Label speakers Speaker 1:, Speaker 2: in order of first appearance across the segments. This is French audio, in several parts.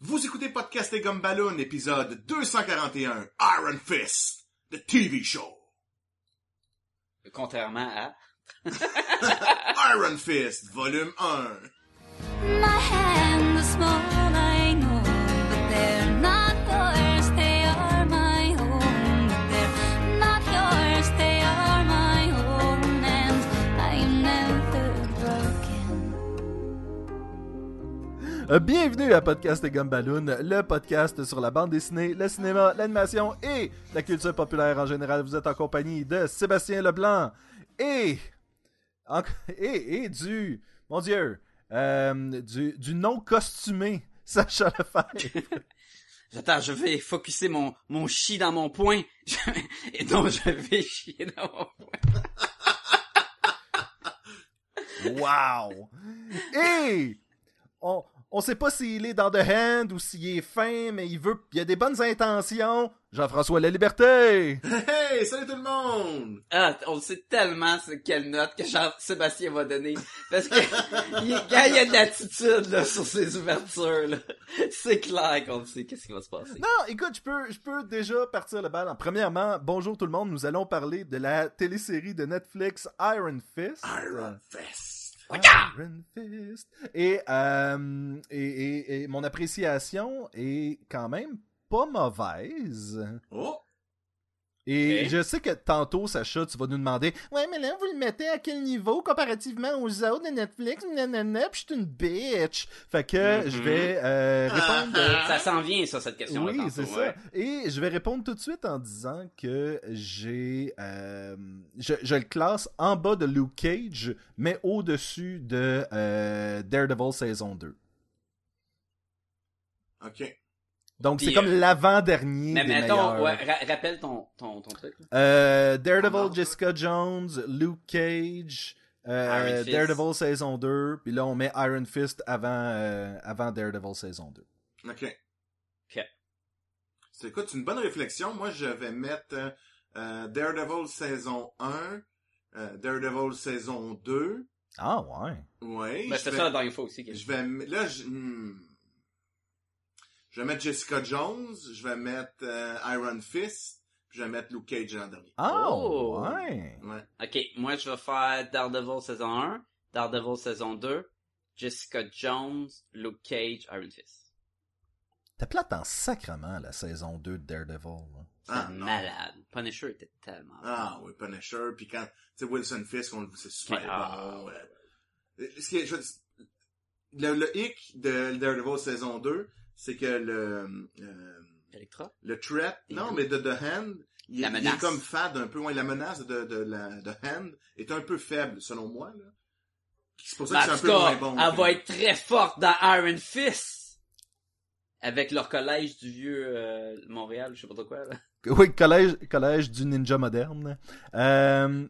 Speaker 1: Vous écoutez Podcast et Gomme Ballon, épisode 241, Iron Fist, The TV Show.
Speaker 2: Contrairement à...
Speaker 1: Iron Fist, volume 1.
Speaker 3: My hand is small, I know, but they're not yours. They are my own, but they're not yours. They are my own, and I'm never broken.
Speaker 4: Euh, Bienvenue à Podcast et Gumballoon, le podcast sur la bande dessinée, le cinéma, l'animation et la culture populaire en général. Vous êtes en compagnie de Sébastien Leblanc et, en- et, et du, mon Dieu, euh, du, du non costumé Sacha Lefebvre.
Speaker 2: J'attends, je vais focusser mon, mon chi dans mon poing. Et donc, je vais chier dans mon poing.
Speaker 4: Wow! Et on, on sait pas s'il est dans The Hand ou s'il est fin, mais il veut, il a des bonnes intentions. Jean-François La Liberté.
Speaker 1: Hey, salut tout le monde!
Speaker 2: Ah, on sait tellement c'est quelle note que Jean-Sébastien va donner. Parce que il, quand il y a de l'attitude là, sur ses ouvertures, là, c'est clair qu'on sait qu'est-ce qui va se passer.
Speaker 4: Non, écoute, je peux, je peux déjà partir le bal. Premièrement, bonjour tout le monde, nous allons parler de la télésérie de Netflix Iron Fist. Euh,
Speaker 1: Iron Fist.
Speaker 4: Iron Fist. Et, euh, et, et- et mon appréciation est quand même pas mauvaise.
Speaker 1: Oh!
Speaker 4: Et
Speaker 2: Ok.
Speaker 4: je sais que tantôt, Sacha, tu vas nous demander Ouais, mais là, vous le mettez à quel niveau comparativement aux autres de Netflix Nanana, puis je suis une bitch. Fait que
Speaker 1: Mm-hmm.
Speaker 2: Mhm.
Speaker 4: je vais euh, répondre
Speaker 2: Ça s'en vient, ça, cette question-là.
Speaker 4: oui,
Speaker 2: tantôt,
Speaker 4: c'est
Speaker 2: ouais.
Speaker 4: ça. Et je vais répondre tout de suite en disant que j'ai, euh, je, je le classe en bas de Luke Cage, mais au-dessus de euh, Daredevil saison 2.
Speaker 1: Ok.
Speaker 4: Donc c'est
Speaker 2: Puis,
Speaker 4: comme
Speaker 2: euh,
Speaker 4: l'avant-dernier
Speaker 2: Mais
Speaker 4: des
Speaker 2: mettons,
Speaker 4: meilleurs.
Speaker 2: ouais, Ah, ra- rappelle ton, ton, ton truc. là.
Speaker 4: Euh, Daredevil,
Speaker 1: Comment?
Speaker 4: Jessica Jones, Luke Cage, euh,
Speaker 2: Iron Fist.
Speaker 4: Daredevil saison 2, puis là on met Iron Fist avant, euh, avant Daredevil saison 2.
Speaker 1: Ok.
Speaker 2: Ok.
Speaker 1: C'est écoute, c'est une bonne réflexion. Moi, je vais mettre euh, euh, Daredevil saison 1, euh, Daredevil saison 2.
Speaker 4: Ah ouais.
Speaker 1: Ouais.
Speaker 2: Ben,
Speaker 1: je
Speaker 2: c'est
Speaker 1: vais-
Speaker 2: ça la dernière fois aussi. que-
Speaker 1: Je vais m- là je hmm. je vais mettre Jessica Jones, je vais mettre euh, Iron Fist, puis je vais mettre Luke Cage en dernier.
Speaker 4: Ah
Speaker 2: Oh.
Speaker 4: ouais.
Speaker 1: Ouais.
Speaker 2: Ok, moi je vais faire Daredevil saison 1, Daredevil saison 2, Jessica Jones, Luke Cage, Iron Fist.
Speaker 4: T'as plate en sacrement la saison 2 de Daredevil. là.
Speaker 2: C'est
Speaker 1: Ah, non.
Speaker 2: malade. Punisher était tellement.
Speaker 1: Ah oui, Punisher, puis quand tu sais Wilson Fisk, on le c'est super
Speaker 2: Ah.
Speaker 1: bon. ouais. Ce qui est- je veux dire, le, le hic de Daredevil saison 2, c'est que le euh,
Speaker 2: Electra?
Speaker 1: le threat,
Speaker 2: Et
Speaker 1: non
Speaker 2: le-
Speaker 1: mais de The Hand, il,
Speaker 2: La
Speaker 1: est- il est
Speaker 2: menace.
Speaker 1: comme fade un peu, ouais, la menace de de la de Hand est un peu faible selon moi là. C'est pour ça
Speaker 2: Ben,
Speaker 1: que
Speaker 2: en
Speaker 1: c'est un
Speaker 2: tout
Speaker 1: peu moins
Speaker 2: cas,
Speaker 1: bon.
Speaker 2: elle
Speaker 1: que-
Speaker 2: va être très forte dans Iron Fist! Avec leur collège du vieux euh, Montréal, je sais pas de quoi. Là.
Speaker 4: Oui, collège, collège du ninja moderne. Euh,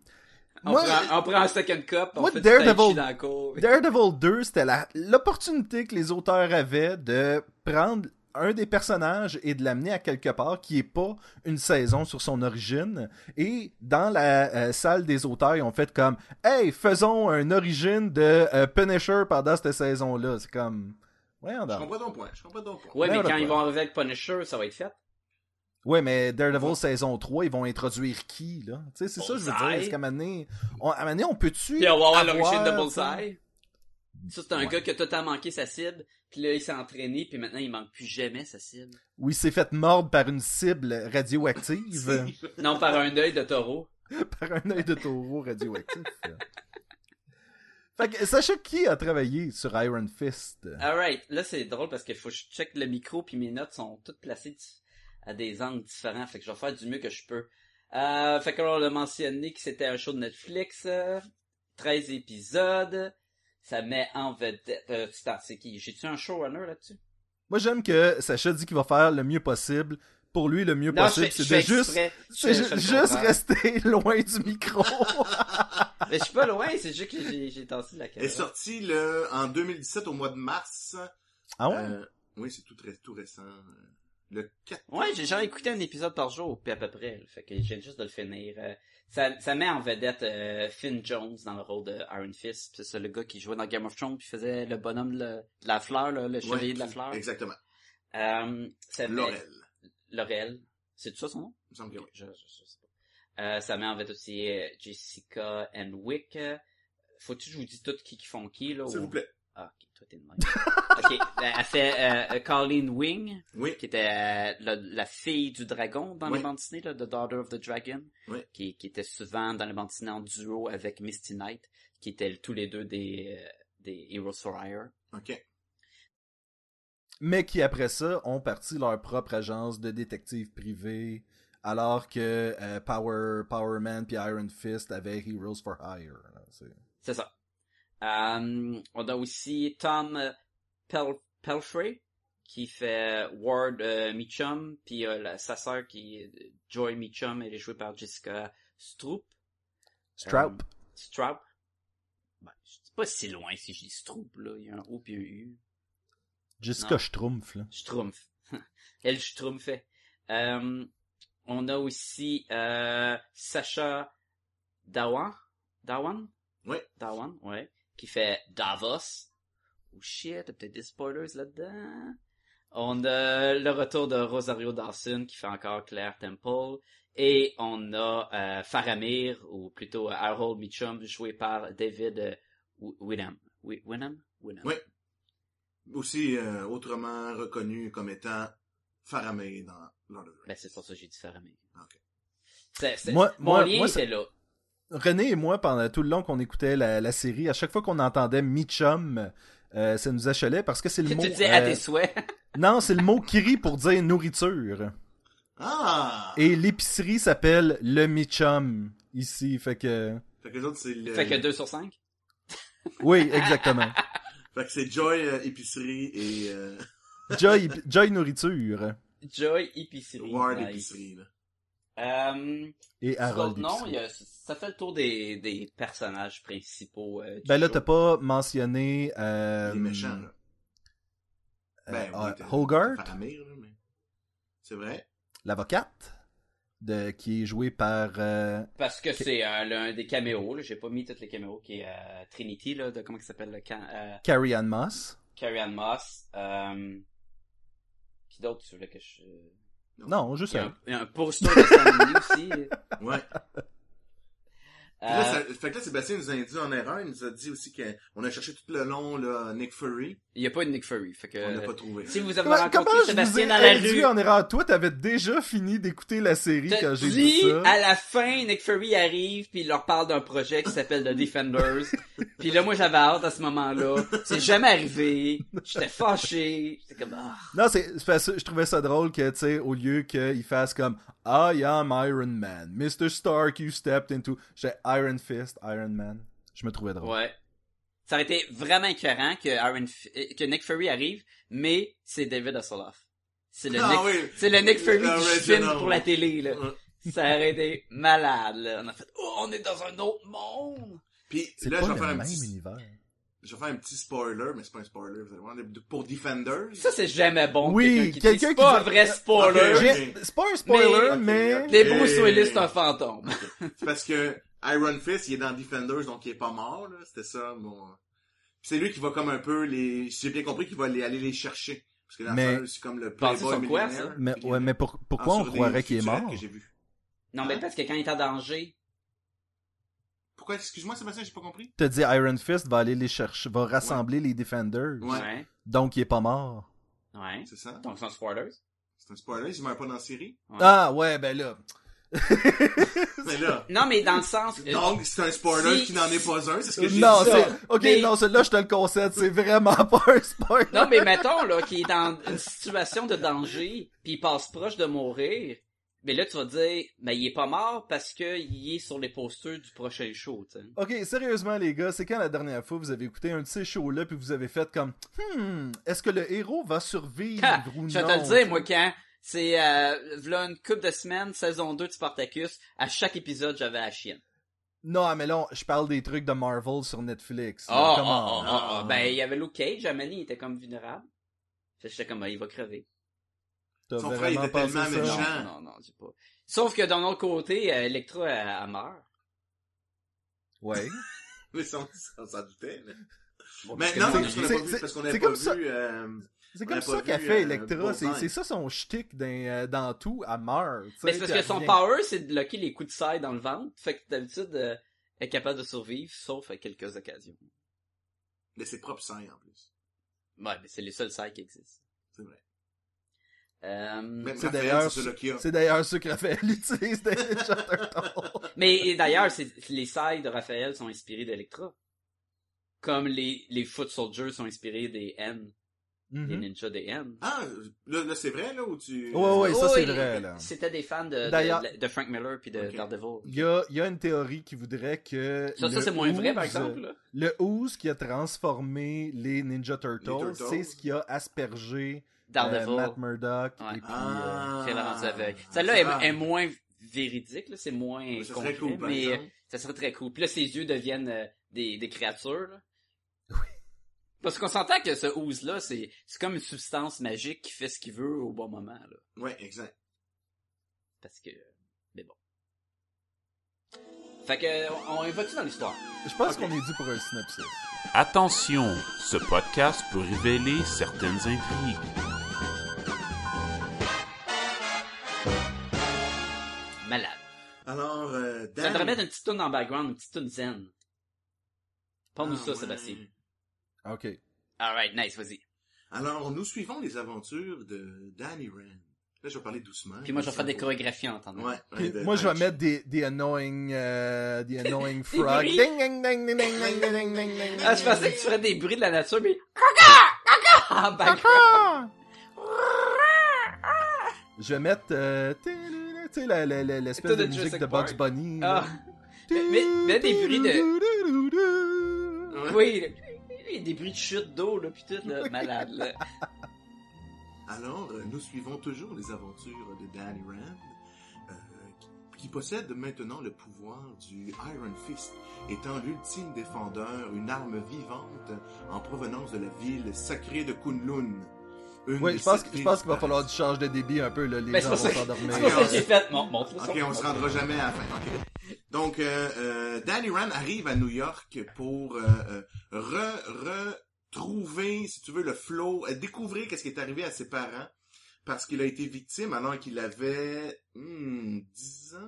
Speaker 2: On,
Speaker 4: Moi-
Speaker 2: prend, on prend un second cup, on
Speaker 4: Moi,
Speaker 2: fait du tai chi
Speaker 4: Daredevil-
Speaker 2: dans la cour.
Speaker 4: Daredevil 2, c'était la- l'opportunité que les auteurs avaient de prendre un des personnages et de l'amener à quelque part qui est pas une saison sur son origine. Et dans la euh, salle des auteurs, ils ont fait comme Hey, faisons une origine de euh, Punisher pendant cette saison-là. C'est comme. Voyons
Speaker 1: Je
Speaker 4: donc.
Speaker 1: comprends ton point. Je comprends ton point.
Speaker 2: Ouais, mais
Speaker 4: N'importe
Speaker 2: quand ils
Speaker 4: quoi.
Speaker 2: vont arriver avec Punisher, ça va être fait.
Speaker 4: Ouais, mais Daredevil saison 3, ils vont introduire qui, là? Tu sais, c'est ça, je veux
Speaker 2: Bullseye.
Speaker 4: dire. C'est qu'à un moment donné, on- à un moment donné, on peut-tu.
Speaker 2: Puis on va avoir
Speaker 4: avoir,
Speaker 2: l'origine de
Speaker 4: tu sais?
Speaker 2: Bullseye. Ça, c'est un
Speaker 4: Ouais.
Speaker 2: gars qui a totalement manqué sa cible. Puis là, il s'est entraîné, puis maintenant, il manque plus jamais sa cible.
Speaker 4: Où il s'est fait mordre par une cible radioactive.
Speaker 2: Non, par un œil de taureau.
Speaker 4: par un œil de taureau radioactif. fait que, sachez qui a travaillé sur Iron Fist.
Speaker 2: Alright, là, c'est drôle parce que faut que je check le micro, puis mes notes sont toutes placées dif- à des angles différents. Fait que je vais faire du mieux que je peux. Euh, fait que là, on a mentionné que c'était un show de Netflix. euh, 13 épisodes. Ça met en vedette... Euh, putain, c'est qui? J'ai-tu un showrunner là-dessus?
Speaker 4: Moi, j'aime que Sacha dit qu'il va faire le mieux possible. Pour lui, le mieux
Speaker 2: Non, je
Speaker 4: possible,
Speaker 2: fais- je fais
Speaker 4: c'est de juste,
Speaker 2: exprès. Je fais-
Speaker 4: c'est
Speaker 2: je
Speaker 4: ju-
Speaker 2: fais le
Speaker 4: juste
Speaker 2: contraire.
Speaker 4: rester loin du micro.
Speaker 2: Mais je suis pas loin, c'est juste que j'ai- j'ai tassé la
Speaker 1: Elle est
Speaker 2: caméra.
Speaker 1: sortie le, en 2017 au mois de mars.
Speaker 4: ah ouais?
Speaker 1: Euh, oui, c'est tout, ré- tout récent. Euh, Le 4...
Speaker 2: Ouais, j'ai genre écouté un épisode par jour, puis à peu près. là. Fait que j'ai juste de le finir. Euh, ça, ça met en vedette euh, Finn Jones dans le rôle de Iron Fist. puis C'est ça, le gars qui jouait dans Game of Thrones, puis faisait le bonhomme de, la- de la fleur, là, le chevalier de la fleur.
Speaker 1: Exactement.
Speaker 2: Euh, ça met-
Speaker 1: Laurel.
Speaker 2: Laurel. C'est tout ça son nom?
Speaker 1: Il me semble que oui.
Speaker 2: Je, je- je sais pas. Euh, ça met en fait aussi euh, Jessica Henwick. Euh, Faut-tu que je vous dise tout qui, qui font qui, là?
Speaker 1: S'il
Speaker 2: ou-
Speaker 1: vous plaît.
Speaker 2: Ah, ok, toi t'es de même. ok, elle fait euh, Colleen Wing,
Speaker 1: Oui.
Speaker 2: qui était euh, la, la fille du dragon dans
Speaker 1: Oui.
Speaker 2: les bandes dessinées, là, The Daughter of the Dragon,
Speaker 1: Oui.
Speaker 2: qui, qui était souvent dans les bandes dessinées en duo avec Misty Knight, qui étaient tous les deux des, euh, des Heroes for Hire.
Speaker 1: OK.
Speaker 4: mais qui après ça ont parti leur propre agence de détectives privés alors que euh, Power Power Man puis Iron Fist avaient Heroes for Hire. là, c'est-
Speaker 2: C'est ça. Euh, on a aussi Tom euh, Pel Pelfrey, qui fait Ward euh, Meacham, puis euh, la- sa sœur qui est Joy Meacham, elle est jouée par Jessica Stroop. Euh,
Speaker 4: Straub.
Speaker 2: Stroop. Ben, je dis pas si loin si je dis Stroop, là. Il y a un O puis un U.
Speaker 4: Jessica
Speaker 2: non.
Speaker 4: Schtroumpf, là.
Speaker 2: Schtroumpf. elle Schtroumpfait. Euh, on a aussi euh, Sacha Dawan. Dawan?
Speaker 1: Oui.
Speaker 2: Dawan, ouais. Qui fait Davos. Oh shit, t'as peut-être des spoilers là-dedans. On a le retour de Rosario Dawson qui fait encore Claire Temple. Et on a euh, Faramir, ou plutôt Harold Mitchum, joué par David euh, Wi- Winham. Wi- Winham? Winham.
Speaker 1: Oui. Aussi euh, autrement reconnu comme étant Faramé dans Lord of the Rings.
Speaker 2: Ben, c'est pour ça que j'ai dit Faramir.
Speaker 1: Ok.
Speaker 2: C'est- c'est-
Speaker 4: Moi-
Speaker 2: mon
Speaker 4: moi-
Speaker 2: lien
Speaker 4: moi,
Speaker 2: était là.
Speaker 4: René et moi, pendant tout le long qu'on écoutait la, la série, à chaque fois qu'on entendait Mitchum, euh, ça nous achalait parce que c'est le
Speaker 2: Tu
Speaker 4: mot.
Speaker 2: disais à
Speaker 4: euh,
Speaker 2: tes souhaits.
Speaker 4: non, c'est le mot cri pour dire nourriture.
Speaker 1: Ah!
Speaker 4: Et l'épicerie s'appelle le Mitchum ici, fait que.
Speaker 1: Fait que les autres, c'est le...
Speaker 2: Fait que 2 sur 5.
Speaker 4: Oui, exactement.
Speaker 1: Fait que c'est Joy euh, épicerie et euh,
Speaker 4: Joy, Joy nourriture
Speaker 2: Joy épicerie.
Speaker 1: Ward
Speaker 2: Nice.
Speaker 1: épicerie. là.
Speaker 2: Euh,
Speaker 4: et Harold.
Speaker 2: sinon,
Speaker 4: épicerie.
Speaker 2: il y a- ça fait le tour des, des personnages principaux. euh, du
Speaker 4: Ben là,
Speaker 2: show.
Speaker 4: t'as pas mentionné. Euh,
Speaker 1: Les méchants, là.
Speaker 4: euh,
Speaker 1: Ben, oui,
Speaker 4: ah,
Speaker 1: t'as-
Speaker 4: Hogarth?
Speaker 1: t'as Faramir, là, mais... C'est vrai.
Speaker 4: L'avocate, de, qui est joué par. euh,
Speaker 2: Parce que c'est euh, l'un des caméos. là. J'ai pas mis tous les caméos qui est euh, Trinity, là, de comment il s'appelle le can- euh,
Speaker 4: Carrie Ann Moss.
Speaker 2: Carrie Ann Moss. euh, qui d'autre tu voulais que je.
Speaker 4: Non,
Speaker 2: Il
Speaker 4: juste
Speaker 2: y a
Speaker 4: elle.
Speaker 2: un, il y a un poursuivre de Stanley aussi.
Speaker 1: Ouais. Puis là,
Speaker 2: Euh,
Speaker 1: ça- Fait que là, Sébastien nous a induit en erreur. Il nous a dit aussi qu'on a cherché tout le long là, Nick Fury.
Speaker 2: Il y a pas de Nick Fury. Fait
Speaker 1: On l'a
Speaker 2: que,
Speaker 1: pas trouvé.
Speaker 2: si vous avez
Speaker 4: Comment,
Speaker 2: rencontré
Speaker 4: comment je vous ai
Speaker 2: Sébastien dans la
Speaker 4: induit
Speaker 2: rue,
Speaker 4: en erreur? Toi, t'avais déjà fini d'écouter la série
Speaker 2: T'as
Speaker 4: quand j'ai dit
Speaker 2: dit,
Speaker 4: ça.
Speaker 2: à la fin, Nick Fury arrive, puis il leur parle d'un projet qui s'appelle The Defenders. puis là, moi, j'avais hâte à ce moment-là. C'est jamais arrivé. J'étais fâché. J'étais comme, ah.
Speaker 4: Non, c'est c'est parce que je trouvais ça drôle que, tu sais, au lieu qu'il fasse comme Ah, I am Iron Man, Mr. Stark, you stepped into. J'étais Iron Fist, Iron Man. Je me trouvais drôle.
Speaker 2: Ouais. Ça aurait été vraiment écœurant que, Iron F- euh, que Nick Fury arrive, mais c'est David Hasselhoff. C'est le,
Speaker 1: Ah
Speaker 2: Nick...
Speaker 1: oui.
Speaker 2: c'est le Nick Fury du
Speaker 1: L'original.
Speaker 2: film pour la télé, là.
Speaker 1: Ouais.
Speaker 2: Ça aurait été malade, là. On a fait, oh, on est dans un autre monde!
Speaker 1: Puis
Speaker 4: C'est
Speaker 1: là,
Speaker 4: pas
Speaker 1: je
Speaker 4: le
Speaker 1: vais faire un
Speaker 4: même
Speaker 1: petit...
Speaker 4: univers.
Speaker 1: Je vais faire un petit spoiler, mais c'est pas un spoiler, vous allez voir. Pour Defenders.
Speaker 2: Ça, c'est jamais bon.
Speaker 4: Oui,
Speaker 2: quelqu'un qui dit,
Speaker 4: quelqu'un
Speaker 2: C'est
Speaker 4: qui
Speaker 2: pas un
Speaker 4: dit-
Speaker 2: vrai spoiler.
Speaker 1: Ok.
Speaker 4: J'ai- C'est pas un spoiler, mais.
Speaker 1: Mais-
Speaker 2: Les
Speaker 1: Et-
Speaker 2: Bruce Willis, c'est un fantôme.
Speaker 1: C'est parce que Iron Fist, il est dans Defenders, donc il est pas mort, là. C'était ça, mon... Puis c'est lui qui va comme un peu les... Si j'ai bien compris, qu'il va les- aller les chercher. Parce que dans
Speaker 4: Mais-
Speaker 1: le fond, c'est comme le
Speaker 2: Pensez
Speaker 1: playboy
Speaker 2: sur quoi,
Speaker 1: millionnaire.
Speaker 2: ça?
Speaker 4: Mais,
Speaker 1: Puis-
Speaker 4: ouais, mais pour- pourquoi
Speaker 1: Ah,
Speaker 4: on
Speaker 1: sur des
Speaker 4: croirait qu'il est
Speaker 1: featurettes
Speaker 4: mort?
Speaker 1: que j'ai vues.
Speaker 2: Non, mais
Speaker 1: Hein?
Speaker 2: parce que quand il est en danger,
Speaker 1: Pourquoi, excuse-moi, Sébastien, j'ai pas compris?
Speaker 4: T'as dit Iron Fist va aller les chercher, va rassembler les Defenders.
Speaker 1: Ouais.
Speaker 2: ouais,
Speaker 4: Donc il est pas mort.
Speaker 2: ouais.
Speaker 1: C'est ça?
Speaker 2: Donc sans spoilers.
Speaker 1: C'est un spoiler, il meurt pas dans la série.
Speaker 2: Ouais.
Speaker 4: Ah ouais, ben là.
Speaker 1: Mais là.
Speaker 2: Non, mais dans le sens, euh,
Speaker 1: Donc, c'est un spoiler
Speaker 2: si-
Speaker 1: qui n'en est pas un, c'est ce que j'ai dit.
Speaker 4: Non,
Speaker 2: dit ça.
Speaker 4: c'est. Ok,
Speaker 2: Mais-
Speaker 4: non, celui-là je te le concède, c'est vraiment pas un spoiler.
Speaker 2: non, mais mettons là qu'il est dans une situation de danger, puis il passe proche de mourir. Mais là, tu vas dire, mais il est pas mort parce que il est sur les posters du prochain show, tu sais.
Speaker 4: Ok, sérieusement les gars, c'est quand la dernière fois vous avez écouté un de ces shows-là puis vous avez fait comme Hmm, est-ce que le héros va survivre
Speaker 2: Ha!
Speaker 4: ou non?
Speaker 2: Ah, Je vais te le dire, moi, quand c'est euh, v'là une coupe de semaines, saison 2 de Spartacus, à chaque épisode, j'avais la chienne.
Speaker 4: Non, ah, mais là, on- je parle des trucs de Marvel sur Netflix.
Speaker 2: Oh,
Speaker 4: là, come
Speaker 2: oh,
Speaker 4: on.
Speaker 2: oh, oh, oh. Ben, il y avait Luke Cage, à Manny, il était comme vulnérable. Fait que J'étais comme, ah, il va crever.
Speaker 4: T'as
Speaker 1: Son frère, il
Speaker 4: vraiment
Speaker 1: était
Speaker 4: pensé
Speaker 1: tellement
Speaker 4: ça?
Speaker 1: méchant.
Speaker 2: Non, non, non, dis pas. Sauf que d'un autre côté, euh, Electra, elle, elle meurt.
Speaker 4: Ouais.
Speaker 1: Mais ça, on s'en doutait, là.
Speaker 2: Bon,
Speaker 1: Mais
Speaker 2: parce que
Speaker 1: non,
Speaker 2: moi,
Speaker 1: parce qu'on a
Speaker 4: c'est-
Speaker 1: pas vu,
Speaker 4: c'est-
Speaker 1: parce qu'on a
Speaker 4: c'est
Speaker 1: pas
Speaker 4: comme ça.
Speaker 1: vu, euh,
Speaker 4: C'est
Speaker 1: On
Speaker 4: comme
Speaker 1: l'a
Speaker 4: ça
Speaker 1: pas
Speaker 4: qu'elle
Speaker 1: vu,
Speaker 4: fait
Speaker 1: euh,
Speaker 4: Electra.
Speaker 1: Bullseye.
Speaker 4: C'est c'est ça son shtick dans, euh, dans tout. Elle meurt. tu sais,
Speaker 2: Mais c'est parce
Speaker 4: puis
Speaker 2: que
Speaker 4: elle
Speaker 2: son
Speaker 4: revient.
Speaker 2: power, c'est de locker les coups de serre dans le ventre. Fait que d'habitude, euh, elle est capable de survivre, sauf à quelques occasions.
Speaker 1: De ses propres seins, en plus.
Speaker 2: Ouais, mais c'est les seuls serres qui existent.
Speaker 1: C'est vrai.
Speaker 2: Euh,
Speaker 1: Même
Speaker 4: C'est
Speaker 1: Raphaël,
Speaker 4: d'ailleurs-
Speaker 1: c'est celui qui a.
Speaker 4: C'est d'ailleurs ce que Raphaël utilise dans les Chatterton.
Speaker 2: Mais et d'ailleurs, c'est- les sailles de Raphaël sont inspirées d'Electra. Comme les, les Foot Soldiers sont inspirés des N, des
Speaker 1: Mm-hmm.
Speaker 4: Mhm.
Speaker 2: ninjas des N.
Speaker 1: Ah, là, là, c'est vrai, là, où tu...
Speaker 4: Ouais, ouais. ça, c'est
Speaker 2: oui,
Speaker 4: vrai, là.
Speaker 2: C'était des fans de,
Speaker 4: D'ailleurs-
Speaker 2: de, de Frank Miller puis de
Speaker 1: Ok.
Speaker 2: Daredevil.
Speaker 4: Il y a, il y a une théorie qui voudrait que.
Speaker 2: Ça, ça
Speaker 4: le euh,
Speaker 2: c'est moins vrai, par
Speaker 4: ooze-
Speaker 2: exemple. là.
Speaker 4: Le ooze qui a transformé les Ninja Turtles,
Speaker 1: Les Turtles.
Speaker 4: c'est ce qui a aspergé euh,
Speaker 2: Daredevil.
Speaker 4: Matt Murdock.
Speaker 2: Ouais.
Speaker 4: Et puis, euh,
Speaker 1: Ah.
Speaker 2: C'est rendu aveugle. Celle-là est,
Speaker 1: Ah.
Speaker 2: est moins véridique, là, c'est moins
Speaker 1: Mais ça serait
Speaker 2: concret,
Speaker 1: cool, par
Speaker 2: mais euh,
Speaker 1: exemple.
Speaker 2: ça serait très cool. Puis là, ses yeux deviennent euh, des, des créatures. Là. Parce qu'on s'entend que ce ooze-là, c'est c'est comme une substance magique qui fait ce qu'il veut au bon moment. Là.
Speaker 1: Ouais, exact.
Speaker 2: Parce que... euh, Mais bon. Fait que, on, on y va-tu dans l'histoire?
Speaker 4: je pense qu'on est dû pour un synopsis.
Speaker 5: Attention, ce podcast peut révéler certaines intrigues.
Speaker 2: Malade.
Speaker 1: Alors, euh,
Speaker 2: Je vais
Speaker 1: Dan...
Speaker 2: te remettre une petite tune en background, une petite tune zen. Prends-nous
Speaker 1: Ah,
Speaker 2: ça,
Speaker 1: ouais.
Speaker 2: Sébastien.
Speaker 4: Ok.
Speaker 2: Alright, nice, vas-y.
Speaker 1: Alors, nous suivons les aventures de Danny Rand. Là, je vais parler
Speaker 4: Ah,
Speaker 1: doucement.
Speaker 2: Puis moi, je vais faire des
Speaker 1: corrections.
Speaker 2: chorégraphies en attendant.
Speaker 1: Ouais.
Speaker 4: Puis
Speaker 1: ouais, de-
Speaker 4: moi, je vais
Speaker 1: de-
Speaker 4: mettre des, des annoying, euh, des annoying frogs.
Speaker 2: bruits.
Speaker 4: Ding, ding, ding, ding, ding, ding, ding, ding, ding, ding.
Speaker 2: Ah, je pensais que tu ferais des bruits de la nature, mais... Caca! Caca! En background.
Speaker 4: Ah! Je vais mettre, euh, tu sais, la- la- la- l'espèce
Speaker 2: Tout
Speaker 4: de
Speaker 2: de Jurassic
Speaker 4: musique de
Speaker 2: Park.
Speaker 4: Bugs Bunny.
Speaker 2: Ah.
Speaker 4: là.
Speaker 2: Mais- mais des bruits
Speaker 4: de...
Speaker 1: Ouais.
Speaker 2: Oui, là, des bruits de chute d'eau, là, pis tout, là, malade, là.
Speaker 1: Alors, euh, nous suivons toujours les aventures de Danny Rand, euh, qui, qui possède maintenant le pouvoir du Iron Fist, étant l'ultime défendeur, une arme vivante en provenance de la ville sacrée de Kunlun. Une
Speaker 4: Ouais,
Speaker 1: des
Speaker 4: je pense,
Speaker 1: sept
Speaker 4: que- je
Speaker 1: villes
Speaker 4: pense qu'il va
Speaker 1: du
Speaker 4: falloir
Speaker 1: Paris.
Speaker 4: du change de débit un peu, là. Les
Speaker 2: Ben, c'est
Speaker 4: gens vont
Speaker 2: pour ça que-
Speaker 4: s'endormir.
Speaker 2: C'est pour ça que j'ai fait... Mon, montre
Speaker 1: Ok, on se rendra jamais à la fin. ok. Donc, euh, euh, Danny Rand arrive à New York pour euh, euh, re, retrouver, si tu veux, le flow, euh, découvrir qu'est-ce qui est arrivé à ses parents, parce qu'il a été victime alors qu'il avait hmm, 10 ans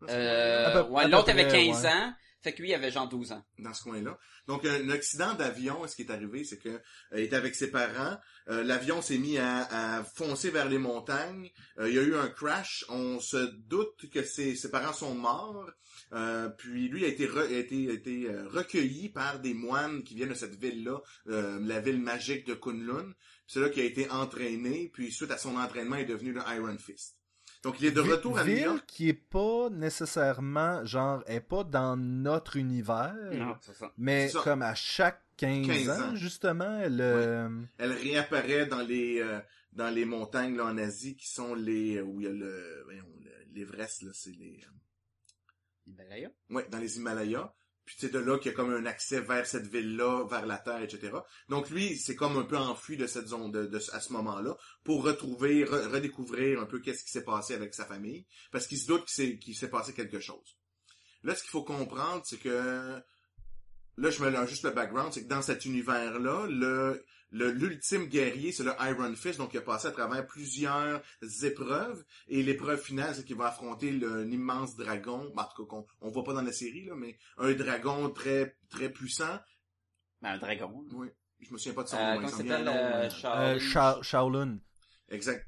Speaker 1: dans ce coin-là.
Speaker 4: À peu-
Speaker 2: Euh, ouais,
Speaker 4: à peu
Speaker 2: l'autre
Speaker 4: près,
Speaker 2: avait 15
Speaker 4: ouais.
Speaker 2: ans, fait que lui, il avait genre 12 ans.
Speaker 1: dans ce coin-là. Donc, un accident d'avion, ce qui est arrivé, c'est que euh, il était avec ses parents. Euh, L'avion s'est mis à, à foncer vers les montagnes. Euh, il y a eu un crash. On se doute que ses, ses parents sont morts. Euh, puis lui a été, re- a été, a été euh, recueilli par des moines qui viennent de cette ville-là, euh, la ville magique de Kunlun. Puis C'est là qu'il a été entraîné. Puis suite à son entraînement, il est devenu le Iron Fist. Donc il est de
Speaker 4: Vi-
Speaker 1: retour à New
Speaker 4: ville
Speaker 1: York.
Speaker 4: qui est pas nécessairement, genre, est pas dans notre univers.
Speaker 2: c'est ça.
Speaker 4: Mais
Speaker 1: C'est ça.
Speaker 4: comme à chaque 15,
Speaker 1: 15
Speaker 4: ans,
Speaker 1: ans.
Speaker 4: justement, le...
Speaker 1: Elle réapparaît dans les euh, dans les montagnes là, en Asie qui sont les euh, où il y a le voyons, le- l'Everest là, c'est les
Speaker 2: Himalaya.
Speaker 1: euh, ouais dans les Himalayas. Puis c'est de là qu'il y a comme un accès vers cette ville-là, vers la terre, etc. Donc lui, c'est comme un peu enfui de cette zone, de, de ce- à ce moment-là, pour retrouver, re- redécouvrir un peu qu'est-ce qui s'est passé avec sa famille, parce qu'il se doute qu'il s'est- qu'il s'est passé quelque chose. Là, ce qu'il faut comprendre, c'est que là, je mets juste le background, c'est que dans cet univers-là, le le- l'ultime guerrier, c'est le Iron Fist, donc il a passé à travers plusieurs épreuves, et l'épreuve finale, c'est qu'il va affronter le- un immense dragon, Ben, en tout cas, qu'on on voit pas dans la série, là, mais un dragon très, très puissant.
Speaker 2: Ben, un dragon. là.
Speaker 1: Je me souviens pas de son
Speaker 2: Euh,
Speaker 1: nom. il
Speaker 2: comment
Speaker 1: s'en
Speaker 2: il
Speaker 1: vient
Speaker 2: s'appelle?
Speaker 1: un nom,
Speaker 2: euh,
Speaker 1: euh,
Speaker 4: euh,
Speaker 2: Charlie-
Speaker 4: Sha- Shaolin.
Speaker 1: Exact.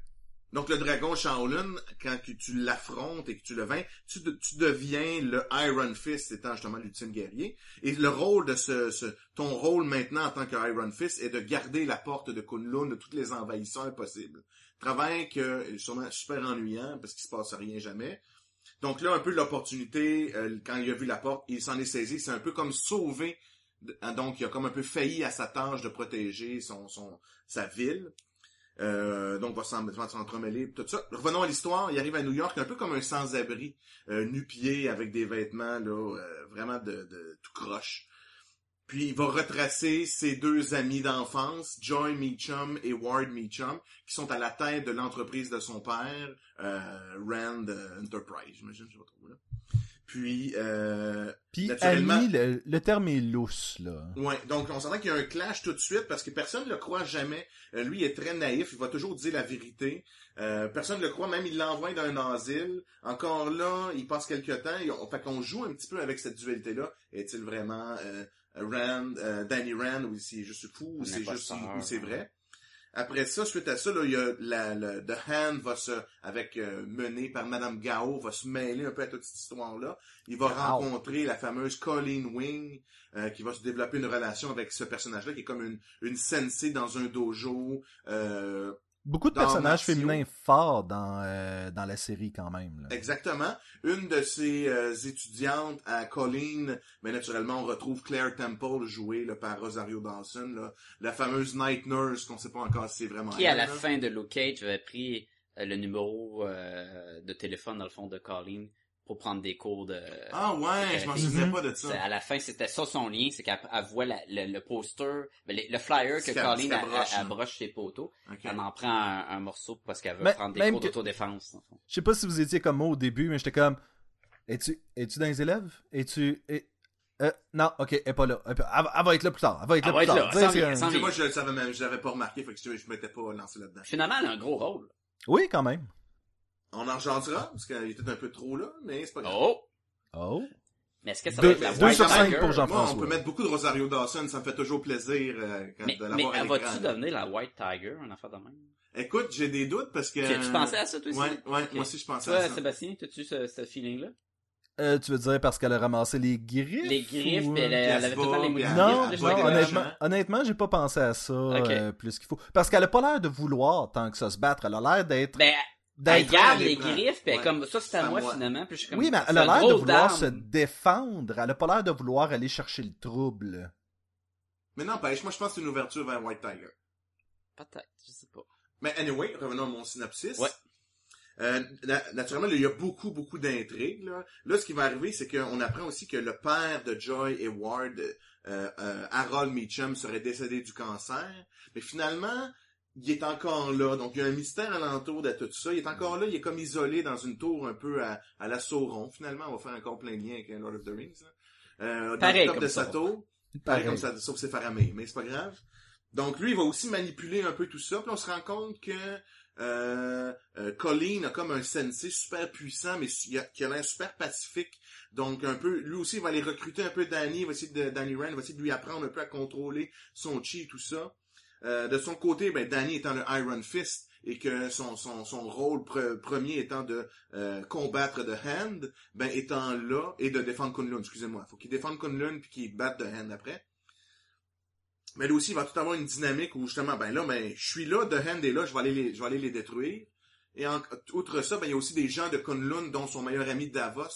Speaker 1: Donc le dragon Shaolin, quand tu, tu l'affrontes et que tu le vains, tu, de- tu deviens le Iron Fist, étant justement l'ultime guerrier. Et le rôle de ce, ce- ton rôle maintenant en tant que Iron Fist est de garder la porte de Kunlun de tous les envahisseurs possibles. Travail que sûrement super ennuyant parce qu'il se passe rien jamais. Donc là un peu l'opportunité euh, quand il a vu la porte, il s'en est saisi. C'est un peu comme sauver. Donc il a comme un peu failli à sa tâche de protéger son, son sa ville. Euh, donc, va s'en- va s'entremêler, tout ça. Revenons à l'histoire. Il arrive à New York un peu comme un sans-abri, euh, nu-pied, avec des vêtements, là, euh, vraiment de, de tout croche. Puis, il va retracer ses deux amis d'enfance, Joy Meacham et Ward Meacham, qui sont à la tête de l'entreprise de son père, euh, Rand euh, Enterprise, j'imagine, je sais pas trop, là. Puis, euh,
Speaker 4: Puis
Speaker 1: Naturellement-
Speaker 4: Annie, le, le terme est lousse, là.
Speaker 1: ouais, donc on s'entend qu'il y a un clash tout de suite parce que personne ne le croit jamais. Euh, lui il est très naïf, il va toujours dire la vérité. Euh, personne ne le croit, même il l'envoie dans un asile. Encore là, il passe quelques temps. et on- fait qu'on joue un petit peu avec cette dualité-là. Est-il vraiment euh, Rand, euh, Danny Rand, ou c'est juste fou, ou
Speaker 2: Un
Speaker 1: c'est juste
Speaker 2: imposteur,
Speaker 1: ou c'est
Speaker 2: ouais.
Speaker 1: vrai. Après ça, suite à ça, là, il y a la, la- The Hand va se, avec euh, mené par Madame Gao, va se mêler un peu à toute cette histoire-là. Il va
Speaker 4: Gao.
Speaker 1: rencontrer la fameuse Colleen Wing, euh, qui va se développer une relation avec ce personnage-là, qui est comme une, une sensei dans un dojo. Euh,
Speaker 4: Beaucoup de
Speaker 1: Dans
Speaker 4: personnages
Speaker 1: Martiaux.
Speaker 4: féminins forts dans, euh, dans la série, quand même. là.
Speaker 1: exactement. Une de ses euh, étudiantes à Colleen, mais naturellement, on retrouve Claire Temple jouée là, par Rosario Dawson, là, la fameuse Night Nurse, qu'on sait pas encore si c'est vraiment
Speaker 2: Qui, à
Speaker 1: elle,
Speaker 2: la
Speaker 1: là.
Speaker 2: fin de Luke Cage, avait pris euh, le numéro euh, de téléphone, dans le fond, de Colleen pour prendre des cours de...
Speaker 1: Ah ouais, je m'en
Speaker 2: Mhm.
Speaker 1: souvenais pas de ça.
Speaker 2: C'est- À la fin, c'était ça son lien, c'est qu'elle elle voit la- le, le poster, ben, le, le flyer que
Speaker 1: C'est qu'elle- c'est
Speaker 2: Colleen elle,
Speaker 1: qu'elle broche,
Speaker 2: elle- elle
Speaker 1: hein.
Speaker 2: broche ses poteaux.
Speaker 1: Ok.
Speaker 2: Elle en prend un, un morceau parce qu'elle veut
Speaker 4: Mais-
Speaker 2: prendre des
Speaker 4: même
Speaker 2: cours
Speaker 4: que-
Speaker 2: d'autodéfense. dans le fond.
Speaker 4: Je sais pas si vous étiez comme moi au début, mais j'étais comme Es-tu es-tu dans les élèves Es-tu. est- euh, non, ok, elle est pas là. Elle, peut- elle va- elle va être là plus tard. Elle va être
Speaker 2: Elle
Speaker 4: là
Speaker 2: va
Speaker 4: plus
Speaker 2: être
Speaker 4: tard.
Speaker 2: là,
Speaker 4: Tu sais,
Speaker 2: sans
Speaker 4: c'est
Speaker 2: rien,
Speaker 4: un-
Speaker 2: sans-
Speaker 1: Tu sais, moi, je le savais même, je l'avais pas remarqué, fait que je, je m'étais pas lancé là-dedans.
Speaker 2: Finalement, elle a un gros rôle.
Speaker 4: Oui, quand même.
Speaker 1: On en rejancera, parce qu'il était un peu trop là, mais c'est pas grave.
Speaker 2: Oh!
Speaker 4: Oh.
Speaker 2: Mais est-ce que ça
Speaker 4: Deux-
Speaker 2: va être la
Speaker 4: deux
Speaker 2: White
Speaker 4: sur cinq
Speaker 2: Tiger?
Speaker 4: pour Jean-
Speaker 1: Moi, on
Speaker 4: Jean-François.
Speaker 1: peut mettre beaucoup de Rosario Dawson, ça me fait toujours plaisir euh, quand,
Speaker 2: Mais,
Speaker 1: de
Speaker 2: mais
Speaker 1: l'avoir à
Speaker 2: elle
Speaker 1: l'écran.
Speaker 2: va-tu devenir la White Tiger, un affaire de même?
Speaker 1: Écoute, j'ai des doutes parce que...
Speaker 2: Tu- Tu pensais à ça, toi aussi?
Speaker 1: Euh, Ouais, ouais,
Speaker 2: Ok.
Speaker 1: moi aussi je pensais
Speaker 2: Toi,
Speaker 1: à ça.
Speaker 2: Sébastien, t'as-tu ce, ce feeling-là?
Speaker 4: Euh, tu veux dire parce qu'elle a ramassé les griffes
Speaker 2: Les griffes,
Speaker 4: ou,
Speaker 2: puis elle,
Speaker 4: euh,
Speaker 2: elle
Speaker 1: se
Speaker 2: avait tout le temps
Speaker 1: bat,
Speaker 2: les
Speaker 1: puis elle-
Speaker 4: Non,
Speaker 1: elle
Speaker 2: griffes,
Speaker 1: se bat
Speaker 4: non,
Speaker 2: là,
Speaker 1: avec des
Speaker 2: je-
Speaker 4: honnêtement,
Speaker 1: méchants.
Speaker 4: honnêtement, j'ai pas pensé à ça
Speaker 2: Ok.
Speaker 4: euh, plus qu'il faut. Parce qu'elle a pas l'air de vouloir tant que ça se battre. Elle a l'air d'être.
Speaker 2: Ben, elle
Speaker 4: d'être-
Speaker 2: garde
Speaker 1: elle
Speaker 2: les
Speaker 1: les prend.
Speaker 2: griffes, puis elle est
Speaker 1: Ouais.
Speaker 2: comme ça, c'est
Speaker 1: C'est
Speaker 2: à
Speaker 1: à
Speaker 2: moi,
Speaker 1: moi.
Speaker 2: finalement. Puis je suis comme,
Speaker 4: Oui, mais elle
Speaker 2: c'est
Speaker 4: a
Speaker 2: un
Speaker 4: l'air de
Speaker 2: gros
Speaker 4: vouloir
Speaker 2: dame.
Speaker 4: se défendre. Elle a pas l'air de vouloir aller chercher le trouble.
Speaker 1: Mais n'empêche, moi je pense que c'est une ouverture vers White Tiger.
Speaker 2: Peut-être, je sais pas.
Speaker 1: Mais anyway, revenons à mon synopsis.
Speaker 2: Ouais.
Speaker 1: Euh, na- naturellement, là, il y a beaucoup, beaucoup d'intrigues. Là. là, ce qui va arriver, c'est qu'on apprend aussi que le père de Joy et Ward, euh, euh, Harold Meacham, serait décédé du cancer. Mais finalement, il est encore là. Donc, il y a un mystère alentour de tout ça. Il est encore là. Il est comme isolé dans une tour un peu à, à la Sauron. Finalement, on va faire encore plein de liens avec euh, Lord of the Rings. là. Euh, dans
Speaker 2: Pareil
Speaker 1: le top
Speaker 2: comme
Speaker 1: de sa
Speaker 2: Sauron.
Speaker 1: tour. Pareil comme ça, sauf que c'est Faramé, mais c'est pas grave. Donc lui, il va aussi manipuler un peu tout ça. Puis on se rend compte que euh, euh, Colleen a comme un sensei super puissant, mais su- il a- qui a l'air super pacifique. Donc un peu, lui aussi, il va aller recruter un peu Danny, il va essayer de Danny Rand, il va essayer de lui apprendre un peu à contrôler son chi et tout ça. Euh, de son côté, ben, Danny étant le Iron Fist et que son, son, son rôle pre- premier étant de euh, combattre The Hand, ben étant là et de défendre Kunlun, excusez-moi. Faut qu'il défende Kunlun puis qu'il batte The Hand après. Mais là aussi, il va tout avoir une dynamique où justement, ben là, ben, je suis là, The Hand est là, je vais aller les, je vais aller les détruire. Et en, outre ça, ben, il y a aussi des gens de Kunlun, dont son meilleur ami Davos,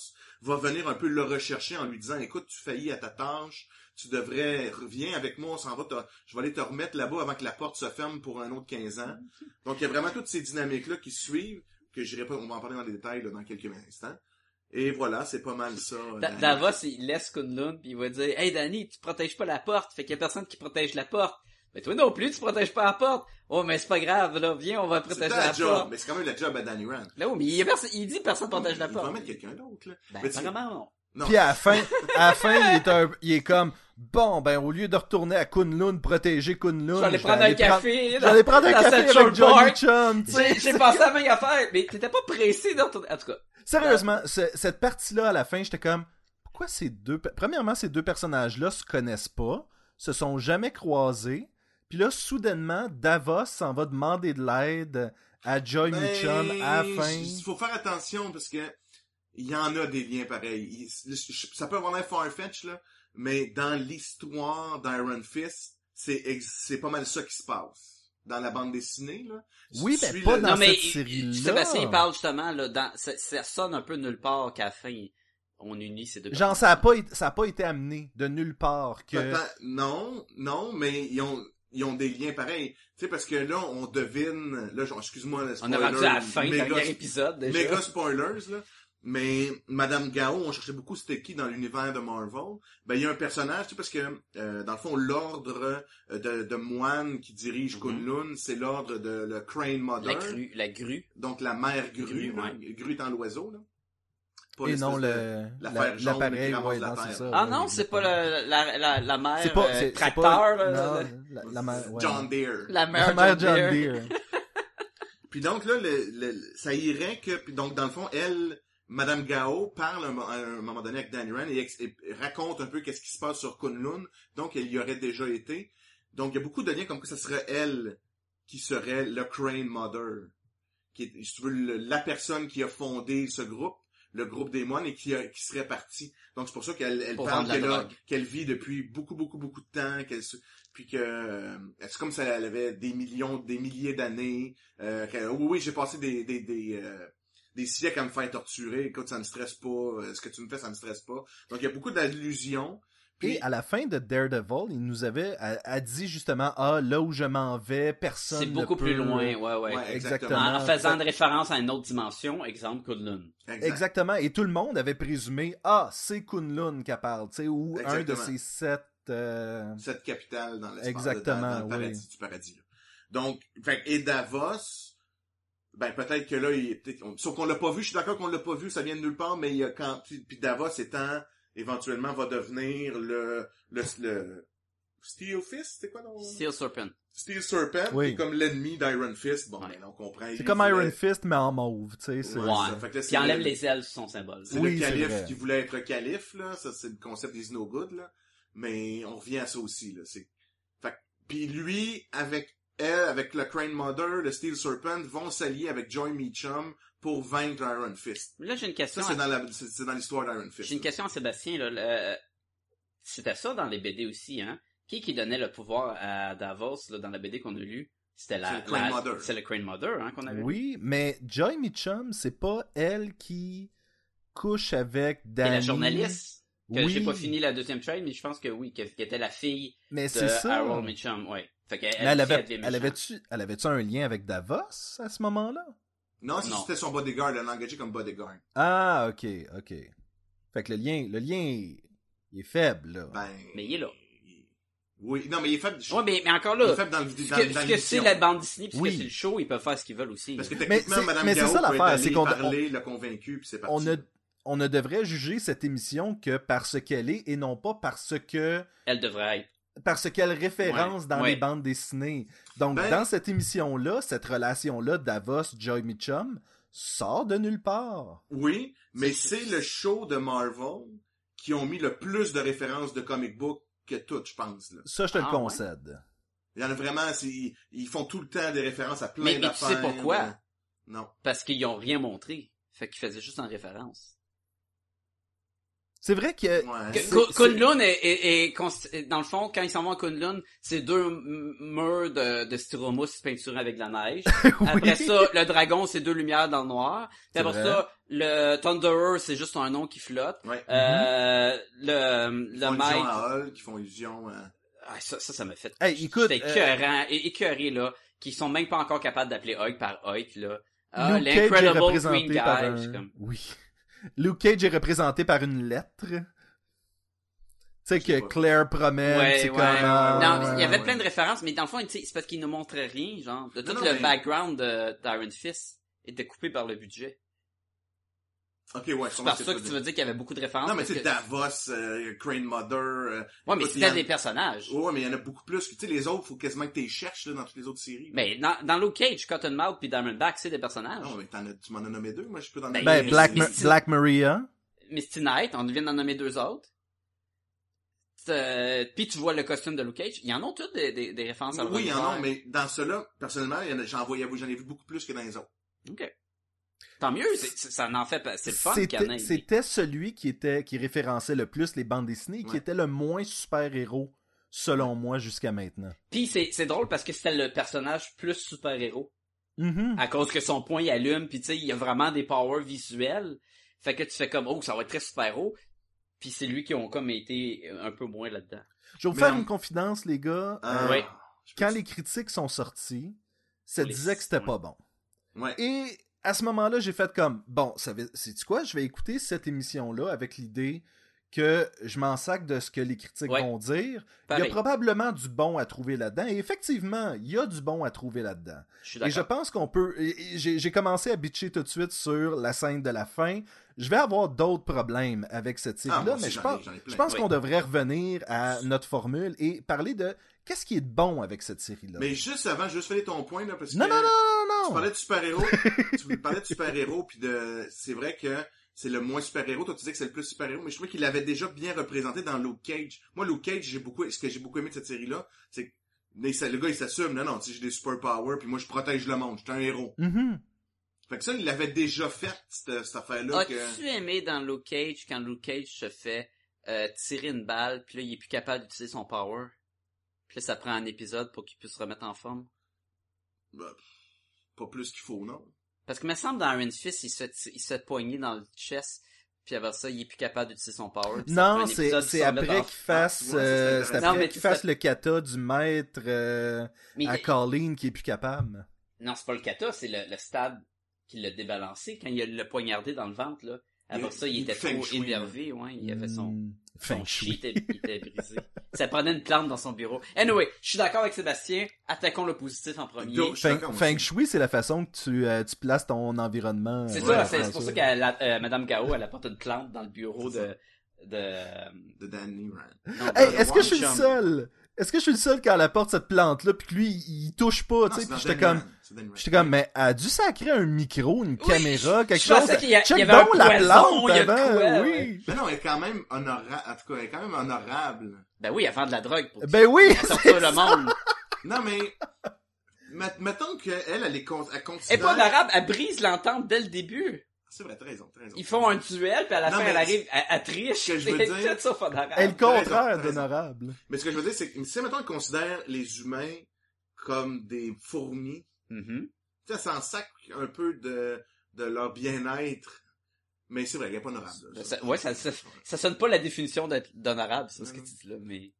Speaker 1: va venir un peu le rechercher en lui disant, écoute, tu faillis à ta tâche, tu devrais, reviens avec moi, on s'en va, te- je vais aller te remettre là-bas avant que la porte se ferme pour un autre 15 ans. Donc, il y a vraiment toutes ces dynamiques-là qui suivent, que j'irai pas, on va en parler dans les détails, là, dans quelques instants. Et voilà, c'est pas mal ça. euh,
Speaker 2: Da-
Speaker 4: ben,
Speaker 1: la-
Speaker 2: Davos, il laisse Kunlun, puis il va dire, hey Danny, tu protèges pas la porte, fait qu'il y a personne qui protège la porte. Mais toi non plus, tu protèges pas la porte. Oh, mais c'est pas grave, là, viens, on va
Speaker 1: C'est
Speaker 2: protéger
Speaker 1: pas
Speaker 2: la
Speaker 1: la job,
Speaker 2: porte.
Speaker 1: mais c'est quand même la job à Danny Rand.
Speaker 2: Là, oui, mais il, y a personne- il dit personne protège la
Speaker 1: Il va
Speaker 2: porte.
Speaker 1: mettre quelqu'un d'autre, là.
Speaker 2: Ben,
Speaker 1: Mais tu-
Speaker 2: apparemment, non.
Speaker 1: Non.
Speaker 4: Puis à la fin, à la fin il, est un- il est comme bon ben au lieu de retourner à Kunlun protéger Kunlun,
Speaker 2: Je vais aller
Speaker 4: je vais
Speaker 2: prendre un
Speaker 4: aller prendre-
Speaker 2: café.
Speaker 4: je vais aller prendre un
Speaker 2: dans
Speaker 4: café
Speaker 2: Central
Speaker 4: avec Johnny
Speaker 2: Park.
Speaker 4: Chum. tu sais.
Speaker 2: J'ai j'ai pensé à la même affaire, mais t'étais pas pressé d'en retourner. En tout cas,
Speaker 4: Sérieusement, ce- cette partie-là à la fin, j'étais comme pourquoi ces deux pe- premièrement ces deux personnages-là se connaissent pas, se sont jamais croisés, puis là soudainement Davos s'en va demander de l'aide à Joy
Speaker 1: Ben,
Speaker 4: Mitchum à la fin.
Speaker 1: Il faut faire attention parce que il y en a des liens pareils. Il- ça peut avoir l'air farfetch là, mais dans l'histoire d'Iron Fist, c'est ex- c'est pas mal ça qui se passe dans la bande dessinée là.
Speaker 4: Oui,
Speaker 1: Tu
Speaker 4: mais
Speaker 1: suis
Speaker 4: pas
Speaker 1: le-
Speaker 4: dans
Speaker 2: non, mais
Speaker 4: cette
Speaker 2: il-
Speaker 4: série-là.
Speaker 2: Sébastien il parle justement, là, dans, ça, ça sonne un peu nulle part qu'à la fin, il- on unit ces deux
Speaker 4: Genre ça a pas été- ça a pas été amené de nulle part que
Speaker 1: Peut-être- Non, non, mais ils ont ils ont des liens pareils. Tu sais parce que là on devine là genre, excuse-moi le
Speaker 2: On est
Speaker 1: spoiler,
Speaker 2: rendu à la fin,
Speaker 1: méga
Speaker 2: dernier épisode, déjà.
Speaker 1: méga spoilers là. Mais Madame Gao, on cherchait beaucoup c'était qui dans l'univers de Marvel. Ben il y a un personnage, tu sais, parce que euh, dans le fond l'ordre euh, de, de moines qui dirige
Speaker 2: Mhm.
Speaker 1: Kunlun, c'est l'ordre de le Crane
Speaker 2: La
Speaker 1: Mother,
Speaker 2: grue, la grue.
Speaker 1: donc la mère grue,
Speaker 2: Grue,
Speaker 1: là, grue, étant l'oiseau là. Pas
Speaker 4: Et
Speaker 1: l'espèce
Speaker 4: non,
Speaker 1: de-
Speaker 4: le,
Speaker 1: l'affaire
Speaker 4: la-
Speaker 1: jaune qui
Speaker 4: l'appareil,
Speaker 1: ramasse
Speaker 4: ouais,
Speaker 1: la
Speaker 4: non,
Speaker 1: terre.
Speaker 4: c'est ça.
Speaker 2: Ah
Speaker 4: ouais,
Speaker 2: non,
Speaker 4: ouais,
Speaker 2: c'est pas la, la, la, la mère
Speaker 4: C'est pas,
Speaker 2: euh,
Speaker 4: c'est- c'est pas-
Speaker 2: tracteur, là,
Speaker 4: non, la, la mère, ouais.
Speaker 1: John Deere.
Speaker 2: la mère,
Speaker 4: La
Speaker 2: John
Speaker 4: mère John
Speaker 2: Deere.
Speaker 4: Deere.
Speaker 1: Puis donc là, le, le- ça irait que, puis donc dans le fond, elle, Madame Gao, parle un, mo- à un moment donné avec Danny Rand et, ex- et raconte un peu qu'est-ce qui se passe sur Kunlun. Donc elle y aurait déjà été. Donc il y a beaucoup de liens comme que ça serait elle qui serait le Crane Mother, qui est, si tu veux, le- la personne qui a fondé ce groupe, le groupe des moines et qui, a- qui serait partie. Donc c'est pour ça qu'elle elle
Speaker 2: Pour
Speaker 1: parle
Speaker 2: vendre la
Speaker 1: qu'elle a-
Speaker 2: drogue.
Speaker 1: qu'elle vit depuis beaucoup beaucoup beaucoup de temps, qu'elle se- puis que euh, c'est comme si elle avait des millions, des milliers d'années. Euh, que- oui, oui, j'ai passé des, des, des, euh, des siècles à me faire torturer. Écoute, ça me stresse pas. Euh, Ce que tu me fais, ça me stresse pas. Donc, il y a beaucoup d'allusions. Puis,
Speaker 4: Et à la fin de Daredevil, il nous avait a, a dit justement ah là où je m'en vais, personne.
Speaker 2: C'est
Speaker 4: ne
Speaker 2: beaucoup
Speaker 4: peut-
Speaker 2: plus loin, ouais, ouais.
Speaker 1: Ouais,
Speaker 4: Exactement.
Speaker 2: En, en
Speaker 4: Fait-
Speaker 2: faisant de référence à une autre dimension, exemple Kunlun.
Speaker 1: exact.
Speaker 4: Exactement. Et tout le monde avait présumé ah c'est Kunlun qui parle, tu sais, ou un de
Speaker 1: Exactement.
Speaker 4: ces sept. euh,
Speaker 1: cette capitale dans l'espace. dans- dans
Speaker 4: Exactement,
Speaker 1: le
Speaker 4: oui.
Speaker 1: paradis du paradis. là. Donc, fait, que- et Davos, ben peut-être que là, il est peut-être, on- sauf qu'on l'a pas vu. Je suis d'accord qu'on l'a pas vu, ça vient de nulle part, mais il y a quand puis, puis Davos étant éventuellement va devenir le le, le Steel Fist, c'est quoi non?
Speaker 2: Steel Serpent.
Speaker 1: Steel Serpent,
Speaker 4: Oui.
Speaker 1: qui est comme l'ennemi d'Iron Fist. Bon,
Speaker 2: Ouais.
Speaker 1: ben, on comprend.
Speaker 4: C'est
Speaker 1: Lui,
Speaker 4: comme
Speaker 1: il
Speaker 4: Iron
Speaker 1: voulait-
Speaker 4: Fist mais en mauve, tu sais. c'est-
Speaker 1: Ouais. ça fait que là,
Speaker 2: Qui
Speaker 1: c'est
Speaker 2: enlève
Speaker 1: le-
Speaker 2: les ailes sur son symbole.
Speaker 1: C'est
Speaker 4: Oui,
Speaker 1: le
Speaker 4: c'est
Speaker 1: calife
Speaker 4: vrai.
Speaker 1: qui voulait être calife, là. Ça, c'est le concept des no good, là. Mais on revient à ça aussi, là. C'est, fait que- puis lui, avec elle, avec le Crane Mother, le Steel Serpent, vont s'allier avec Joy Meacham pour vaincre Iron Fist.
Speaker 2: Là, j'ai une
Speaker 1: Ça,
Speaker 2: question.
Speaker 1: c'est
Speaker 2: à-
Speaker 1: dans la, c'est c'est dans l'histoire d'Iron Fist.
Speaker 2: J'ai une question à Sébastien. Là, Le- euh, C'était ça dans les BD aussi, hein? Qui qui donnait le pouvoir à Davos là, dans la BD qu'on a lu? C'était la,
Speaker 1: C'est le Crane
Speaker 2: la-
Speaker 1: Mother.
Speaker 2: C'est le Crane Mother hein, qu'on avait lu.
Speaker 4: Oui, mais Joy Mitchum, c'est pas elle qui couche avec
Speaker 2: Et
Speaker 4: Danny.
Speaker 2: la journaliste. Que
Speaker 4: oui,
Speaker 2: J'ai pas fini la deuxième trade, mais je pense que oui, que- qui était la fille
Speaker 4: Mais
Speaker 2: de
Speaker 4: c'est ça.
Speaker 2: Harold Mitchum, ouais. Fait qu'elle,
Speaker 4: Mais elle
Speaker 2: aussi,
Speaker 4: avait,
Speaker 2: devient
Speaker 4: elle
Speaker 2: méchante.
Speaker 4: avait-tu, elle avait-tu un lien avec Davos à ce moment-là?
Speaker 1: Non, c'est-
Speaker 2: Non.
Speaker 1: c'était son bodyguard, elle l'a engagé comme bodyguard.
Speaker 4: Ah, ok, ok. Fait que le lien, le lien, est- il est faible là.
Speaker 1: Ben.
Speaker 2: Mais il est là.
Speaker 1: Oui, non, mais il est faible.
Speaker 2: Ouais, mais, mais encore
Speaker 1: Il
Speaker 2: là,
Speaker 1: est faible dans le,
Speaker 2: ce
Speaker 1: dans,
Speaker 2: que,
Speaker 1: dans
Speaker 2: ce que
Speaker 1: l'émission.
Speaker 2: c'est la bande Disney, puisque
Speaker 4: Oui.
Speaker 2: c'est le show, ils peuvent faire ce qu'ils veulent aussi.
Speaker 1: Parce que
Speaker 2: là.
Speaker 1: techniquement,
Speaker 4: c'est-
Speaker 1: Madame
Speaker 4: mais c'est
Speaker 1: Gao
Speaker 4: ça
Speaker 1: peut être
Speaker 4: l'affaire, c'est
Speaker 1: allée
Speaker 4: qu'on-
Speaker 1: parler, le convaincu, puis c'est parti.
Speaker 4: on ne, on ne devrait juger cette émission que par ce qu'elle est et non pas parce que
Speaker 2: Elle devrait être.
Speaker 4: parce qu'elle référence
Speaker 2: Ouais,
Speaker 4: dans
Speaker 2: ouais.
Speaker 4: les bandes dessinées. Donc
Speaker 1: Ben-
Speaker 4: dans cette émission là, cette relation là Davos Joy Mitchum sort de nulle part.
Speaker 1: Oui, mais c'est le show de Marvel qui ont mis le plus de références de comic book que tout, je pense. Là.
Speaker 4: Ça je te
Speaker 2: Ah,
Speaker 4: le
Speaker 2: ouais.
Speaker 4: concède.
Speaker 1: Il y en a vraiment, c'est- ils, ils font tout le temps des références à plein
Speaker 2: Mais- mais tu
Speaker 1: d'affaires.
Speaker 2: sais pourquoi?
Speaker 1: euh, Non.
Speaker 2: Parce qu'ils ont rien montré. Fait qu'ils faisaient juste en référence.
Speaker 4: C'est vrai que
Speaker 1: Ouais.
Speaker 2: Euh, Que-
Speaker 4: C'est-
Speaker 2: Kun-
Speaker 4: c'est-
Speaker 2: Kunlun est, est- est const- est- dans le fond, quand ils s'en vont à Kunlun, c'est deux m- murs de, de styromousse peinturés avec de la neige. Après
Speaker 4: Oui.
Speaker 2: ça, le dragon, c'est deux lumières dans le noir. Puis
Speaker 4: C'est
Speaker 2: après
Speaker 4: vrai.
Speaker 2: ça, le Thunderer, c'est juste un nom qui flotte.
Speaker 1: Ouais.
Speaker 4: Mm-hmm.
Speaker 2: Euh, le,
Speaker 1: Ils
Speaker 2: le
Speaker 1: font illusion
Speaker 2: maître,
Speaker 1: à Hulk, ils font euh. illusion à...
Speaker 2: ah, ça, ça, ça m'a fait.
Speaker 4: Hey, écoute,
Speaker 2: J'étais
Speaker 4: euh,
Speaker 2: écœurant, é- écœuré, là, qui sont même pas encore capables d'appeler Hulk par Hulk, là. Ah,
Speaker 4: Luke Cage est
Speaker 2: l'incredible
Speaker 4: représenté
Speaker 2: Green Guy,
Speaker 4: par
Speaker 2: je suis
Speaker 4: un...
Speaker 2: comme,
Speaker 4: Oui. Luke Cage est représenté par une lettre. Tu sais
Speaker 1: Je sais
Speaker 4: que
Speaker 1: pas.
Speaker 4: Claire promet,
Speaker 2: Ouais,
Speaker 4: c'est
Speaker 2: ouais,
Speaker 4: comme... ah,
Speaker 2: Non,
Speaker 1: ouais,
Speaker 2: il y avait
Speaker 1: ouais.
Speaker 2: plein de références, mais dans le fond, tu sais, c'est parce qu'ils ne montraient rien, genre. De tout
Speaker 1: non,
Speaker 2: le
Speaker 1: mais-
Speaker 2: background de- d'Iron Fist était coupé par le budget.
Speaker 1: Ok, ouais, je
Speaker 2: C'est
Speaker 1: comprends
Speaker 2: par
Speaker 1: ce
Speaker 2: ça que
Speaker 1: veux
Speaker 2: tu
Speaker 1: dire.
Speaker 2: veux dire qu'il y avait beaucoup de références.
Speaker 1: Non, mais
Speaker 2: parce
Speaker 1: c'est
Speaker 2: que-
Speaker 1: Davos, euh, Crane Mother... euh,
Speaker 2: Ouais, mais
Speaker 1: écoute,
Speaker 2: c'était
Speaker 1: il y Oh.
Speaker 2: des
Speaker 1: en-
Speaker 2: personnages.
Speaker 1: Ouais, mais il y en a beaucoup plus. Tu sais, les autres, faut quasiment que tu les cherches là, dans toutes les autres séries. là.
Speaker 2: Mais dans, dans Luke Cage, Cottonmouth puis Diamondback, c'est des personnages.
Speaker 1: Non, mais t'en as- tu m'en as nommé deux, moi je peux t'en
Speaker 2: Ben,
Speaker 1: nommer-
Speaker 4: Ben, Black,
Speaker 2: mais
Speaker 4: Ma-
Speaker 2: c'est-
Speaker 4: Black Maria.
Speaker 2: Misty Knight, on vient d'en nommer deux autres. Euh, puis tu vois le costume de Luke Cage. Ils en ont toutes des, des, des références à leur
Speaker 1: Oui, il y en a,
Speaker 2: univers.
Speaker 1: mais dans ceux-là, personnellement, il y en a- j'en voyais- j'en ai vu beaucoup plus que dans les autres.
Speaker 2: Ok. Tant mieux, c'est- c'est- ça en fait, pas- c'est le fun qu'il y en
Speaker 4: C'était
Speaker 2: ait.
Speaker 4: c'était celui qui était qui référençait le plus les bandes dessinées et qui
Speaker 1: Ouais.
Speaker 4: était le moins super-héros, selon moi, jusqu'à maintenant.
Speaker 2: Puis c'est c'est drôle parce que c'était le personnage plus super-héros.
Speaker 4: Mhm.
Speaker 2: à cause que son poing il allume puis tu sais il y a vraiment des powers visuels fait que tu fais comme oh ça va être très super héros puis c'est lui qui ont comme été un peu moins là-dedans
Speaker 4: Je vais vous
Speaker 1: Mais
Speaker 4: faire
Speaker 1: en-
Speaker 4: une confidence, les gars. Euh,
Speaker 1: Ah,
Speaker 2: Oui.
Speaker 1: je peux
Speaker 4: Quand
Speaker 1: te-
Speaker 4: les critiques sont sorties, ça
Speaker 2: Pour les-
Speaker 4: disait que c'était
Speaker 2: ouais.
Speaker 4: pas bon.
Speaker 1: Ouais. Ah,
Speaker 4: Et à ce moment-là, j'ai fait comme bon, c'est tu quoi, je vais écouter cette émission là avec l'idée que je m'en sac de ce que les critiques
Speaker 2: Ouais.
Speaker 4: vont dire. Il y
Speaker 2: Pareil.
Speaker 4: a probablement du bon à trouver là-dedans. Et effectivement, il y a du bon à trouver là-dedans.
Speaker 2: Je suis
Speaker 4: Et je
Speaker 2: d'accord.
Speaker 4: pense qu'on peut. et- et J'ai j'ai commencé à bitcher tout de suite sur la scène de la fin. Je vais avoir d'autres problèmes avec cette
Speaker 1: Ah,
Speaker 4: série-là,
Speaker 1: moi aussi,
Speaker 4: mais je
Speaker 1: j'en ai-
Speaker 4: pense,
Speaker 1: j'en ai plein.
Speaker 4: je pense
Speaker 2: Oui.
Speaker 4: qu'on devrait revenir à notre formule et parler de qu'est-ce qui est de bon avec cette série-là.
Speaker 1: Mais juste avant, je veux juste finir ton point, là, parce
Speaker 4: Non,
Speaker 1: que...
Speaker 4: non, non, non,
Speaker 1: Tu
Speaker 4: non, non.
Speaker 1: parlais de super-héros. tu me parlais de super-héros, puis de... C'est vrai que c'est le moins super-héros. Toi, tu disais que c'est le plus super-héros, mais je trouvais qu'il l'avait déjà bien représenté dans Luke Cage. Moi, Luke Cage, j'ai beaucoup... ce que j'ai beaucoup aimé de cette série-là, c'est que mais ça- le gars, il s'assume. Non, non, tu sais, j'ai des super-powers, puis moi, je protège le monde. Je suis un héros.
Speaker 4: Mhm.
Speaker 1: Fait que ça, il l'avait déjà fait, cette, cette affaire-là. Que...
Speaker 2: As-tu aimé dans Luke Cage quand Luke Cage se fait euh, tirer une balle, puis là, il est plus capable d'utiliser son power? Puis là, ça prend un épisode pour qu'il puisse se remettre en forme?
Speaker 1: Bah, pff, pas plus qu'il faut, non?
Speaker 2: Parce que me semble dans Iron Fist, il se, fait- il se fait poigner dans le chest, puis après ça, il est plus capable d'utiliser son power. puis ça prend
Speaker 4: Non,
Speaker 2: un
Speaker 4: c'est
Speaker 2: épisode
Speaker 4: c'est
Speaker 2: pour se
Speaker 4: après
Speaker 2: remettre
Speaker 4: qu'il
Speaker 2: en-
Speaker 4: fasse,
Speaker 1: ouais,
Speaker 4: euh,
Speaker 1: ça, c'est
Speaker 4: c'est
Speaker 2: Ah, intéressant. Non,
Speaker 4: après
Speaker 2: mais
Speaker 4: qu'il
Speaker 2: tu
Speaker 4: fasse
Speaker 2: fais-
Speaker 4: le kata du maître euh,
Speaker 2: Ah, Mais
Speaker 4: à
Speaker 2: il-
Speaker 4: Colleen qui est plus capable.
Speaker 2: Non, c'est pas le kata, c'est le, le stade qui l'a débalancé quand il a- l'a poignardé dans le ventre, là. Après
Speaker 1: Il-
Speaker 2: ça, il
Speaker 1: il
Speaker 2: était
Speaker 1: fait
Speaker 2: trop
Speaker 1: le chouï,
Speaker 2: énervé, ouais, il avait son...
Speaker 4: Mm,
Speaker 2: Son
Speaker 4: Feng
Speaker 2: chi
Speaker 4: Shui.
Speaker 2: était, il était brisé. Ça prenait une plante dans son bureau. Anyway, je suis d'accord avec Sébastien. Attaquons le positif en premier.
Speaker 1: Donc, je suis
Speaker 4: Feng,
Speaker 1: d'accord, moi
Speaker 4: Feng
Speaker 1: aussi.
Speaker 4: Shui, c'est la façon que tu, euh, tu places ton environnement.
Speaker 2: C'est
Speaker 4: euh,
Speaker 2: ça,
Speaker 4: en
Speaker 2: c'est c'est pour ça
Speaker 4: français.
Speaker 2: que la- euh, Madame Gao, elle apporte une plante dans le bureau
Speaker 1: C'est
Speaker 2: de... de euh,
Speaker 1: De Danny Rand.
Speaker 2: non, de-
Speaker 4: Hey,
Speaker 2: de
Speaker 4: est-ce que
Speaker 2: Wong
Speaker 4: je suis le
Speaker 2: Chum.
Speaker 4: seul? Est-ce que je suis le seul quand elle apporte cette plante-là, puis que lui, il il touche
Speaker 1: Ah,
Speaker 4: pas, tu sais, puis j'étais comme, j'étais comme, mais elle a dû sacrer un micro, une
Speaker 2: Oui,
Speaker 4: caméra, quelque
Speaker 2: je
Speaker 4: chose.
Speaker 2: pensais qu'il y a- il y
Speaker 4: Check
Speaker 2: avait un
Speaker 4: donc la
Speaker 2: poison,
Speaker 4: plante
Speaker 2: il y a de
Speaker 4: avant,
Speaker 2: quoi,
Speaker 4: oui.
Speaker 2: ouais.
Speaker 1: Mais Ben non, elle est quand même honorable. En tout cas, elle est quand même honorable.
Speaker 2: Ben oui, elle vend de la drogue pour
Speaker 4: Ben oui!
Speaker 2: elle sortir le monde.
Speaker 1: Non, mais. met- Mettons qu'elle, elle, elle est con- elle
Speaker 2: Elle est
Speaker 1: considère.
Speaker 2: pas honorable, elle brise l'entente dès le début.
Speaker 1: C'est vrai, t'as raison, t'as raison.
Speaker 2: Ils font un duel, puis à la
Speaker 1: Non,
Speaker 2: fin,
Speaker 1: mais
Speaker 2: elle arrive, elle, elle triche.
Speaker 1: que je veux
Speaker 2: C'est
Speaker 1: dire-
Speaker 2: tout sauf honorable.
Speaker 4: Elle est le
Speaker 1: Ah, t'as raison,
Speaker 4: contraire
Speaker 1: t'as raison.
Speaker 4: d'honorable.
Speaker 1: Mais ce que je veux dire, c'est que si, mettons, elle considère les humains comme des fourmis,
Speaker 2: Mhm.
Speaker 1: tu sais, elle s'en sac un peu de, de leur bien-être. Mais c'est vrai, elle est pas honorable. là.
Speaker 2: Ça- ouais, ça- ça- Ça sonne pas la définition d'être- d'honorable, ça, ce que tu dis là, mais...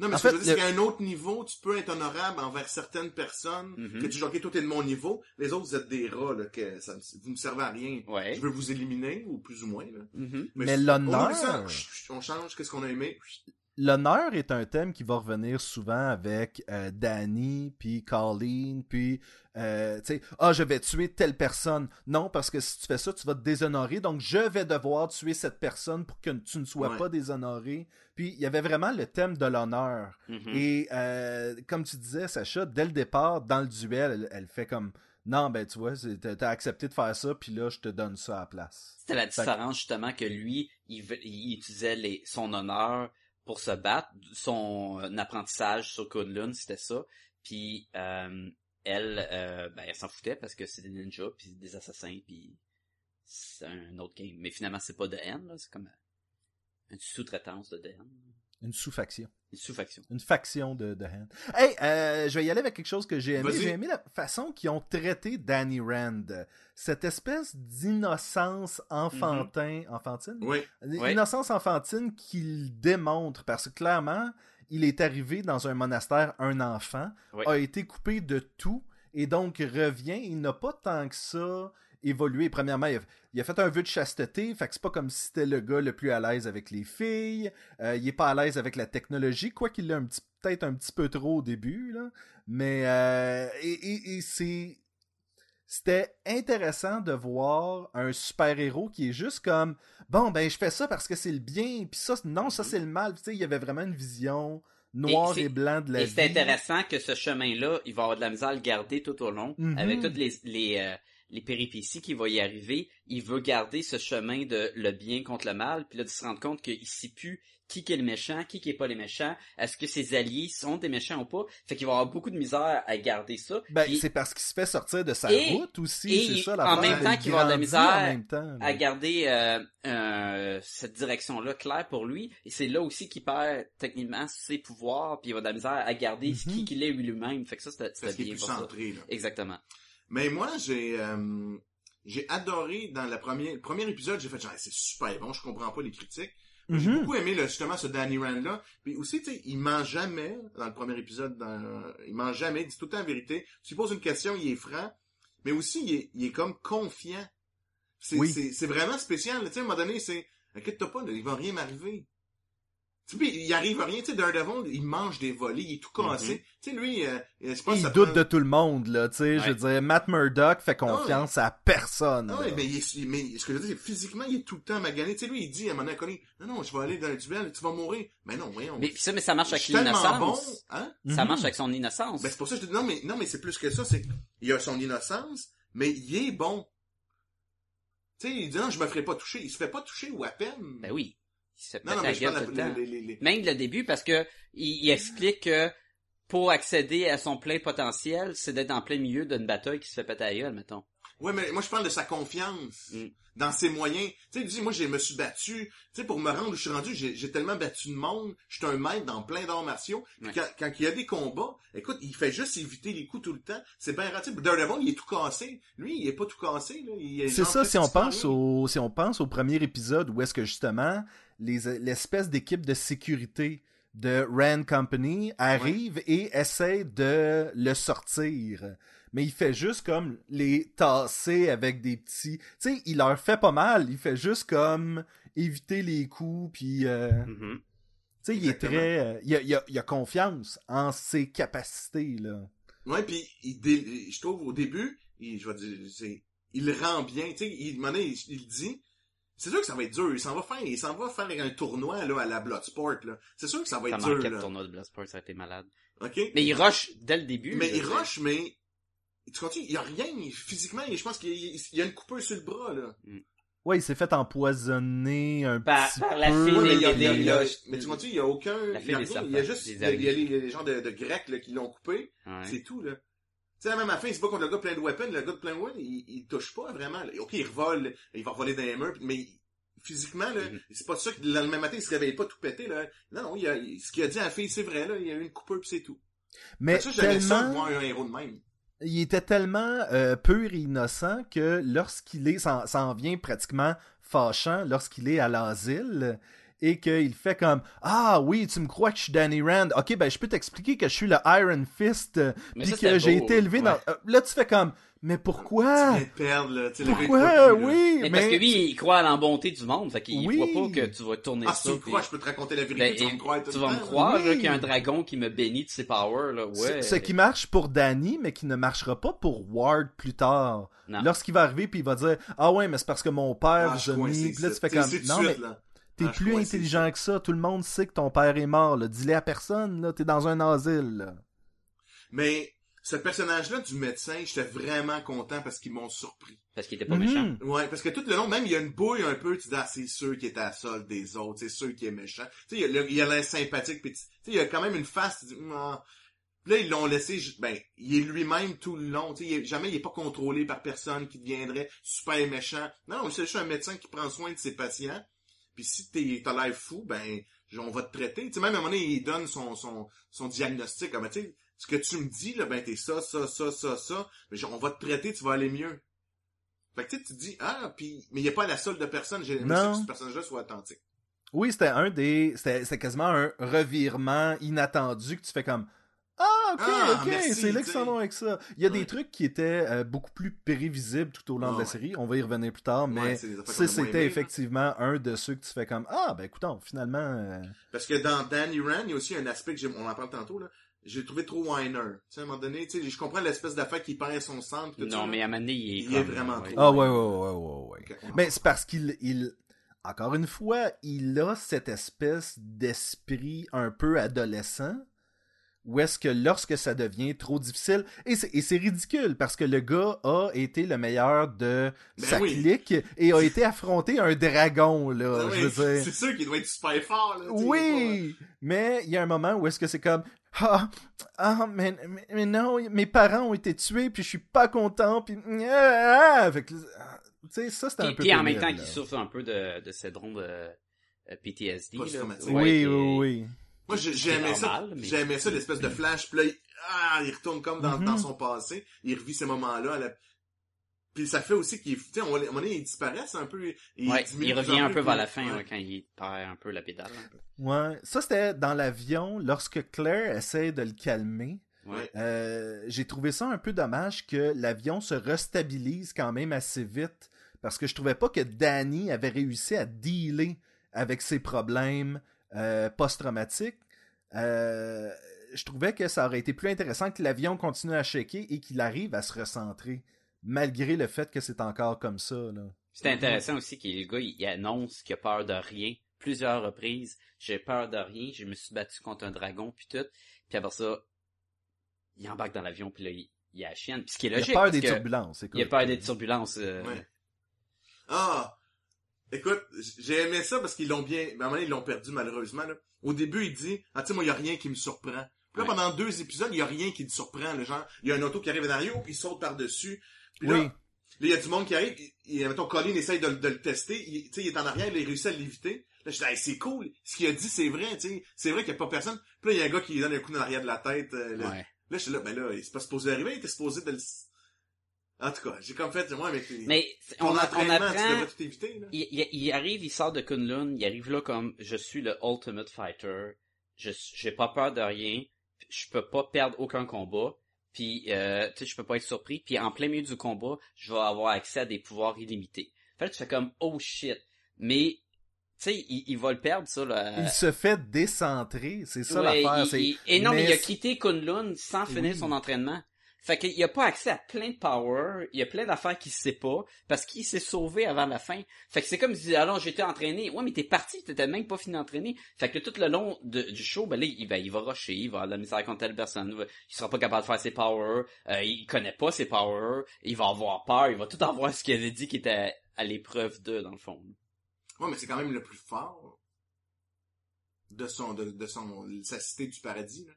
Speaker 1: Non, mais
Speaker 4: En
Speaker 1: ce que je
Speaker 4: fait,
Speaker 1: veux dire,
Speaker 4: le-
Speaker 1: c'est qu'à un autre niveau, tu peux être honorable envers certaines personnes,
Speaker 2: Mhm.
Speaker 1: que tu dis, ok, toi t'es de mon niveau, les autres vous êtes des rats, là, que ça, me- vous me servez à rien.
Speaker 2: Ouais.
Speaker 1: Je veux vous éliminer, ou plus ou moins, là.
Speaker 2: Mhm.
Speaker 4: Mais
Speaker 1: c'est-
Speaker 4: l'honneur-
Speaker 1: on oublie ça. Chut, chut, On change, qu'est-ce qu'on a aimé? Chut.
Speaker 4: L'honneur est un thème qui va revenir souvent avec euh, Danny, puis Colleen, puis euh, tu sais, ah je vais tuer telle personne. Non parce que si tu fais ça, tu vas te déshonorer. Donc je vais devoir tuer cette personne pour que tu ne sois
Speaker 1: Ouais.
Speaker 4: pas déshonoré. Puis il y avait vraiment le thème de l'honneur.
Speaker 2: Mhm.
Speaker 4: Et euh, comme tu disais, Sacha, dès le départ, dans le duel, elle, elle fait comme non ben tu vois, c'est- t'as t'as accepté de faire ça, puis là je te donne ça à la place.
Speaker 2: C'était la différence justement que lui, il, ve- il utilisait les, son honneur pour se battre, son euh, apprentissage sur Kunlun, c'était ça. Puis euh, elle, euh, ben, elle s'en foutait parce que c'est des ninjas, puis des assassins, puis c'est un autre game. Mais finalement, c'est pas de haine, là, c'est comme une sous-traitance de haine,
Speaker 4: Une sous-faction.
Speaker 2: une sous-faction.
Speaker 4: Une faction de, de Hand. Hey, euh, je vais y aller avec quelque chose que j'ai aimé.
Speaker 1: Vas-y.
Speaker 4: J'ai aimé la façon qu'ils ont traité Danny Rand. Cette espèce d'innocence enfantin, enfantine.
Speaker 1: Oui.
Speaker 2: Oui.
Speaker 4: Innocence enfantine qu'il démontre parce que clairement, il est arrivé dans un monastère un enfant,
Speaker 2: Oui.
Speaker 4: a été coupé de tout et donc revient. Il n'a pas tant que ça évolué. Premièrement, il a, il a fait un vœu de chasteté, fait que c'est pas comme si c'était le gars le plus à l'aise avec les filles. Euh, il est pas à l'aise avec la technologie, quoi qu'il l'a un petit- peut-être un petit peu trop au début. Là. Mais euh, et, et- et c'est c'était intéressant de voir un super-héros qui est juste comme bon ben je fais ça parce que c'est le bien puis ça c'est- non ça c'est le mal tu sais il y avait vraiment une vision noire
Speaker 2: Mm-hmm. c'est-
Speaker 4: et, blanc de la
Speaker 2: Et
Speaker 4: vie
Speaker 2: c'est intéressant que ce chemin-là, il va avoir de la misère à le garder tout au long,
Speaker 4: Mhm.
Speaker 2: avec toutes les les, euh, les péripéties qui va y arriver. Il veut garder ce chemin de le bien contre le mal, puis là, de se rendre compte qu'il sait plus qui qui est le méchant, qui qui est pas les méchants, est-ce que ses alliés sont des méchants ou pas. Fait qu'il va avoir beaucoup de misère à garder ça.
Speaker 4: ben
Speaker 2: Puis
Speaker 4: c'est parce qu'il se fait sortir de sa
Speaker 2: Et-
Speaker 4: route aussi
Speaker 2: et
Speaker 4: c'est ça
Speaker 2: en
Speaker 4: la
Speaker 2: même temps qu'il va avoir de la misère
Speaker 4: en même temps là.
Speaker 2: à garder euh, euh, cette direction-là claire pour lui, et c'est là aussi qu'il perd techniquement ses pouvoirs, puis il va de la misère à garder ce
Speaker 4: Mhm.
Speaker 2: qui qu'il est lui-même. Fait que ça, c'était
Speaker 1: Parce
Speaker 2: c'était
Speaker 1: qu'il est
Speaker 2: bien
Speaker 1: plus
Speaker 2: pour ça.
Speaker 1: centré, là.
Speaker 2: Exactement.
Speaker 1: Mais moi, j'ai, euh, j'ai adoré dans la première, le premier épisode, j'ai fait genre, c'est super bon, je comprends pas les critiques. Mais J'ai
Speaker 4: Mhm.
Speaker 1: beaucoup aimé, le, justement, ce Danny Rand-là. Puis aussi, tu sais, il ment jamais, dans le premier épisode, dans, il ment jamais, il dit tout le temps la vérité. Tu lui poses une question, il est franc. Mais aussi, il est, il est comme confiant. C'est,
Speaker 4: Oui.
Speaker 1: c'est, c'est vraiment spécial, là. tu sais, à un moment donné, c'est, Inquiète-toi pas, il va rien m'arriver. Tu sais, puis il arrive rien, tu sais, Daredevil, il mange des volets, il est tout cassé. Tu sais, lui, euh, c'est pas
Speaker 4: Mm-hmm. Il
Speaker 1: ça Ah
Speaker 4: doute
Speaker 1: prend-
Speaker 4: de tout le monde, là, tu sais. Je veux dire, Matt Murdock fait confiance à personne.
Speaker 1: Non,
Speaker 4: là.
Speaker 1: Ah mais, il est- mais ce que je veux dire, c'est physiquement, il est tout le temps magané. Tu sais, lui, il dit à mon inconnu, non, non, je vais aller dans le duel, tu vas mourir. Mais non, voyons.
Speaker 2: Mais puis ça, mais ça marche
Speaker 1: je
Speaker 2: avec
Speaker 1: suis tellement
Speaker 2: l'innocence.
Speaker 1: bon, hein?
Speaker 2: Ça
Speaker 4: Mhm.
Speaker 2: marche avec son innocence.
Speaker 1: Ben, c'est pour ça que je te dis, non, mais, non, mais c'est plus que ça, c'est, il a son innocence, mais il est bon. Tu sais, il dit, non, je me ferai pas toucher. Il se fait pas toucher ou à peine.
Speaker 2: Ben oui. Il se pète
Speaker 1: non, non,
Speaker 2: la
Speaker 1: mais je
Speaker 2: gueule
Speaker 1: parle
Speaker 2: tout le temps.
Speaker 1: de- les- les- les-
Speaker 2: Même le début, parce que il, il explique que pour accéder à son plein potentiel, c'est d'être en plein milieu d'une bataille qui se fait péter la gueule, mettons.
Speaker 1: Ouais, mais moi, je parle de sa confiance
Speaker 2: Mm.
Speaker 1: dans ses moyens. Tu sais, il dit, moi, je me suis battu. Tu sais, pour me rendre où je suis rendu, j'ai j'ai tellement battu de monde. Je suis un maître dans plein d'arts martiaux. Puis
Speaker 2: Ouais.
Speaker 1: Quand, quand il y a des combats, écoute, il fait juste éviter les coups tout le temps. C'est bien rapide. Daredevil, il est tout cassé. Lui, il est pas tout cassé. là. Il est
Speaker 4: C'est
Speaker 1: genre
Speaker 4: ça, si on,
Speaker 1: pratiquement
Speaker 4: pense
Speaker 1: rien.
Speaker 4: au, si on pense au premier épisode où est-ce que justement les- l'espèce d'équipe de sécurité de Rand Company arrive et essaie de le sortir. Mais il fait juste comme les tasser avec des petits... Tu sais, il leur fait pas mal. Il fait juste comme éviter les coups, puis... euh, Tu sais, il est
Speaker 1: Exactement.
Speaker 4: très... euh, il, a, il a- il a confiance en ses capacités, là.
Speaker 1: Ouais, puis il dé- je trouve au début, il, je vais dire, c'est- il le rend bien, tu sais, il, à un moment donné, il, il dit, c'est sûr que ça va être dur, il s'en va faire, il s'en va faire un tournoi là à la Bloodsport là. C'est sûr que ça va
Speaker 2: Ça
Speaker 1: être dur
Speaker 2: manquait le
Speaker 1: là.
Speaker 2: tournoi de Bloodsport, ça a été malade.
Speaker 1: OK
Speaker 2: Mais il rush dès le début.
Speaker 1: Mais
Speaker 2: je
Speaker 1: il
Speaker 2: veux dire.
Speaker 1: rush, mais tu continues, il y a rien il- physiquement, il- je pense qu'il il- il y a une coupeuse sur le bras là.
Speaker 4: Ouais, il s'est fait empoisonner un
Speaker 2: Par-
Speaker 4: petit
Speaker 2: par la
Speaker 4: peu.
Speaker 2: fille,
Speaker 1: Ouais, mais, il y a-
Speaker 2: les-
Speaker 1: il y a-
Speaker 2: les-
Speaker 1: il y a-
Speaker 2: les-
Speaker 1: mais tu continues, il y a aucun
Speaker 2: La
Speaker 1: il y a,
Speaker 2: fille des
Speaker 1: rien, il y a
Speaker 2: serpents,
Speaker 1: juste
Speaker 2: des
Speaker 1: il y a, il y a
Speaker 2: amis.
Speaker 1: les, les gens de, de Grecs là, qui l'ont coupé,
Speaker 2: Ouais.
Speaker 1: c'est tout là. Tu sais, même à la fin, il se bat contre le gars plein de weapons, le gars de plein de weapons, il, il touche pas vraiment. là. Ok, il revole, il va voler dans les murs, mais physiquement, là,
Speaker 2: Mhm.
Speaker 1: c'est pas ça que le lendemain matin, il se réveille pas tout pété, là. Non, non, il y a, il- ce qu'il a dit à la fille, c'est vrai, là, il y a eu une coupure pis c'est tout.
Speaker 4: Mais
Speaker 1: Ah, ça, j'avais ça de
Speaker 4: tellement...
Speaker 1: voir un héros de même.
Speaker 4: il était tellement euh, pur et innocent que lorsqu'il est, ça, en- ça en vient pratiquement fâchant lorsqu'il est à l'asile et qu'il fait comme Ah oui, tu me crois que je suis Danny Rand. Ok, ben je peux t'expliquer que je suis le Iron Fist euh,
Speaker 2: Mais ça,
Speaker 4: puis que
Speaker 2: c'était
Speaker 4: j'ai
Speaker 2: beau.
Speaker 4: été élevé dans.
Speaker 2: Ouais.
Speaker 4: Euh, Là, tu fais comme Mais pourquoi
Speaker 1: Tu viens de perdre, là, tu sais, le gars, il te
Speaker 4: Ah! Pourquoi
Speaker 1: voit plus, là.
Speaker 4: Oui,
Speaker 2: Mais, parce que lui, il croit à la bonté du monde, fait qu'il
Speaker 4: Oui.
Speaker 2: voit pas que tu vas tourner
Speaker 1: Ah, si
Speaker 2: ça.
Speaker 1: tu me
Speaker 2: puis-
Speaker 1: crois, je peux te raconter la vérité,
Speaker 2: Ben,
Speaker 1: tu vas me croire tout
Speaker 2: tu
Speaker 1: le
Speaker 2: vas
Speaker 1: temps,
Speaker 2: me
Speaker 1: là.
Speaker 2: croire là,
Speaker 4: Oui.
Speaker 2: qu'il y a un dragon qui me bénit de ses powers là, ouais.
Speaker 4: Ce ce qui marche pour Danny, mais qui ne marchera pas pour Ward plus tard.
Speaker 2: Non.
Speaker 4: Lorsqu'il va arriver, puis il va dire Ah ouais, mais c'est parce que mon père
Speaker 1: Ah, je
Speaker 4: vous
Speaker 1: suis
Speaker 4: a
Speaker 1: coincé,
Speaker 4: mis. Puis là, tu
Speaker 1: ça.
Speaker 4: fais
Speaker 1: Tu sais,
Speaker 4: comme
Speaker 1: c'est tout de
Speaker 4: Non,
Speaker 1: suite,
Speaker 4: mais
Speaker 1: là.
Speaker 4: T'es
Speaker 1: Ah, je
Speaker 4: plus
Speaker 1: crois, c'est
Speaker 4: intelligent que ça. Tout le monde sait que ton père est mort. Là. Dis-le à personne. Là. T'es dans un asile. là.
Speaker 1: Mais ce personnage-là du médecin, j'étais vraiment content parce qu'ils m'ont surpris.
Speaker 2: Parce qu'il était pas
Speaker 4: Mhm.
Speaker 2: méchant.
Speaker 1: Ouais, parce que tout le long, même, il y a une bouille un peu, tu dis, ah, c'est ceux qui étaient à la solde des autres, c'est ceux qui est méchant. Tu sais, il y a le- il y a l'air sympathique, pis tu tu sais, il y a quand même une face, tu dis, Hum, ah. Puis là, ils l'ont laissé, ju- ben, il est lui-même tout le long, tu sais, il est- jamais il est pas contrôlé par personne qui deviendrait super méchant. Non, non, c'est juste un médecin qui prend soin de ses patients, puis si t'es, t'as l'air fou, ben, on va te traiter. Tu sais, même à un moment donné, il donne son, son, son diagnostic, comme, tu sais, ce que tu me dis, là, ben, t'es ça, ça, ça, ça, ça, mais genre, on va te traiter, tu vas aller mieux. Fait que tu sais, tu te dis, ah, puis, mais il n'y a pas la seule de personne, j'ai
Speaker 4: Non.
Speaker 1: aimé que ce personnage-là soit authentique.
Speaker 4: Oui, c'était un des. C'était, c'était quasiment un revirement inattendu que tu fais comme. Ah, ok,
Speaker 1: Ah,
Speaker 4: ok,
Speaker 1: merci,
Speaker 4: c'est là qu'ils
Speaker 1: tu
Speaker 4: s'en
Speaker 1: sais.
Speaker 4: vont avec ça. Il y a des
Speaker 1: Ouais.
Speaker 4: trucs qui étaient euh, beaucoup plus prévisibles tout au long de
Speaker 1: Ouais,
Speaker 4: la
Speaker 1: ouais.
Speaker 4: série. On va y revenir plus tard, mais.
Speaker 1: Ouais, c'est des affaires qu'on
Speaker 4: ça,
Speaker 1: a moins
Speaker 4: c'était
Speaker 1: aimées,
Speaker 4: effectivement un de ceux que tu fais comme Ah, ben écoutons, finalement. euh,
Speaker 1: Parce que dans Danny Rand, il y a aussi un aspect que j'aime, on en parle tantôt, là, j'ai trouvé trop whiner. Tu sais, à un moment donné, tu sais, je comprends l'espèce d'affaire qui perd son centre. tout ça,
Speaker 2: Non, mais à un moment donné, il est,
Speaker 1: Il est
Speaker 2: comme-
Speaker 1: vraiment trop.
Speaker 4: Ah, ouais, ouais, ouais, ouais, ouais.
Speaker 1: là. Ok, on en
Speaker 4: Mais c'est parce qu'il, il, encore une fois, il a cette espèce d'esprit un peu adolescent, où est-ce que lorsque ça devient trop difficile, et c'est, et c'est ridicule, parce que le gars a été le meilleur de
Speaker 1: Ben
Speaker 4: sa
Speaker 1: oui. Ben
Speaker 4: clique, et a été affronté un dragon, là,
Speaker 1: parle.
Speaker 4: euh, je veux
Speaker 1: C'est
Speaker 4: dire.
Speaker 1: sûr qu'il doit être super fort, là. tu sais, il est euh,
Speaker 4: Oui! Mais il y a un moment où est-ce que c'est comme... Ah, ah mais, mais- mais non, mes parents ont été tués, puis je suis pas content, puis... Ah, ah, fait que- ah, tu sais, ça, c'est un
Speaker 2: Puis,
Speaker 4: peu...
Speaker 2: puis en même
Speaker 4: pénible,
Speaker 2: temps,
Speaker 4: là.
Speaker 2: il souffre un peu de, de syndrome de euh, de PTSD. là.
Speaker 1: Post-traumatique.
Speaker 2: Ouais,
Speaker 4: Oui,
Speaker 2: et-
Speaker 4: oui, oui.
Speaker 1: Moi, j'ai-
Speaker 2: C'est
Speaker 1: j'aimais ça.
Speaker 2: normal, mais-
Speaker 1: J'aimais ça, l'espèce de flash. Puis là, il, ah, il retourne comme dans,
Speaker 4: Mhm.
Speaker 1: dans son passé. Il revit ces moments-là. à la- Puis ça fait aussi qu'il... Tu sais, on- à un moment donné, il disparaissent un peu. Il,
Speaker 2: Ouais,
Speaker 1: diminue de
Speaker 2: il
Speaker 1: plus en
Speaker 2: revient un
Speaker 1: plus,
Speaker 2: peu
Speaker 1: puis-
Speaker 2: vers la fin
Speaker 1: Ouais.
Speaker 2: ouais, quand il perd un peu la pédale.
Speaker 4: Ouais. Ça, c'était dans l'avion, lorsque Claire essaie de le calmer.
Speaker 2: Ouais.
Speaker 4: Euh, J'ai trouvé ça un peu dommage que l'avion se restabilise quand même assez vite. parce que je trouvais pas que Danny avait réussi à dealer avec ses problèmes euh, post-traumatiques. Euh, je trouvais que ça aurait été plus intéressant que l'avion continue à shaker et qu'il arrive à se recentrer, malgré le fait que c'est encore comme ça. Là.
Speaker 2: C'est intéressant aussi que le gars, il il annonce qu'il a peur de rien. Plusieurs reprises, j'ai peur de rien, je me suis battu contre un dragon, puis tout. Puis après ça, il embarque dans l'avion, puis là, il, il a la chienne. Puis ce qui est
Speaker 4: Il
Speaker 2: logique,
Speaker 4: a peur des
Speaker 2: parce que
Speaker 4: turbulences. écoute.
Speaker 2: il a peur des turbulences. euh,
Speaker 1: Ouais. Ah! Écoute, j- j'ai aimé ça parce qu'ils l'ont bien, à un moment donné, ils l'ont perdu malheureusement, là. Au début, il dit, ah, tu sais, moi, il y a rien qui me surprend. Puis là,
Speaker 2: Ouais.
Speaker 1: pendant deux épisodes, il y a rien qui le surprend, le genre, il y a un auto qui arrive derrière, puis il saute par-dessus. Puis là,
Speaker 4: Oui.
Speaker 1: là, il y a du monde qui arrive, il, il- mettons, Colin essaye de, le- de le tester, il, tu sais, il est en arrière, il a réussi à l'éviter. Là, je dis, Hey, c'est cool. Ce qu'il a dit, c'est vrai, tu sais. C'est vrai qu'il n'y a pas personne. Puis là, il y a un gars qui lui donne un coup dans l'arrière de la tête. euh, le-
Speaker 2: ouais.
Speaker 1: Là, je suis là, ben là, il s'est pas supposé arriver, il était supposé de le... En tout cas, j'ai comme fait, moi, avec les...
Speaker 2: Mais c'est-
Speaker 1: Ton
Speaker 2: on, a- on
Speaker 1: entraînement, tu
Speaker 2: apprend...
Speaker 1: devrais tout éviter, là.
Speaker 2: Il, il- il arrive, il sort de Kunlun, il arrive là comme je suis le ultimate fighter, je suis- j'ai pas peur de rien, je peux pas perdre aucun combat, puis euh, tu sais je peux pas être surpris, puis en plein milieu du combat, je vais avoir accès à des pouvoirs illimités. Fait que tu fais comme oh shit, mais tu sais il, il va le perdre ça là.
Speaker 4: Il se fait décentrer, c'est ça
Speaker 2: Ouais,
Speaker 4: l'affaire.
Speaker 2: il-
Speaker 4: c'est-
Speaker 2: il- Et non, mais, il a
Speaker 4: c'est-
Speaker 2: quitté Kunlun sans finir
Speaker 4: Oui.
Speaker 2: son entraînement. Fait qu'il a pas accès à plein de power, il y a plein d'affaires qu'il sait pas, parce qu'il s'est sauvé avant la fin. Fait que c'est comme si, alors j'étais entraîné. Ouais, mais t'es parti, t'étais même pas fini d'entraîner. Fait que tout le long de- du show, ben là, il va, il va rusher, il va à la misère contre telle personne, il va- il sera pas capable de faire ses power, euh, il connaît pas ses power, il va avoir peur, il va tout avoir ce qu'il avait dit qui était à, à l'épreuve d'eux, dans le fond.
Speaker 1: Ouais, mais c'est quand même le plus fort de son, de, de son, sa cité du paradis, là.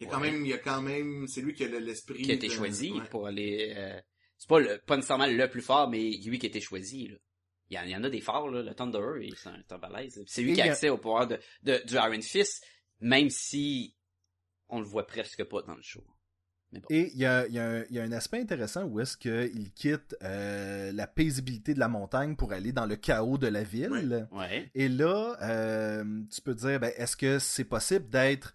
Speaker 1: Il y a quand
Speaker 2: Ouais.
Speaker 1: même, il y a quand même, c'est lui qui a le- l'esprit.
Speaker 2: qui a été
Speaker 1: de-
Speaker 2: choisi
Speaker 1: ouais.
Speaker 2: pour aller. euh, c'est pas le, pas nécessairement le plus fort, mais lui qui a été choisi. Là. Il, y en, il y en a des forts, là. le Thunderer, il- c'est un, c'est un balèze. Puis C'est lui
Speaker 4: Et
Speaker 2: qui a
Speaker 4: il y a-
Speaker 2: accès au pouvoir de, de- du Iron Fist, même si on le voit presque pas dans le show.
Speaker 4: Et il y a, il y a un- il y a un aspect intéressant où est-ce qu'il quitte euh, la paisibilité de la montagne pour aller dans le chaos de la ville.
Speaker 1: Ouais.
Speaker 2: Ouais.
Speaker 4: Et là, euh, tu peux te dire, ben, est-ce que c'est possible d'être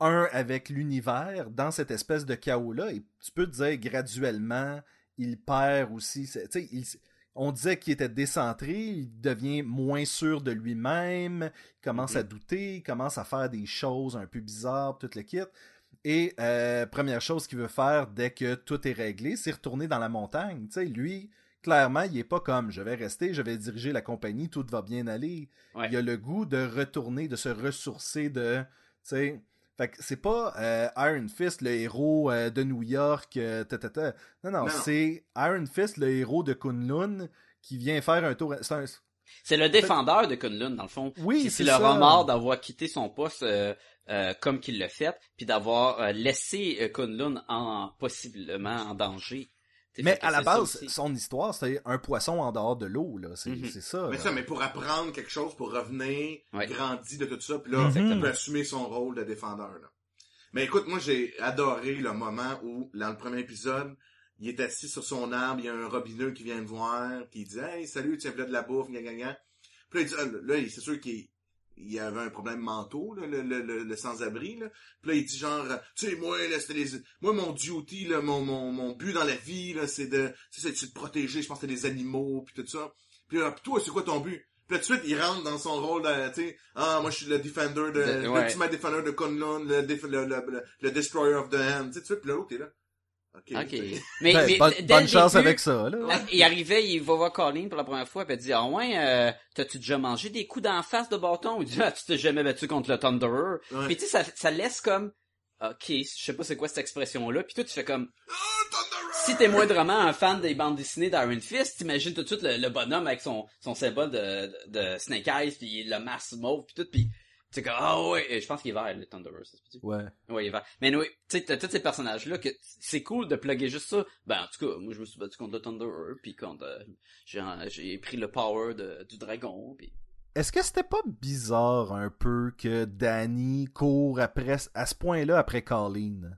Speaker 4: un avec l'univers dans cette espèce de chaos-là? Et tu peux te dire, graduellement, il perd aussi. c'est- tu sais, il s- on disait qu'il était décentré, il devient moins sûr de lui-même, il commence
Speaker 2: Mhm.
Speaker 4: à douter, il commence à faire des choses un peu bizarres, tout le kit. Et euh, première chose qu'il veut faire dès que tout est réglé, c'est retourner dans la montagne. Tu sais, lui, clairement, il est pas comme je vais rester, je vais diriger la compagnie, tout va bien aller.
Speaker 2: Ouais.
Speaker 4: Il a le goût de retourner, de se ressourcer, de, tu sais. Fait que c'est pas euh, Iron Fist, le héros euh, de New York, euh, ta, ta, ta. Non, non,
Speaker 1: Non, non.
Speaker 4: c'est Iron Fist, le héros de Kunlun, qui vient faire un tour. c'est un-
Speaker 2: C'est le défendeur de Kunlun, dans le fond.
Speaker 4: Oui,
Speaker 2: Puis c'est
Speaker 4: c'est
Speaker 2: le
Speaker 4: ça.
Speaker 2: remords d'avoir quitté son poste euh, euh, comme qu'il l'a fait, puis d'avoir euh, laissé euh, Kunlun en possiblement en danger. Tu sais, fait
Speaker 4: Mais
Speaker 2: que
Speaker 4: à la
Speaker 2: c'est ça
Speaker 4: base,
Speaker 2: aussi.
Speaker 4: son histoire, c'est un poisson en dehors de l'eau, là. C'est
Speaker 2: Mhm.
Speaker 4: c'est ça.
Speaker 1: Mais
Speaker 4: là.
Speaker 1: ça, mais pour apprendre quelque chose, pour revenir,
Speaker 2: Ouais. Mhm.
Speaker 1: grandi de tout ça, puis là,
Speaker 4: Exactement.
Speaker 1: il peut assumer son rôle de défendeur, là. Mais écoute, moi, j'ai adoré le moment où, dans le premier épisode, il est assis sur son arbre, il y a un robineux qui vient le voir, puis il dit, hey, salut, tiens, là de la bouffe, gna, gna, gna. Puis là, il dit, Ah, là, il- c'est sûr qu'il il avait un problème mentaux, là, le, le- le- le sans-abri, là. Puis là, il dit genre, tu sais, moi, là, c'était les, moi, mon duty, là, mon, mon, mon but dans la vie, là, c'est de, tu sais, c'est de protéger, je pense, que c'est les animaux, puis tout ça. Puis là, Puis toi, c'est quoi ton but? Puis là, tout de suite, il rentre dans son rôle de, tu sais, ah, moi, je suis le defender de,
Speaker 2: De-
Speaker 1: le
Speaker 2: ouais.
Speaker 1: ultimate defender de Kunlun, le, def- le, le, le- le destroyer of the hand, tu sais, tout de suite, puis là, l'autre, t'es là.
Speaker 2: Ok.
Speaker 1: t'es-
Speaker 2: Mais,
Speaker 4: Ben,
Speaker 2: mais
Speaker 4: bonne
Speaker 2: dès le
Speaker 4: bonne chance
Speaker 2: début,
Speaker 4: avec ça, là.
Speaker 2: Ah, Il arrivait, il va voir Colleen pour la première fois, puis elle dit, ah ouais, euh, t'as-tu déjà mangé des coups d'en face de bâton? Il dit, ah, tu t'es jamais battu contre le Thunderer.
Speaker 1: Ouais.
Speaker 2: Puis tu sais, ça, ça laisse comme, ok, je sais pas c'est quoi cette expression-là, puis toi tu fais comme, si t'es moindrement un fan des bandes dessinées d'Iron Fist, t'imagines tout de suite le, le bonhomme avec son, son sabot de, de Snake Eyes, puis le masque mauve, puis tout, puis tu sais comme, ah ouais, et je pense qu'il est vert, le Thunderer, ça se peut-tu?
Speaker 4: Ouais.
Speaker 2: Ouais, il va. Mais oui, tu sais, t'as tous ces personnages-là que c'est cool de plugger juste ça. Ben, en tout cas, moi, je me suis battu contre le Thunderer, puis contre, euh, j'ai, j'ai pris le power de- du dragon, puis...
Speaker 4: Est-ce que c'était pas bizarre un peu que Danny court après à ce point-là après Colleen?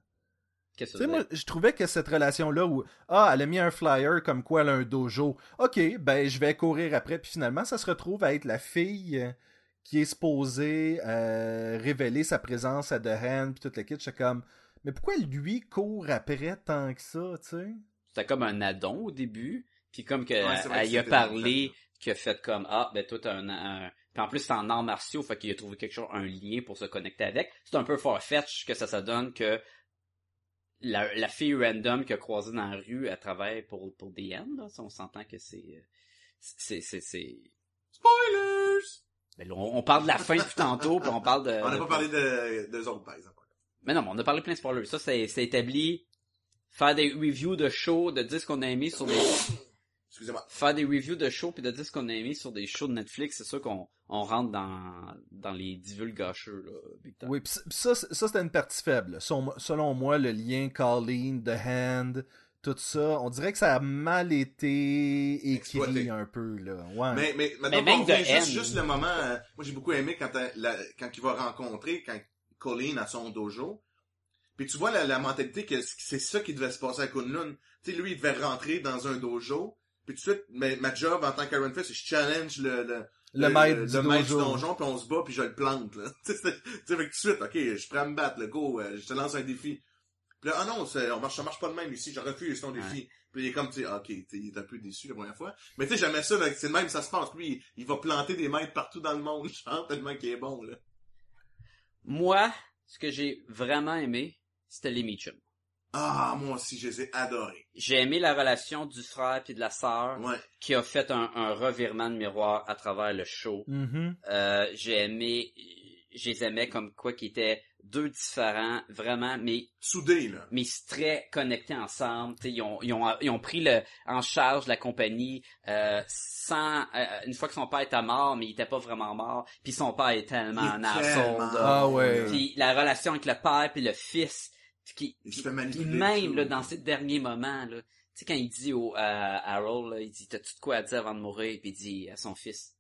Speaker 2: Qu'est-ce que ça
Speaker 4: Tu sais,
Speaker 2: veut
Speaker 4: moi,
Speaker 2: dire?
Speaker 4: je trouvais que cette relation-là où Ah, elle a mis un flyer comme quoi elle a un dojo. Ok, ben je vais courir après, puis finalement, ça se retrouve à être la fille euh, qui est supposée euh, révéler sa présence à The Hand puis toute la kit. Je suis comme Mais pourquoi lui court après tant que ça, tu sais?
Speaker 2: C'était comme un addon au début, Puis comme que
Speaker 1: Ouais, c'est vrai
Speaker 2: elle
Speaker 1: que
Speaker 2: y a
Speaker 1: c'était
Speaker 2: parlé, qui a fait comme ah ben toi t'as un, un... Puis en plus c'est en arts martiaux, fait qu'il a trouvé quelque chose, un lien pour se connecter avec. C'est un peu farfetch que ça ça donne que la, la fille random qu'il a croisée dans la rue, elle travaille pour pour DM là. Ça, on s'entend que c'est euh, c'est c'est c'est
Speaker 1: Spoilers!
Speaker 2: ben là, on, on parle de la fin depuis tantôt, puis on parle de.
Speaker 1: On n'a pas parlé de, de autres, par exemple.
Speaker 2: Mais non, mais on a parlé plein de spoilers. Ça, c'est c'est établi. Faire des reviews de shows, de disques qu'on a aimés sur des.
Speaker 1: Excusez-moi.
Speaker 2: Faire des reviews de shows puis de disques qu'on a aimés sur des shows de Netflix, c'est sûr qu'on on rentre dans, dans les divulgacheux, là, big time.
Speaker 4: Oui, pis c- pis ça, c- ça c'était une partie faible. Son- selon moi, le lien Colleen, The Hand, tout ça, on dirait que ça a mal été écrit
Speaker 1: Exploité.
Speaker 4: un peu, là. Ouais.
Speaker 1: Mais, mais,
Speaker 2: Mais
Speaker 1: maintenant,
Speaker 2: même
Speaker 1: on revient
Speaker 2: de
Speaker 1: juste,
Speaker 2: haine.
Speaker 1: juste le moment, euh, moi j'ai beaucoup aimé quand, elle- la- quand il va rencontrer, quand Colleen à son dojo. Puis tu vois la, la mentalité que c- c'est ça qui devait se passer à Kunlun. Tu sais, lui, il devait rentrer dans un dojo. Puis tout de suite, ma, ma job en tant qu'Aaron Fist, c'est je challenge le, le,
Speaker 4: le maître
Speaker 1: Euh, le
Speaker 4: du
Speaker 1: maître du
Speaker 4: donjon.
Speaker 1: donjon, puis on se bat, puis je le plante. là. Tu sais, c'est- tu sais, fait que tout de suite, ok, je suis prêt à me battre, le go, euh, je te lance un défi. Puis là, ah non, c'est- on marche, ça marche pas de même ici, je refuse ton défi. Puis il est comme, tu sais, ok, tu sais, il est un peu déçu la première fois. Mais tu sais, jamais ça, là, c'est de même, ça se passe. Lui, il, il va planter des maîtres partout dans le monde, genre, tellement qu'il est bon, là.
Speaker 2: Moi, ce que j'ai vraiment aimé, c'était les Meacham.
Speaker 1: Ah, moi aussi, je les ai adorés.
Speaker 2: J'ai aimé la relation du frère puis de la sœur
Speaker 1: Ouais.
Speaker 2: qui a fait un, un revirement de miroir à travers le show.
Speaker 4: Mhm.
Speaker 2: Euh, j'ai aimé, je les aimais comme quoi qui étaient deux différents, vraiment, mais,
Speaker 1: Soudés, là.
Speaker 2: mais très connectés ensemble. Tu sais, Ils ont, ils, ont, ils ont pris le, en charge la compagnie euh, sans... euh, une fois que son père était mort, mais il était pas vraiment mort, puis son père est tellement
Speaker 1: Il est
Speaker 2: un
Speaker 1: tellement
Speaker 2: asshole. là.
Speaker 4: Ah ouais.
Speaker 1: bon, là.
Speaker 2: Puis la relation avec le père, puis le fils, puis qui-
Speaker 1: Il se
Speaker 2: puis-
Speaker 1: fait manipuler.
Speaker 2: puis même
Speaker 1: tout.
Speaker 2: là, dans ces derniers moments, là, tu sais, quand il dit au, à Harold, là, il dit, t'as-tu de quoi à dire avant de mourir? Puis il dit à son fils,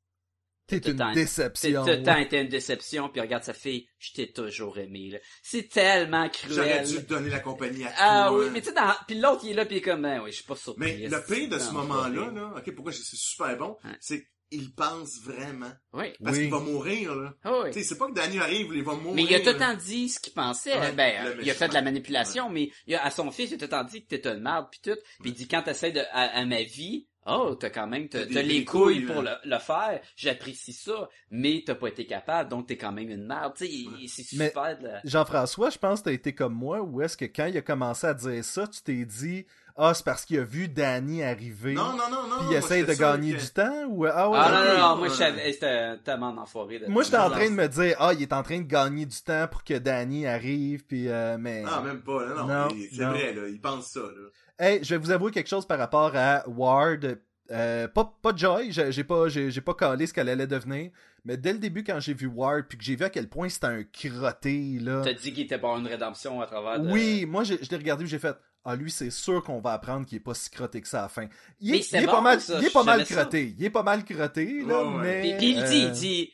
Speaker 4: T'es
Speaker 2: tout le
Speaker 4: une
Speaker 2: temps- c'est
Speaker 4: déception.
Speaker 2: tout le temps été une déception, puis regarde sa fille, je t'ai toujours aimé, là. C'est tellement
Speaker 1: J'aurais dû
Speaker 2: cruel.
Speaker 1: donner la compagnie à
Speaker 2: Ah
Speaker 1: toi.
Speaker 2: oui, mais tu sais, dans... puis l'autre, il est là, puis il est comme, ben oui, je suis pas surpris.
Speaker 1: Mais le pire de ce
Speaker 2: Non,
Speaker 1: moment-là,
Speaker 2: pas pire.
Speaker 1: là, ok, pourquoi je- c'est super bon,
Speaker 2: Ouais.
Speaker 1: c'est qu'il pense vraiment.
Speaker 2: Oui,
Speaker 1: Parce
Speaker 4: Oui.
Speaker 1: qu'il va mourir, là.
Speaker 2: Ah oui.
Speaker 1: Tu sais, c'est pas que Danny arrive, il va mourir.
Speaker 2: Mais il a tout le
Speaker 1: là.
Speaker 2: temps dit ce qu'il pensait.
Speaker 1: Ouais,
Speaker 2: ben,
Speaker 1: le
Speaker 2: euh, il a
Speaker 1: méchant.
Speaker 2: fait de la manipulation, mais il a- à son fils, il a tout le temps dit que t'étais une merde, puis tout. Puis il dit, quand t'essayes de, à, à ma vie, oh, t'as quand même,
Speaker 1: T'as
Speaker 2: t'as
Speaker 1: des-
Speaker 2: t'as
Speaker 1: des
Speaker 2: les couilles
Speaker 1: couilles,
Speaker 2: pour le, le faire, j'apprécie ça, mais t'as pas été capable, donc t'es quand même une merde. Tu sais, il-
Speaker 1: Ouais.
Speaker 2: il- c'est
Speaker 4: Mais-
Speaker 2: super de la-
Speaker 4: Jean-François, je pense que t'as été comme moi, ou est-ce que quand il a commencé à dire ça, tu t'es dit, ah, c'est parce qu'il a vu Danny arriver,
Speaker 1: Non, non, non, non.
Speaker 4: puis il
Speaker 1: moi,
Speaker 4: essaye de
Speaker 1: j'étais sûr
Speaker 4: gagner
Speaker 1: que-
Speaker 4: du temps, ou, ah ouais,
Speaker 2: Ah
Speaker 4: ok.
Speaker 2: non, non, non, moi,
Speaker 1: Ouais.
Speaker 2: je savais- c'était tellement enfoiré. de-
Speaker 4: Moi, j'étais en train de me dire, ah, il est en train de gagner du temps pour que Danny arrive, puis euh, mais...
Speaker 1: Ah, même pas, là, non.
Speaker 4: Non,
Speaker 1: mais c'est
Speaker 4: non.
Speaker 1: vrai, là, il pense ça, là.
Speaker 4: Hey, je vais vous avouer quelque chose par rapport à Ward. Euh, pas, pas Joy, j'ai j'ai pas, j'ai j'ai pas calé ce qu'elle allait devenir, mais dès le début, quand j'ai vu Ward, puis que j'ai vu à quel point c'était un crotté, là...
Speaker 2: T'as dit qu'il était pas une rédemption à travers de...
Speaker 4: Oui, moi, j'ai- je l'ai regardé, j'ai fait... Ah, lui, c'est sûr qu'on va apprendre qu'il est pas si crotté que ça à la fin. Il
Speaker 2: Mais
Speaker 4: est,
Speaker 2: c'est
Speaker 4: il est
Speaker 2: bon,
Speaker 4: pas mal,
Speaker 2: ça,
Speaker 4: il est
Speaker 2: je
Speaker 4: pas mal
Speaker 2: savais ça.
Speaker 4: crotté. Il est pas mal crotté, là,
Speaker 1: Ouais, ouais.
Speaker 4: mais...
Speaker 2: Puis, puis il dit,
Speaker 4: euh,
Speaker 2: il dit,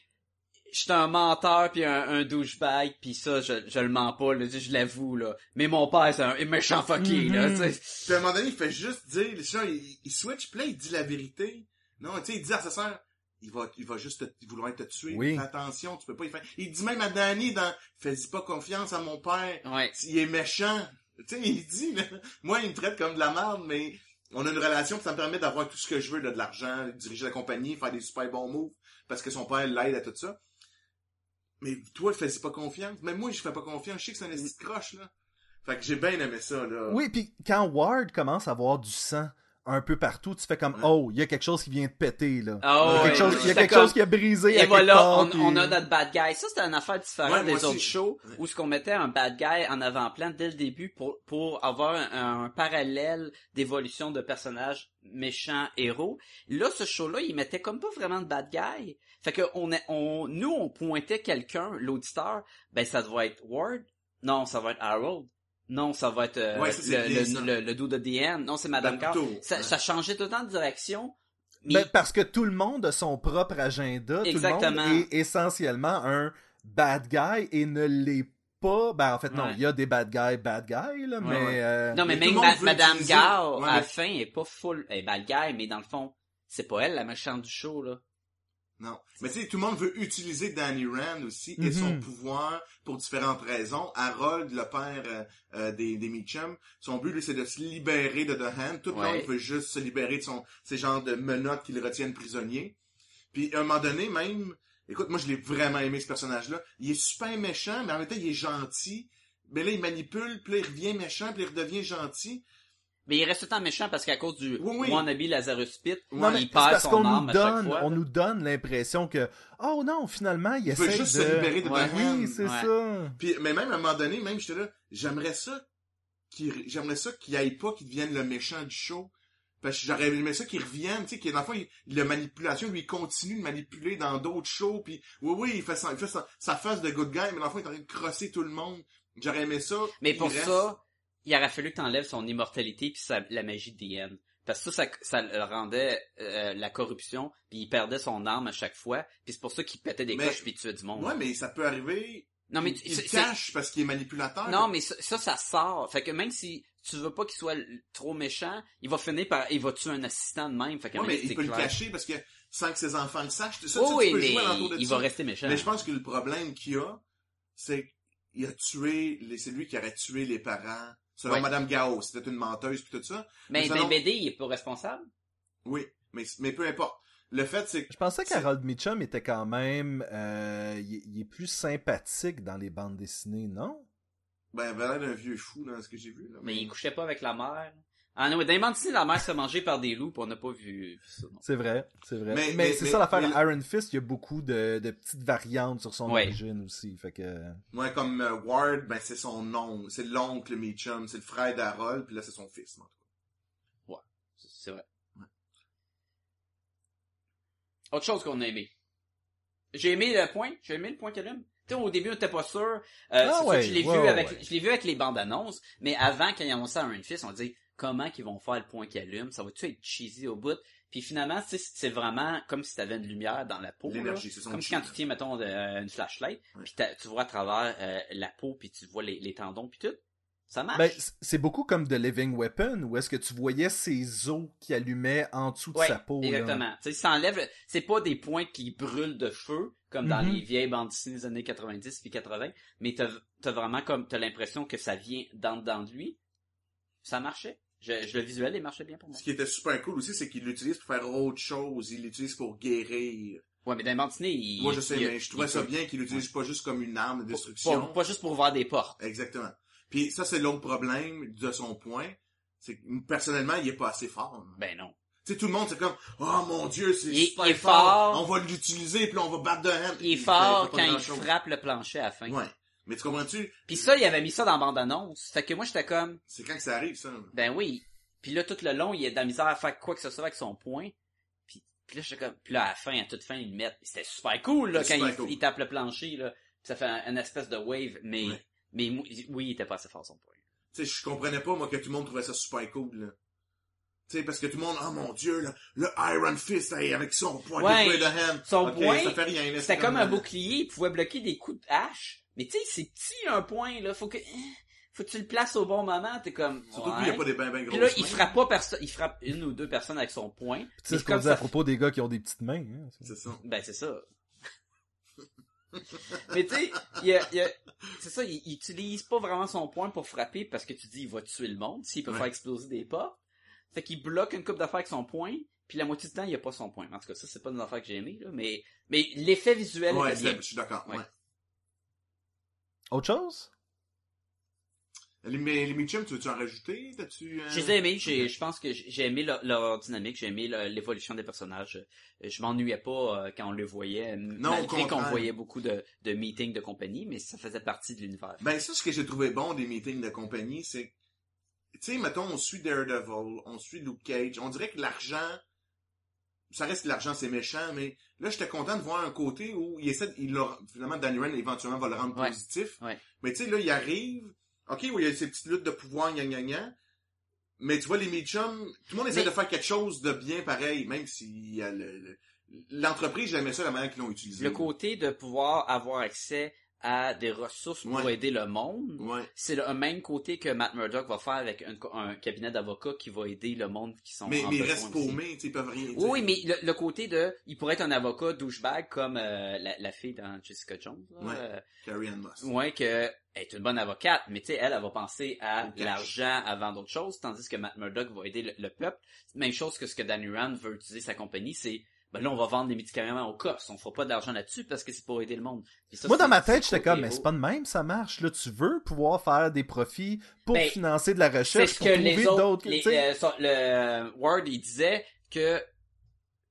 Speaker 2: je suis un menteur puis un, un douchebag puis ça, je, je le mens pas, là, je l'avoue là. Mais mon père c'est un méchant fucké là,
Speaker 4: Mhm.
Speaker 2: tu sais.
Speaker 1: Puis à un moment donné, il fait juste dire, genre, il, il switch, puis là, il dit la vérité. Non, tu sais, il dit à sa sœur, il va, il va juste te- vouloir te tuer.
Speaker 4: Oui.
Speaker 1: Fais attention, tu peux pas y faire. Il dit même à Danny dans, fais-y pas confiance à mon père.
Speaker 2: Ouais.
Speaker 1: il est méchant. Tu sais, il dit, là, moi, il me traite comme de la merde, mais on a une relation qui ça me permet d'avoir tout ce que je veux, là, de l'argent, diriger la compagnie, faire des super bons moves, parce que son père l'aide à tout ça. Mais toi, fais pas confiance. Même moi, je fais pas confiance. Je sais que c'est un esti de croche, là. Fait que j'ai bien aimé ça, là.
Speaker 4: Oui, puis quand Ward commence à avoir du sang un peu partout, tu fais comme
Speaker 1: Ouais.
Speaker 4: oh, il y a quelque chose qui vient de péter là.
Speaker 2: Ah
Speaker 4: il y a
Speaker 2: ouais,
Speaker 4: quelque, chose, il y a
Speaker 2: j'étais
Speaker 4: quelque
Speaker 2: comme-
Speaker 4: chose qui a brisé. à
Speaker 2: Et
Speaker 4: quelque
Speaker 2: voilà,
Speaker 4: part,
Speaker 2: on,
Speaker 4: puis- euh,
Speaker 2: on a notre bad guy. Ça, c'était une affaire différente
Speaker 1: Ouais, moi
Speaker 2: des autres
Speaker 1: aussi.
Speaker 2: shows
Speaker 1: Ouais.
Speaker 2: où ce qu'on mettait un bad guy en avant-plan dès le début pour, pour avoir un, un parallèle d'évolution de personnages méchants, héros. Là, ce show-là, il mettait comme pas vraiment de bad guy. Fait que on, est- on, nous, on pointait quelqu'un, l'auditeur, ben ça doit être Ward. Non, ça va être Harold. Non, ça va être euh,
Speaker 1: Ouais, ça, c'est
Speaker 2: le,
Speaker 1: bien, ça.
Speaker 2: le, le, le dude de DN. Non, c'est Madame Carr.
Speaker 1: Naruto.
Speaker 2: Ça, ça changeait tout le temps de direction. mais-
Speaker 4: Ben, parce que tout le monde a son propre agenda. Tout
Speaker 2: Exactement.
Speaker 4: le monde est essentiellement un bad guy et ne l'est pas. Ben en fait non,
Speaker 2: Ouais.
Speaker 4: il y a des bad guys, bad guys là, mais
Speaker 1: ouais.
Speaker 4: euh,
Speaker 2: Non, mais,
Speaker 1: Mais tout
Speaker 2: même
Speaker 1: le monde
Speaker 2: Ma-
Speaker 1: veut
Speaker 2: Madame
Speaker 1: utiliser-
Speaker 2: Gare,
Speaker 1: Ouais,
Speaker 2: à la
Speaker 1: mais-
Speaker 2: fin, elle est pas full, elle est bad guy, mais dans le fond, c'est pas elle la méchante du show, là.
Speaker 1: Non. Mais tu sais, tout le monde veut utiliser Danny Rand aussi et
Speaker 4: Mhm.
Speaker 1: son pouvoir pour différentes raisons. Harold, le père euh, euh, des, des Meacham, son but, lui, c'est de se libérer de The Hand. Tout le
Speaker 2: Ouais.
Speaker 1: monde veut juste se libérer de son, ces genres de menottes qui le retiennent prisonnier. Puis, à un moment donné, même, écoute, moi, je l'ai vraiment aimé, ce personnage-là. Il est super méchant, mais en même temps, il est gentil. Mais là, il manipule, puis là, il revient méchant, puis il redevient gentil.
Speaker 2: Mais il reste tout le temps méchant parce qu'à cause du
Speaker 1: Oui, oui.
Speaker 2: wannabe Lazarus Pit,
Speaker 1: Ouais,
Speaker 4: Non, mais
Speaker 2: il
Speaker 4: c'est
Speaker 2: perd
Speaker 4: parce qu'on
Speaker 2: son âme
Speaker 4: nous
Speaker 2: à chaque
Speaker 4: donne,
Speaker 2: fois.
Speaker 4: on nous donne l'impression que, oh non, finalement, il
Speaker 1: Il veut
Speaker 4: essaie
Speaker 1: juste
Speaker 4: de...
Speaker 1: se libérer de
Speaker 2: Ouais.
Speaker 1: The Hand.
Speaker 4: Oui, c'est
Speaker 2: Ouais.
Speaker 4: ça.
Speaker 1: Puis, mais même à un moment donné, même j'étais là, j'aimerais ça qu'il, j'aimerais ça qu'il aille pas, qu'il devienne le méchant du show. Parce que j'aurais aimé ça qu'il revienne, tu sais, qu'il, dans le fond, il- la manipulation, lui, il continue de manipuler dans d'autres shows, puis oui, oui, il fait, sa, il fait sa, sa face de good guy, mais dans le fond, il est en train de crosser tout le monde. J'aurais aimé ça.
Speaker 2: Mais
Speaker 1: qu'il
Speaker 2: pour
Speaker 1: reste-
Speaker 2: ça, il aurait fallu que t'enlèves son immortalité puis sa- la magie de N. Parce que ça, ça, ça le rendait euh, la corruption, puis il perdait son âme à chaque fois, puis c'est pour ça qu'il pétait des
Speaker 1: Mais-
Speaker 2: coches puis tuait du monde.
Speaker 1: Ouais, mais ça peut arriver.
Speaker 2: non mais
Speaker 1: il,
Speaker 2: tu-
Speaker 1: il
Speaker 2: c'est-
Speaker 1: cache parce qu'il est manipulateur.
Speaker 2: Non, mais ça, ça, ça sort. Fait que même si tu veux pas qu'il soit l- trop méchant, il va finir par, il va tuer un assistant de même. Fait que
Speaker 1: Ouais, mais il peut le cacher parce que sans que ses enfants le sachent, ça, ça, tu peux
Speaker 2: mais
Speaker 1: jouer alentour de
Speaker 2: il
Speaker 1: ça.
Speaker 2: va rester méchant.
Speaker 1: Mais je pense que le problème qu'il a, c'est qu'il a tué, les- c'est lui qui aurait tué les parents. Selon
Speaker 2: Ouais.
Speaker 1: Madame Gao, c'était une menteuse puis tout ça.
Speaker 2: mais
Speaker 1: mais selon-
Speaker 2: BD, il est pas responsable.
Speaker 1: Oui, mais, mais peu importe. Le fait, c'est que,
Speaker 4: Je pensais
Speaker 1: C'est-
Speaker 4: qu'Harold Mitchum était quand même, euh, il, il est plus sympathique dans les bandes dessinées, non?
Speaker 1: ben, il avait l'air d'un vieux fou, dans ce que j'ai vu, là.
Speaker 2: Mais il couchait pas avec la mère. Ah non, mais dans les bandes dessinées, la mère se fait manger par des loups, pis on n'a pas vu, vu ça. non.
Speaker 4: C'est vrai, c'est vrai.
Speaker 1: Mais-
Speaker 4: Mais,
Speaker 1: mais-
Speaker 4: c'est
Speaker 1: mais-
Speaker 4: ça l'affaire
Speaker 1: mais-
Speaker 4: à Iron Fist, il y a beaucoup de, de petites variantes sur son
Speaker 2: Ouais.
Speaker 4: origine aussi, fait que...
Speaker 1: Moi, comme euh, Ward, ben, c'est son oncle, c'est l'oncle Mitchum, c'est le frère d'Harold, puis là, c'est son fils, en tout cas.
Speaker 2: C'est- C'est vrai. Autre chose qu'on a aimé. J'ai aimé le point. J'ai aimé le point qu'elle aime. Tu sais, au début, on était pas sûr. Euh, c'est sûr
Speaker 4: Ah ouais,
Speaker 2: que je l'ai
Speaker 4: ouais,
Speaker 2: vu
Speaker 4: ouais,
Speaker 2: avec,
Speaker 4: ouais.
Speaker 2: je l'ai vu avec les bandes annonces. Mais avant, quand ils annonçaient à Iron Fist, on dit comment qu'ils vont faire le point qu'elle allume. Ça va-tu être cheesy au bout? Puis finalement, tu sais, c'est vraiment comme si t'avais une lumière dans la peau. là.
Speaker 1: L'énergie, c'est son
Speaker 2: Comme
Speaker 1: chi.
Speaker 2: quand tu tiens, mettons, de- euh, une flashlight,
Speaker 1: Ouais.
Speaker 2: puis t'as- tu vois à travers euh, la peau, puis tu vois les, les tendons, puis tout. Ça marche.
Speaker 4: Ben, c- c'est beaucoup comme The Living Weapon, où est-ce que tu voyais ses os qui allumaient en dessous de
Speaker 2: Ouais,
Speaker 4: sa peau.
Speaker 1: hein.
Speaker 4: là.
Speaker 2: Exactement. Tu sais, ça enlève, c'est pas des pointes qui brûlent de feu, comme dans
Speaker 1: Mm-hmm.
Speaker 4: Mhm.
Speaker 2: les vieilles bandes dessinées des années 90 puis 80, mais t'as, t'as vraiment comme, t'as l'impression que ça vient d'en dedans de lui. Ça marchait. Je, je le visuel, il marchait bien pour moi.
Speaker 1: Ce qui était super cool aussi, c'est qu'il l'utilise pour faire autre chose, il l'utilise pour guérir.
Speaker 2: Ouais, mais dans les bandes dessinées, il...
Speaker 1: Moi, je sais,
Speaker 2: il-
Speaker 1: mais je trouvais
Speaker 2: il-
Speaker 1: ça bien qu'il l'utilise pas juste comme une arme de
Speaker 2: Pas-
Speaker 1: destruction.
Speaker 2: Pas, pas juste pour voir des portes.
Speaker 1: Exactement. Puis ça, c'est l'autre problème de son point. C'est que personnellement, il est pas assez fort.
Speaker 2: Ben non.
Speaker 1: Tu sais, tout le monde, c'est comme, oh mon dieu, c'est
Speaker 2: Il est-
Speaker 1: super
Speaker 2: il est
Speaker 1: fort.
Speaker 2: fort.
Speaker 1: On va l'utiliser, puis là, on va battre de hand.
Speaker 2: Il est
Speaker 1: fait-
Speaker 2: fort
Speaker 1: fait pas
Speaker 2: quand il
Speaker 1: grand-chose.
Speaker 2: frappe le plancher à la fin.
Speaker 1: Ouais. Mais tu comprends-tu?
Speaker 2: Puis ça, il avait mis ça dans la bande-annonce. Fait que moi, j'étais comme,
Speaker 1: C'est quand que ça arrive, ça.
Speaker 2: Ben oui. Puis là, tout le long, il est dans la misère à faire quoi que ce soit avec son point. Puis, puis là, j'étais comme... Puis là, à la fin, à toute fin, ils le mettent. C'était super cool, là,
Speaker 1: C'était
Speaker 2: quand
Speaker 1: super
Speaker 2: il,
Speaker 1: cool.
Speaker 2: il tape le plancher, là. Puis ça fait un- une espèce de wave, mais...
Speaker 1: Ouais.
Speaker 2: Mais mou- oui, il était pas assez fort, son point.
Speaker 1: Tu sais, je comprenais pas, moi, que tout le monde trouvait ça super cool, là. Tu sais, parce que tout le monde, oh mon dieu, là, le Iron Fist, hey, avec son point
Speaker 2: Ouais.
Speaker 1: de play de hand.
Speaker 2: Son
Speaker 1: Ok,
Speaker 2: point,
Speaker 1: ça fait rien, là,
Speaker 2: C'était comme un
Speaker 1: euh,
Speaker 2: bouclier, il pouvait bloquer des coups de hache. Mais tu sais, c'est petit, un point, là. Faut que... hein, Faut que tu le places au bon moment, t'es comme...
Speaker 1: Surtout
Speaker 2: ouais.
Speaker 1: qu'il n'y a pas des ben, ben grosses
Speaker 2: Puis là, il
Speaker 1: mains.
Speaker 2: frappe pas personne, il frappe une ou deux personnes avec son point.
Speaker 4: Puis C'est
Speaker 2: Mais
Speaker 4: ce qu'on
Speaker 2: comme
Speaker 4: dit à
Speaker 2: ça
Speaker 4: propos des gars qui ont des petites mains. hein.
Speaker 1: C'est ça.
Speaker 2: Ben, c'est ça. Mais tu sais, il y a- il y a- c'est ça, il, il utilise pas vraiment son point pour frapper parce que tu dis il va tuer le monde, s'il peut
Speaker 1: Ouais.
Speaker 2: faire exploser des portes. Fait qu'il bloque une coupe d'affaires avec son point, puis la moitié du temps, il a pas son point. En tout cas, ça, c'est pas une affaire que j'ai aimé, là, mais, mais l'effet visuel
Speaker 1: Ouais,
Speaker 2: était bien.
Speaker 1: je suis d'accord.
Speaker 2: Ouais.
Speaker 1: Ouais.
Speaker 4: Autre chose?
Speaker 1: Les, mais les Mitchum, tu veux-tu en rajouter? T'as-tu, euh,
Speaker 2: Je les ai aimés, j'ai-
Speaker 1: ok.
Speaker 2: je pense que j'ai j'ai aimé leur, leur dynamique, j'ai aimé le- l'évolution des personnages. Je, je m'ennuyais pas euh, quand on les voyait,
Speaker 1: Non, au
Speaker 2: malgré qu'on
Speaker 1: contraire.
Speaker 2: voyait beaucoup de, de meetings de compagnie, mais ça faisait partie de l'univers.
Speaker 1: Ben, ça, ce que j'ai trouvé bon des meetings de compagnie, c'est, que, tu sais, mettons, on suit Daredevil, on suit Luke Cage, on dirait que l'argent, ça reste que l'argent, c'est méchant, mais là, j'étais content de voir un côté où il essaie, de- il leur, finalement, Danny Rand, éventuellement, va le rendre
Speaker 2: Ouais.
Speaker 1: positif.
Speaker 2: Ouais.
Speaker 1: Mais tu sais, là, il arrive, ok, où il y a ces petites luttes de pouvoir, gna gna gna, mais tu vois, les Mitchum, tout le monde essaie
Speaker 2: Mais-
Speaker 1: de faire quelque chose de bien pareil, même si euh, le- le- l'entreprise, j'aimais ça la manière qu'ils l'ont utilisé.
Speaker 2: Le côté de pouvoir avoir accès à des ressources pour
Speaker 1: Ouais.
Speaker 2: aider le monde.
Speaker 1: Ouais.
Speaker 2: C'est le même côté que Matt Murdock va faire avec un, un cabinet d'avocats qui va aider le monde qui sont
Speaker 1: Mais,
Speaker 2: en
Speaker 1: mais ils
Speaker 2: besoin
Speaker 1: restent
Speaker 2: aussi.
Speaker 1: paumés, tu sais, ils peuvent rien. tu sais.
Speaker 2: Oui, oui, mais le, le côté de, il pourrait être un avocat douchebag comme euh, la, la fille dans Jessica Jones. là,
Speaker 1: Ouais.
Speaker 2: euh,
Speaker 1: Carrie Ann Moss.
Speaker 2: moins que elle est une bonne avocate, mais tu sais, elle, elle va penser
Speaker 1: Au
Speaker 2: à
Speaker 1: cash.
Speaker 2: l'argent avant d'autres choses, tandis que Matt Murdock va aider le, le peuple. Même chose que ce que Dan Rand veut utiliser sa compagnie, c'est ben là, on va vendre des médicaments aux cops, on fera pas d'argent là-dessus parce que c'est pour aider le monde. Puis ça,
Speaker 4: Moi,
Speaker 2: c'est-
Speaker 4: dans ma tête,
Speaker 2: c'est
Speaker 4: j'étais
Speaker 2: le côté
Speaker 4: comme, mais
Speaker 2: beau.
Speaker 4: c'est pas de même, ça marche. Là, tu veux pouvoir faire des profits pour
Speaker 2: Ben,
Speaker 4: financer de la
Speaker 2: C'est
Speaker 4: recherche,
Speaker 2: ce
Speaker 4: pour
Speaker 2: que
Speaker 4: trouver
Speaker 2: les autres,
Speaker 4: d'autres.
Speaker 2: les,
Speaker 4: tu sais.
Speaker 2: euh, so- le euh, Ward, il disait que,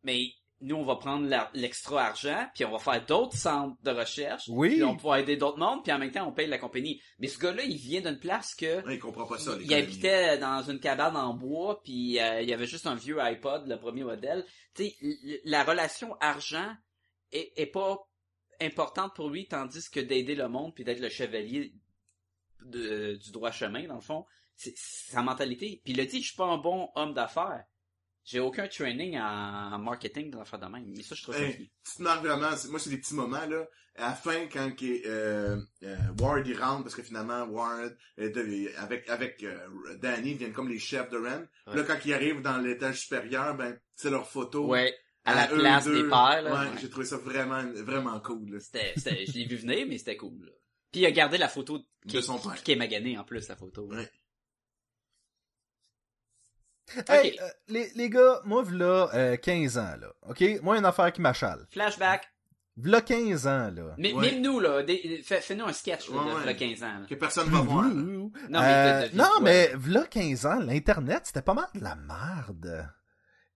Speaker 2: mais nous, on va prendre la- l'extra argent, puis on va faire d'autres centres de recherche,
Speaker 4: Oui.
Speaker 2: puis on pourra aider d'autres mondes, puis en même temps, on paye la compagnie. Mais ce gars-là, il vient d'une place que,
Speaker 1: Ouais, ils comprennent pas ça,
Speaker 2: il
Speaker 1: l'économie.
Speaker 2: habitait dans une cabane en bois, puis euh, il y avait juste un vieux iPod, le premier modèle. Tu sais, l- l- la relation argent est, est pas importante pour lui, tandis que d'aider le monde puis d'être le chevalier de- euh, du droit chemin, dans le fond, c'est c'est sa mentalité. Puis il a dit, je suis pas un bon homme d'affaires. J'ai aucun training en marketing dans l'affaire de même. Mais ça, je trouve ça
Speaker 1: Hey,
Speaker 2: cool.
Speaker 1: tu te marques vraiment, c'est- moi c'est des petits moments là. À la fin, quand qu'il est, euh, euh, Ward il rentre, parce que finalement Ward euh, de- avec avec euh, Danny ils viennent comme les chefs de Ren. Puis Là, quand ils arrivent dans l'étage supérieur, ben c'est leur photo.
Speaker 2: Ouais, à la
Speaker 1: eux
Speaker 2: place
Speaker 1: deux.
Speaker 2: des pères, là.
Speaker 1: Ouais, j'ai trouvé ça vraiment vraiment cool. Là.
Speaker 2: C'était, c'était- je l'ai vu venir, mais c'était cool. là. Puis il a gardé la photo qui,
Speaker 1: De son père.
Speaker 2: qui est maganée en plus, la photo.
Speaker 1: Ouais.
Speaker 4: Hey,
Speaker 2: Ok.
Speaker 4: euh, les, les gars, moi, v'là euh, 15 ans, là. OK? Moi, une affaire qui m'achale.
Speaker 2: Flashback.
Speaker 4: V'là 15 ans, là.
Speaker 2: Mais
Speaker 1: Ouais.
Speaker 2: nous là. Des- fais- Fais-nous un sketch là,
Speaker 1: Ouais,
Speaker 2: de
Speaker 1: ouais.
Speaker 2: le 15 ans. là.
Speaker 1: Que personne va voir. là.
Speaker 4: Non,
Speaker 2: Non,
Speaker 4: mais,
Speaker 2: mais de- de- de-
Speaker 4: Euh, non,
Speaker 2: ouais.
Speaker 4: mais v'là 15 ans, l'Internet, c'était pas mal de la merde.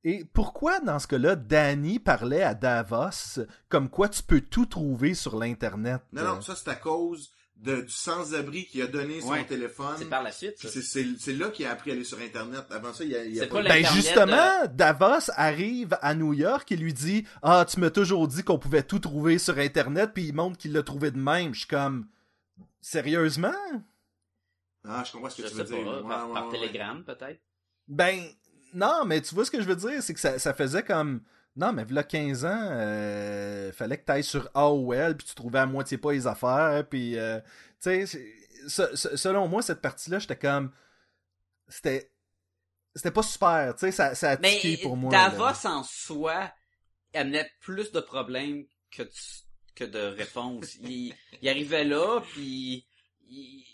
Speaker 4: Et pourquoi, dans ce cas-là, Danny parlait à Davos comme quoi tu peux tout trouver sur l'Internet?
Speaker 1: Non, non, ça c'est à cause de, du sans-abri qu'il a donné son
Speaker 2: Ouais.
Speaker 1: téléphone.
Speaker 2: C'est par la suite.
Speaker 1: Puis
Speaker 2: ça.
Speaker 1: C'est c'est- c'est là qu'il a appris à aller sur Internet. Avant ça, il y a, il y a
Speaker 2: C'est pas
Speaker 4: Ben
Speaker 2: Internet,
Speaker 4: justement,
Speaker 1: euh,
Speaker 4: Davos arrive à New York et lui dit « Ah, tu m'as toujours dit qu'on pouvait tout trouver sur Internet, puis il montre qu'il l'a trouvé de même. » Je suis comme « Sérieusement?
Speaker 1: Ah, je comprends ce que
Speaker 2: Je
Speaker 1: tu
Speaker 2: sais
Speaker 1: veux
Speaker 2: pas.
Speaker 1: dire. Ouais,
Speaker 2: par
Speaker 1: ouais,
Speaker 2: par
Speaker 1: ouais.
Speaker 2: télégramme, peut-être. »
Speaker 4: Ben, non, mais tu vois ce que je veux dire, c'est que ça, ça faisait comme « Non, mais v'là 15 ans, euh, fallait que t'ailles sur AOL, puis tu trouvais à moitié pas les affaires, puis... euh, tu sais, c'est- se- se- selon moi, cette partie-là, j'étais comme... C'était... C'était pas super, tu sais, ça, ça a
Speaker 2: Mais
Speaker 4: tiqué pour moi. là.
Speaker 2: Davos en soi amenait plus de problèmes que de, que de réponses. il, il arrivait là, puis il,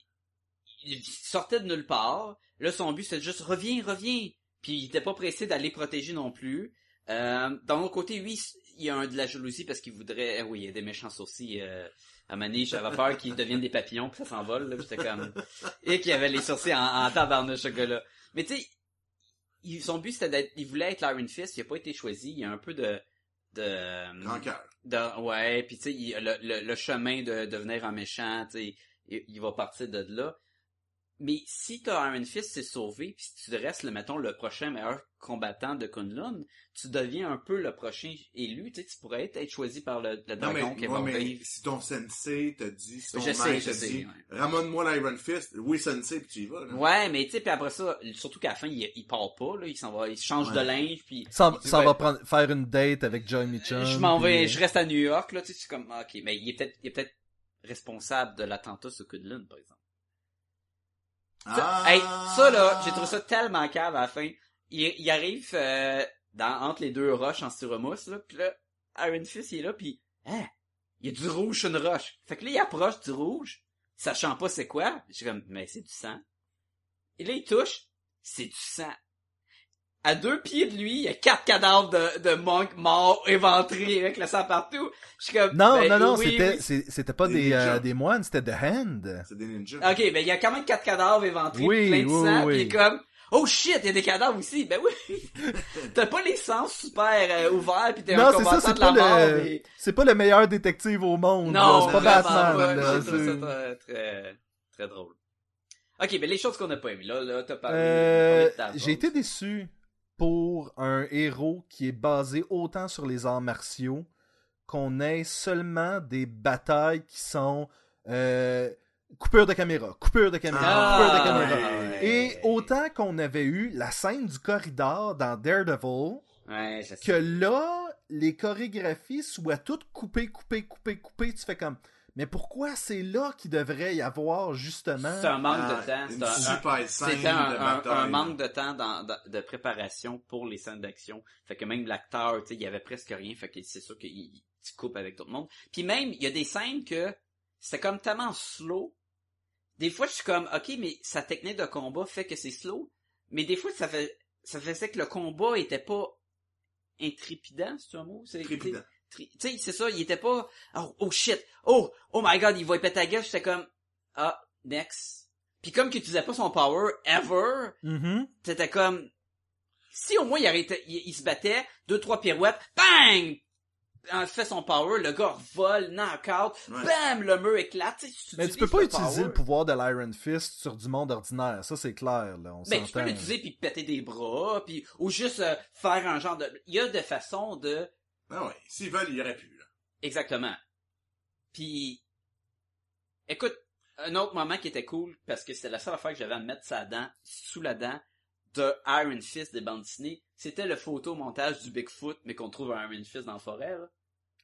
Speaker 2: il sortait de nulle part. Là, son but, c'était juste « reviens, reviens ». Puis il était pas pressé d'aller protéger non plus. Euh, D'un autre côté, oui, il y a un de la jalousie parce qu'il voudrait... eh oui, il y a des méchants sourcils. euh, à Mané, j'avais peur qu'ils deviennent des papillons, puis ça s'envole. là, puis J'étais comme... Et qu'il avait les sourcils en, en tabarnouche, ce gars-là. Mais tu sais, il- son but c'était d'être il voulait être Iron Fist il a pas été choisi il y a un peu de de,
Speaker 1: Rancœur.
Speaker 2: de- ouais puis tu sais il- le, le, le chemin de devenir un méchant tu sais il, il va partir de là mais si t'as Iron Fist c'est sauvé puis si tu restes le mettons le prochain meilleur combattant de Kunlun tu deviens un peu le prochain élu tu sais tu pourrais être, être choisi par le, le
Speaker 1: Non, mais,
Speaker 2: dragon qui est
Speaker 1: ouais,
Speaker 2: mort
Speaker 1: mais
Speaker 2: vivre.
Speaker 1: si ton sensei te dit, si ton
Speaker 2: Je sais,
Speaker 1: maître
Speaker 2: je
Speaker 1: te
Speaker 2: sais,
Speaker 1: dit,
Speaker 2: ouais.
Speaker 1: ramène-moi l'Iron Fist, oui, sensei, puis tu y vas. là.
Speaker 2: ouais mais tu sais puis après ça surtout qu'à la fin il, il part pas là il s'en va il change
Speaker 1: Ouais.
Speaker 2: de linge puis
Speaker 4: Ça,
Speaker 2: il dit,
Speaker 4: ça
Speaker 2: ouais,
Speaker 4: va prendre, faire une date avec John Mitchum.
Speaker 2: Euh, je m'en vais,
Speaker 4: puis- euh,
Speaker 2: je reste à New York, là, tu sais, c'est comme, ah, ok, mais il est peut-être, il est peut-être responsable de l'attentat sur Kudlun, par exemple.
Speaker 1: Ah!
Speaker 2: Ça, hey, ça, là, j'ai trouvé ça tellement cave à la fin. Il, il arrive, euh, dans, entre les deux roches en styromousse, là, pis là, Iron Fist, il est là, pis, hein, il y a du rouge sur une roche. Fait que là, il approche du rouge, sachant pas c'est quoi. J'ai comme, mais c'est du sang. Et là, il touche, c'est du sang. À deux pieds de lui, il y a quatre cadavres de, de monks morts, éventrés, avec le sang partout. Je suis comme,
Speaker 4: Non,
Speaker 2: ben,
Speaker 4: non, non,
Speaker 2: oui,
Speaker 4: c'était,
Speaker 2: oui.
Speaker 4: c'est- c'était pas
Speaker 1: Des
Speaker 4: des,
Speaker 1: ninjas.
Speaker 4: euh, des moines, c'était The Hand.
Speaker 1: C'est des ninjas.
Speaker 2: Ok, ben il y a quand même quatre cadavres éventrés,
Speaker 4: Oui,
Speaker 2: plein de
Speaker 4: oui,
Speaker 2: sang,
Speaker 4: oui.
Speaker 2: puis comme oh shit, il y a des cadavres aussi. Ben oui, t'as pas les sens super euh, ouverts, puis t'es un
Speaker 4: Non, c'est
Speaker 2: combattant
Speaker 4: ça, c'est
Speaker 2: de
Speaker 4: pas
Speaker 2: la mort.
Speaker 4: le,
Speaker 2: mais-
Speaker 4: c'est pas le meilleur détective au monde. là,
Speaker 2: Non,
Speaker 4: c'est pas
Speaker 2: vraiment
Speaker 4: Batman.
Speaker 2: pas.
Speaker 4: là,
Speaker 2: J'ai trouvé
Speaker 4: c'est-
Speaker 2: ça très, très, très drôle. Ok, ben les choses qu'on a pas aimées, là, là t'as parlé.
Speaker 4: Euh,
Speaker 2: t'as parlé de Star
Speaker 4: j'ai
Speaker 2: Wars.
Speaker 4: été déçu pour un héros qui est basé autant sur les arts martiaux qu'on ait seulement des batailles qui sont euh, coupure de caméra, coupure de caméra, coupure de
Speaker 2: Ah,
Speaker 4: caméra.
Speaker 2: ouais.
Speaker 4: Et autant qu'on avait eu la scène du corridor dans Daredevil,
Speaker 2: Ouais, je sais.
Speaker 4: que là, les chorégraphies soient toutes coupées, coupées, coupées, coupées, tu fais comme. Mais pourquoi c'est là qu'il devrait y avoir justement...
Speaker 2: C'est un manque
Speaker 1: Ah,
Speaker 2: de temps.
Speaker 1: Une
Speaker 2: C'est un- un-
Speaker 1: super scène
Speaker 2: C'était un,
Speaker 1: de
Speaker 2: un-
Speaker 1: bataille.
Speaker 2: un manque de temps dans- dans- de préparation pour les scènes d'action. Fait que même l'acteur, tu sais, il y avait presque rien. Fait que c'est sûr qu'il il- il coupe avec tout le monde. Puis même, il y a des scènes que c'était comme tellement slow. Des fois, je suis comme, ok, mais sa technique de combat fait que c'est slow. Mais des fois, ça fait, ça faisait que le combat était pas intrépidant, c'est un mot? C'est-
Speaker 1: Trépidant.
Speaker 2: tri- tu sais, c'est ça, il était pas, oh, oh shit, oh, oh my god, il va y péter la gueule, j'étais comme, ah, next. Puis comme qu'il utilisait pas son power, ever,
Speaker 4: Mhm.
Speaker 2: c'était comme, si au moins il, arrêtait- il, il se battait, deux, trois pirouettes, bang! En fait son power, le gars vole, knock-out,
Speaker 1: Ouais.
Speaker 2: bam, le mur éclate, tu sais, si
Speaker 4: Mais tu peux
Speaker 2: utilises
Speaker 4: pas
Speaker 2: le
Speaker 4: utiliser
Speaker 2: power-
Speaker 4: le pouvoir de l'Iron Fist sur du monde ordinaire, ça c'est clair, là, on
Speaker 2: Ben, tu peux
Speaker 4: s'entend.
Speaker 2: l'utiliser puis péter des bras, puis ou juste euh, faire un genre de... Il y a des façons de...
Speaker 1: Ah ouais, s'ils veulent, ils auraient pu. Là.
Speaker 2: Exactement. Puis, écoute, un autre moment qui était cool, parce que c'était la seule affaire que j'avais à me mettre sa dent, sous la dent, de Iron Fist des bandes dessinées, c'était le photomontage du Bigfoot, mais qu'on trouve un Iron Fist dans la forêt, là.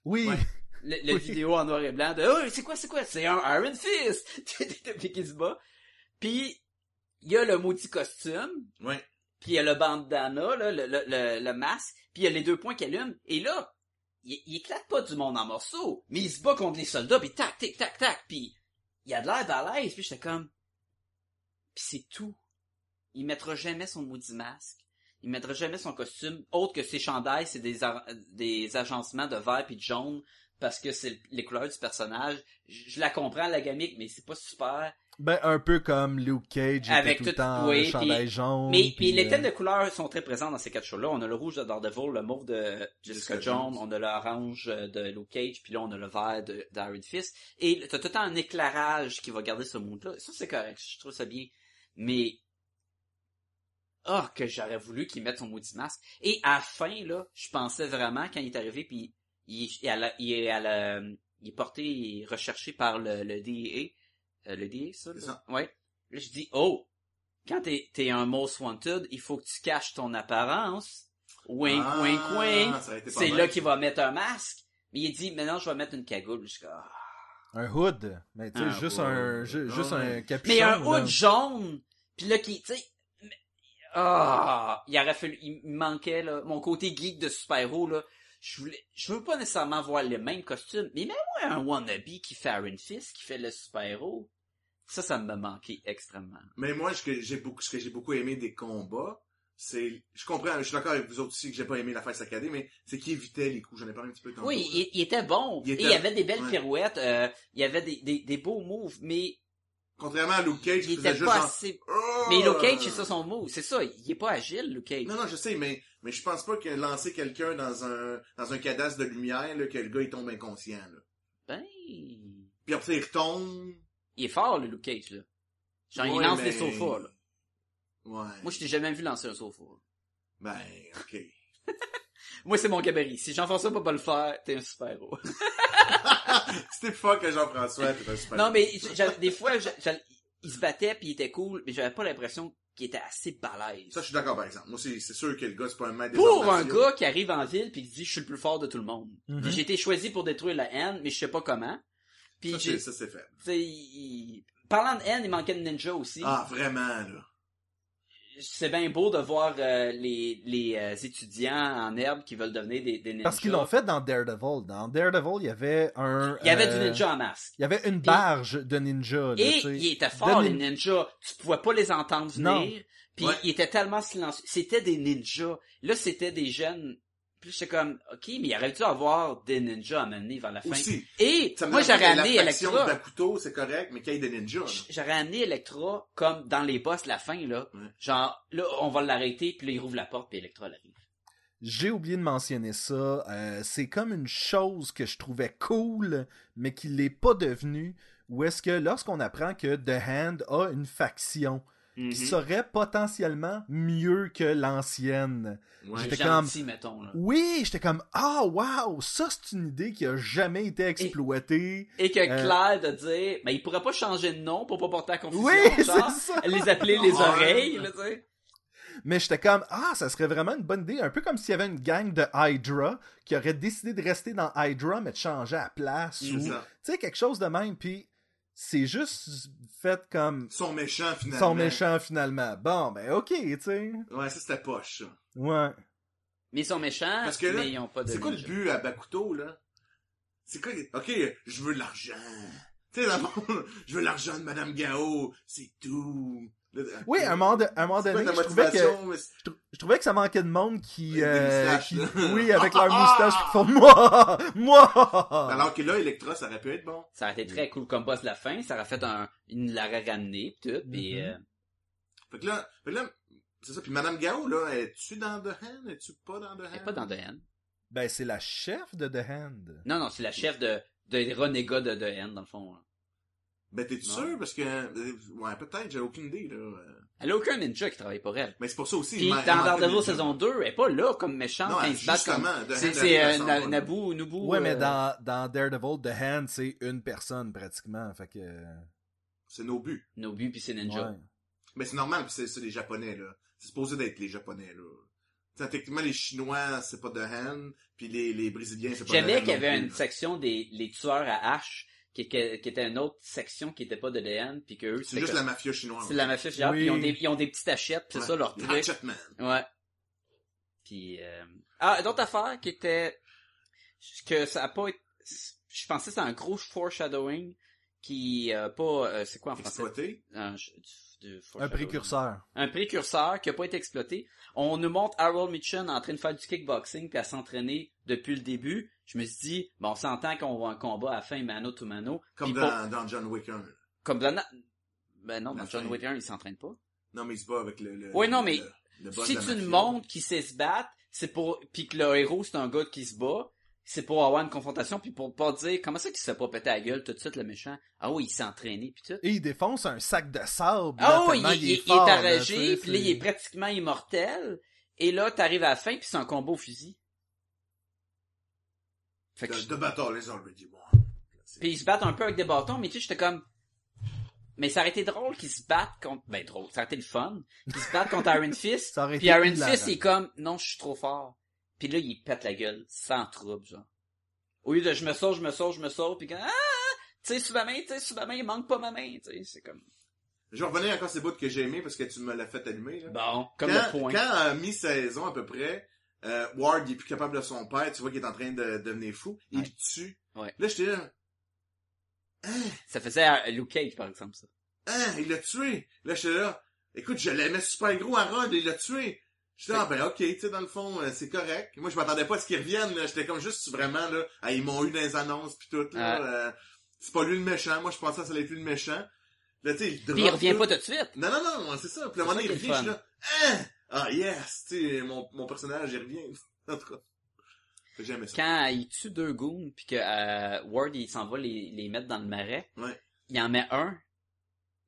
Speaker 4: Oui,
Speaker 1: Ouais.
Speaker 2: Le, le
Speaker 4: Oui.
Speaker 2: vidéo en noir et blanc de oh, c'est quoi, c'est quoi? C'est un Iron Fist! Puis qui se bat. Puis, il y a le maudit costume,
Speaker 1: Ouais.
Speaker 2: puis il y a le bandana, là, le, le, le, le masque, puis il y a les deux points qu'il allume, et là, il, il éclate pas du monde en morceaux, mais il se bat contre les soldats, puis tac, tac, tac, tac, puis il a de l'air balèze, puis j'étais comme... Puis c'est tout. Il mettra jamais son maudit masque, il mettra jamais son costume, autre que ses chandails, c'est des, ar- des agencements de vert puis de jaune, parce que c'est le- les couleurs du personnage. Je je la comprends, la gamique, mais c'est pas super.
Speaker 4: ben un peu comme Luke Cage, avec
Speaker 2: Avec
Speaker 4: tout le
Speaker 2: tout-
Speaker 4: temps
Speaker 2: oui,
Speaker 4: le chandail
Speaker 2: puis-
Speaker 4: jaune.
Speaker 2: Mais puis les
Speaker 4: euh,
Speaker 2: thèmes de couleurs sont très présents dans ces quatre shows-là. On a le rouge de Daredevil, le mauve de Jessica
Speaker 1: Jessica
Speaker 2: Jones,
Speaker 1: Jones.
Speaker 2: on a l'orange euh, de Luke Cage, puis là on a le vert de d'Iron Fist. Et t'as tout le temps un éclairage qui va garder ce mood-là. Ça c'est correct, je trouve ça bien. Mais ah que j'aurais voulu qu'il mette son maudit masque. Et à la fin là, je pensais vraiment quand il est arrivé, puis il, il est à la- il est à la- il est porté, il est recherché par le, le DEA. Euh, le DEA, ça?
Speaker 1: C'est
Speaker 2: là?
Speaker 1: ça.
Speaker 2: Ouais. Là, je dis, oh, quand t'es, t'es un most wanted, il faut que tu caches ton apparence. Wink,
Speaker 1: Ah,
Speaker 2: wink, wink.
Speaker 1: ça aurait été pas
Speaker 2: C'est
Speaker 1: mal.
Speaker 2: là qu'il va mettre un masque. Mais il dit, maintenant, je vais mettre une cagoule. Je suis comme, ah.
Speaker 4: Un hood, mais tu sais,
Speaker 2: Un
Speaker 4: juste
Speaker 1: hood.
Speaker 4: un, ju- juste
Speaker 1: Ouais.
Speaker 4: un capuchon.
Speaker 2: Ah, Mais un
Speaker 4: là.
Speaker 2: hood jaune. Puis là, qui, tu sais, mais- ah, il aurait fallu, il me manquait, là, mon côté geek de super-héros, là. Je voulais, je veux pas nécessairement voir les mêmes costumes, mais même un wannabe qui fait Iron Fist, qui fait le super-héros. Ça, ça me manquait extrêmement.
Speaker 1: Mais moi, ce que j'ai beaucoup, ce que j'ai beaucoup aimé des combats, c'est, je comprends, je suis d'accord avec vous autres aussi que j'ai pas aimé l'affaire saccadée, mais c'est qu'il évitait les coups. J'en ai parlé un petit peu tantôt.
Speaker 2: Oui,
Speaker 1: là.
Speaker 2: il, il était bon.
Speaker 1: Il
Speaker 2: Et
Speaker 1: était-
Speaker 2: il y avait des belles
Speaker 1: ouais.
Speaker 2: pirouettes, euh, il y avait des, des, des beaux moves, mais
Speaker 1: Contrairement à Luke Cage,
Speaker 2: il
Speaker 1: qui faisait
Speaker 2: était
Speaker 1: juste
Speaker 2: pas
Speaker 1: genre,
Speaker 2: assez...
Speaker 1: Oh!
Speaker 2: Mais Luke Cage, c'est ça son move. C'est ça, il est pas agile, Luke Cage.
Speaker 1: Non, non, je sais, mais, mais je pense pas que lancer quelqu'un dans un, dans un cadastre de lumière, là, que le gars, il tombe inconscient, là.
Speaker 2: Ben,
Speaker 1: Puis après, il retombe.
Speaker 2: il est fort, le Luke Cage, là. Genre, il
Speaker 1: Ouais,
Speaker 2: lance
Speaker 1: mais-
Speaker 2: des sofas, là.
Speaker 1: Ouais.
Speaker 2: Moi, je t'ai jamais vu lancer un sofa.
Speaker 1: Ben, ok.
Speaker 2: Moi, c'est mon gabarit. Si Jean-François peut pas le faire, t'es un super-héros.
Speaker 1: C'était fuck que Jean-François, t'es un super.
Speaker 2: non, mais j'a- des fois, j'a- j'a- il se battait, puis il était cool, mais j'avais pas l'impression qu'il était assez balèze.
Speaker 1: Ça, je suis d'accord, par exemple. Moi, c'est c'est sûr que le gars, c'est pas un maître des
Speaker 2: pour
Speaker 1: arts
Speaker 2: un
Speaker 1: martiaux.
Speaker 2: gars qui arrive en ville puis qui dit je suis le plus fort de tout le monde.
Speaker 4: Mhm.
Speaker 2: Puis J'ai été choisi pour détruire la haine, mais je sais pas comment. Puis
Speaker 1: Ça,
Speaker 2: j'ai,
Speaker 1: c'est- ça, c'est faible.
Speaker 2: tu sais, il- parlant de haine, il manquait de ninja aussi.
Speaker 1: Ah, vraiment, là.
Speaker 2: C'est bien beau de voir euh, les les euh, étudiants en herbe qui veulent devenir des, des ninjas.
Speaker 4: Parce qu'ils l'ont fait dans Daredevil. Dans Daredevil, il y avait un...
Speaker 2: Il y avait
Speaker 4: euh,
Speaker 2: du ninja en masque.
Speaker 4: Il y avait une barge de ninja. là,
Speaker 2: Et
Speaker 4: tu sais.
Speaker 2: il était fort,
Speaker 4: De
Speaker 2: les
Speaker 4: nin-
Speaker 2: ninjas. Tu pouvais pas les entendre venir. Puis
Speaker 1: Ouais.
Speaker 2: il était tellement silencieux. C'était des ninjas. Là, c'était des jeunes. Puis j'étais comme, OK, mais il aurait dû avoir des ninjas à mener vers la fin.
Speaker 1: Aussi,
Speaker 2: Et
Speaker 1: Ça me
Speaker 2: moi,
Speaker 1: dérange
Speaker 2: j'aurais
Speaker 1: pas que
Speaker 2: amené
Speaker 1: La faction
Speaker 2: Electra.
Speaker 1: d'Akuto, c'est correct, mais qu'il y ait des ninjas. là.
Speaker 2: J'aurais amené Electra comme dans les boss la fin, là.
Speaker 1: Ouais.
Speaker 2: Genre, là, on va l'arrêter, puis là, il rouvre la porte, puis Electra elle arrive.
Speaker 4: J'ai oublié de mentionner ça. euh, c'est comme une chose que je trouvais cool, mais qui l'est pas devenue. Ou est-ce que lorsqu'on apprend que The Hand a une faction qui serait potentiellement mieux que l'ancienne,
Speaker 1: Ouais.
Speaker 4: J'étais
Speaker 2: Gentil,
Speaker 4: comme-
Speaker 2: mettons, là.
Speaker 4: oui, j'étais comme ah wow, ça c'est une idée qui a jamais été exploitée.
Speaker 2: Et que
Speaker 4: Euh.
Speaker 2: Claire de dire, ben, il pourrait pas changer de nom pour pas porter la confusion.
Speaker 4: Oui, c'est
Speaker 2: genre.
Speaker 4: ça.
Speaker 2: Elle les appelait les
Speaker 1: Ouais.
Speaker 2: oreilles, là, tu sais.
Speaker 4: mais j'étais comme ah ça serait vraiment une bonne idée un peu comme s'il y avait une gang de Hydra qui aurait décidé de rester dans Hydra mais de changer à place
Speaker 1: C'est
Speaker 4: ou tu
Speaker 1: ça.
Speaker 4: sais quelque chose de même puis c'est juste fait comme
Speaker 1: Ils sont méchants,
Speaker 4: ils
Speaker 1: finalement.
Speaker 4: sont méchants finalement bon ben ok tu sais
Speaker 1: Ouais, ça, c'était poche, ça.
Speaker 4: ouais
Speaker 2: Mais ils sont méchants,
Speaker 1: Parce que là,
Speaker 2: mais ils ont pas de
Speaker 1: C'est quoi le
Speaker 2: budget.
Speaker 1: but à Bakuto, là? C'est quoi, ok, je veux de l'argent. Tu sais, dans le fond, je veux l'argent de Madame Gao, c'est tout.
Speaker 4: oui à un moment, de- à un moment
Speaker 1: C'est
Speaker 4: donné
Speaker 1: quoi ta
Speaker 4: je trouvais que
Speaker 1: motivation, mais c'est-
Speaker 4: je, trou- je trouvais que ça manquait de monde qui,
Speaker 1: Avec des
Speaker 4: euh,
Speaker 1: moustaches,
Speaker 4: qui-
Speaker 1: là.
Speaker 4: oui avec leur moustache qui font moi moi
Speaker 1: Alors que là, Electra, ça aurait pu être bon.
Speaker 2: Ça aurait été très cool comme boss de la fin. Ça aurait fait un... Ils l'auraient ramené, pis tout. pis,
Speaker 4: Mhm.
Speaker 2: euh,
Speaker 1: Fait que là, fait que là, c'est ça. Puis Madame Gao, là, es-tu dans The Hand? Es-tu pas dans The Hand?
Speaker 2: elle est pas dans The Hand.
Speaker 4: ben c'est la chef de The Hand
Speaker 2: Non, non, c'est la chef de, de renégats de The Hand, dans le fond. hein.
Speaker 1: Ben, t'es-tu
Speaker 2: Non.
Speaker 1: sûr? Parce que, euh, ouais, peut-être, j'ai aucune idée, là. Euh,
Speaker 2: Elle a aucun ninja qui travaille pour elle.
Speaker 1: Mais c'est pour ça aussi.
Speaker 2: Puis
Speaker 1: il m'a-
Speaker 2: dans
Speaker 1: il manquait
Speaker 2: Daredevil
Speaker 1: des-
Speaker 2: saison 2, elle est pas là comme méchante
Speaker 1: Non,
Speaker 2: quand ils se battent.
Speaker 1: justement,
Speaker 2: Comme...
Speaker 1: The
Speaker 2: C'est
Speaker 1: Hand arrive
Speaker 2: c'est,
Speaker 1: à
Speaker 2: euh,
Speaker 1: s'en
Speaker 2: Na-
Speaker 1: rendre.
Speaker 2: Nabu, Nubu.
Speaker 4: Ouais, mais
Speaker 2: euh,
Speaker 4: dans, dans Daredevil, The Hand, c'est une personne pratiquement. Fait que.
Speaker 1: C'est nos buts.
Speaker 2: Nobu puis c'est ninja.
Speaker 4: ouais.
Speaker 1: Mais c'est normal, puis c'est c'est les Japonais, là. C'est supposé d'être les Japonais, là. T'sais, techniquement, les Chinois, c'est pas de Han, puis les, les Brésiliens, c'est pas de Han
Speaker 2: J'aimais qu'il
Speaker 1: non
Speaker 2: y avait
Speaker 1: plus,
Speaker 2: une
Speaker 1: là.
Speaker 2: section des les tueurs à hache qui, qui- qui était une autre section qui était pas de The Hand puis que eux
Speaker 1: C'est juste la mafia chinoise.
Speaker 2: c'est de la mafia genre,
Speaker 4: Oui.
Speaker 2: puis ils ont des ils ont des petites hachettes, c'est
Speaker 1: Ouais.
Speaker 2: ça leur
Speaker 1: Les
Speaker 2: truc.
Speaker 1: Hatchetman.
Speaker 2: Ouais. Puis euh... ah, une autre affaire qui était que ça a pas été... je pensais que c'était un gros foreshadowing qui euh, pas euh, c'est quoi en français
Speaker 1: Exploité.
Speaker 2: un, du- du
Speaker 4: Un
Speaker 2: foreshadowing.
Speaker 4: précurseur.
Speaker 2: un précurseur qui a pas été exploité. On nous montre Harold Mitchell en train de faire du kickboxing puis à s'entraîner depuis le début. Je me suis dit, bon, on s'entend qu'on va en combat à la fin mano to mano.
Speaker 1: Comme
Speaker 2: Puis
Speaker 1: dans, dans John Wick 1.
Speaker 2: comme dans... Ben non,
Speaker 1: La
Speaker 2: dans John
Speaker 1: fin.
Speaker 2: Wick 1, il s'entraîne pas.
Speaker 1: Non, mais il se bat avec le... le
Speaker 2: Ouais, non,
Speaker 1: le-
Speaker 2: mais
Speaker 1: le- le boss
Speaker 2: si
Speaker 1: de la
Speaker 2: tu
Speaker 1: mafia.
Speaker 2: me montres qu'il sait se battre, c'est pour... Puis que le héros, c'est un gars qui se bat, c'est pour avoir une confrontation puis pour pas dire, comment ça qu'il se fait pas péter la gueule tout de suite, le méchant? Ah oui, il s'est entraîné puis tout.
Speaker 4: Et il défonce un sac de sable. là,
Speaker 2: Ah oui,
Speaker 4: tellement
Speaker 2: il, il- il
Speaker 4: fort,
Speaker 2: est
Speaker 4: là, tu
Speaker 2: enragé,
Speaker 4: sais,
Speaker 2: puis là, il est pratiquement immortel. Et là, t'arrives à la fin, puis c'est un combo au fusil. Fait que
Speaker 1: The,
Speaker 2: je-
Speaker 1: the battle is already won.
Speaker 2: Puis ils se battent un peu avec des bâtons, mais tu sais, j'étais comme... Mais ça aurait été drôle qu'ils se battent contre... Ben drôle, ça aurait été le fun. Qu'ils se battent contre Iron Fist.
Speaker 4: Ça aurait
Speaker 2: Puis
Speaker 4: été
Speaker 2: Iron
Speaker 4: hilarant.
Speaker 2: Fist, il est comme, non, je suis trop fort. Puis là, il pète la gueule, sans trouble, genre. Au lieu de je me sauve, je me sauve, je me sauve, puis comme, ah! Tu sais, sous ma main, tu sais, sous ma main, il manque pas ma main, tu sais, c'est comme...
Speaker 1: Je vais revenir encore ces bouts que j'ai aimés, parce que tu me l'as fait allumer, là.
Speaker 2: Bon, comme
Speaker 1: quand,
Speaker 2: le point.
Speaker 1: quand à mi-saison à peu près, euh, Ward il est plus capable de son père, tu vois qu'il est en train de devenir fou, il
Speaker 2: Ouais.
Speaker 1: le tue.
Speaker 2: Ouais.
Speaker 1: Là j'étais là,
Speaker 2: Ça faisait à Luke Cage, par exemple, ça.
Speaker 1: hein, il l'a tué. Là j'étais là, écoute, je l'aimais super gros à Rod, il l'a tué. J'étais là, ah, ben ok, tu sais, dans le fond, euh, c'est correct. Moi je m'attendais pas à ce qu'il revienne, là. j'étais comme juste vraiment là, ah, ils m'ont eu dans les annonces pis tout, là. euh, c'est pas lui le méchant, moi je pensais que ça allait être lui le méchant. Là tu sais, il
Speaker 2: Puis il
Speaker 1: drop,
Speaker 2: revient
Speaker 1: là.
Speaker 2: pas tout de suite.
Speaker 1: Non, non, non, c'est ça. Puis à un moment
Speaker 2: C'est
Speaker 1: donné, il
Speaker 2: ça qui est
Speaker 1: revient, je suis
Speaker 2: le
Speaker 1: là, hein? Ah, yes! Tu sais, mon, mon personnage, il revient. en tout cas. J'aimais ça.
Speaker 2: Quand il tue deux goons, puis que euh, Ward, il s'en va les, les mettre dans le marais,
Speaker 1: Ouais.
Speaker 2: il en met un,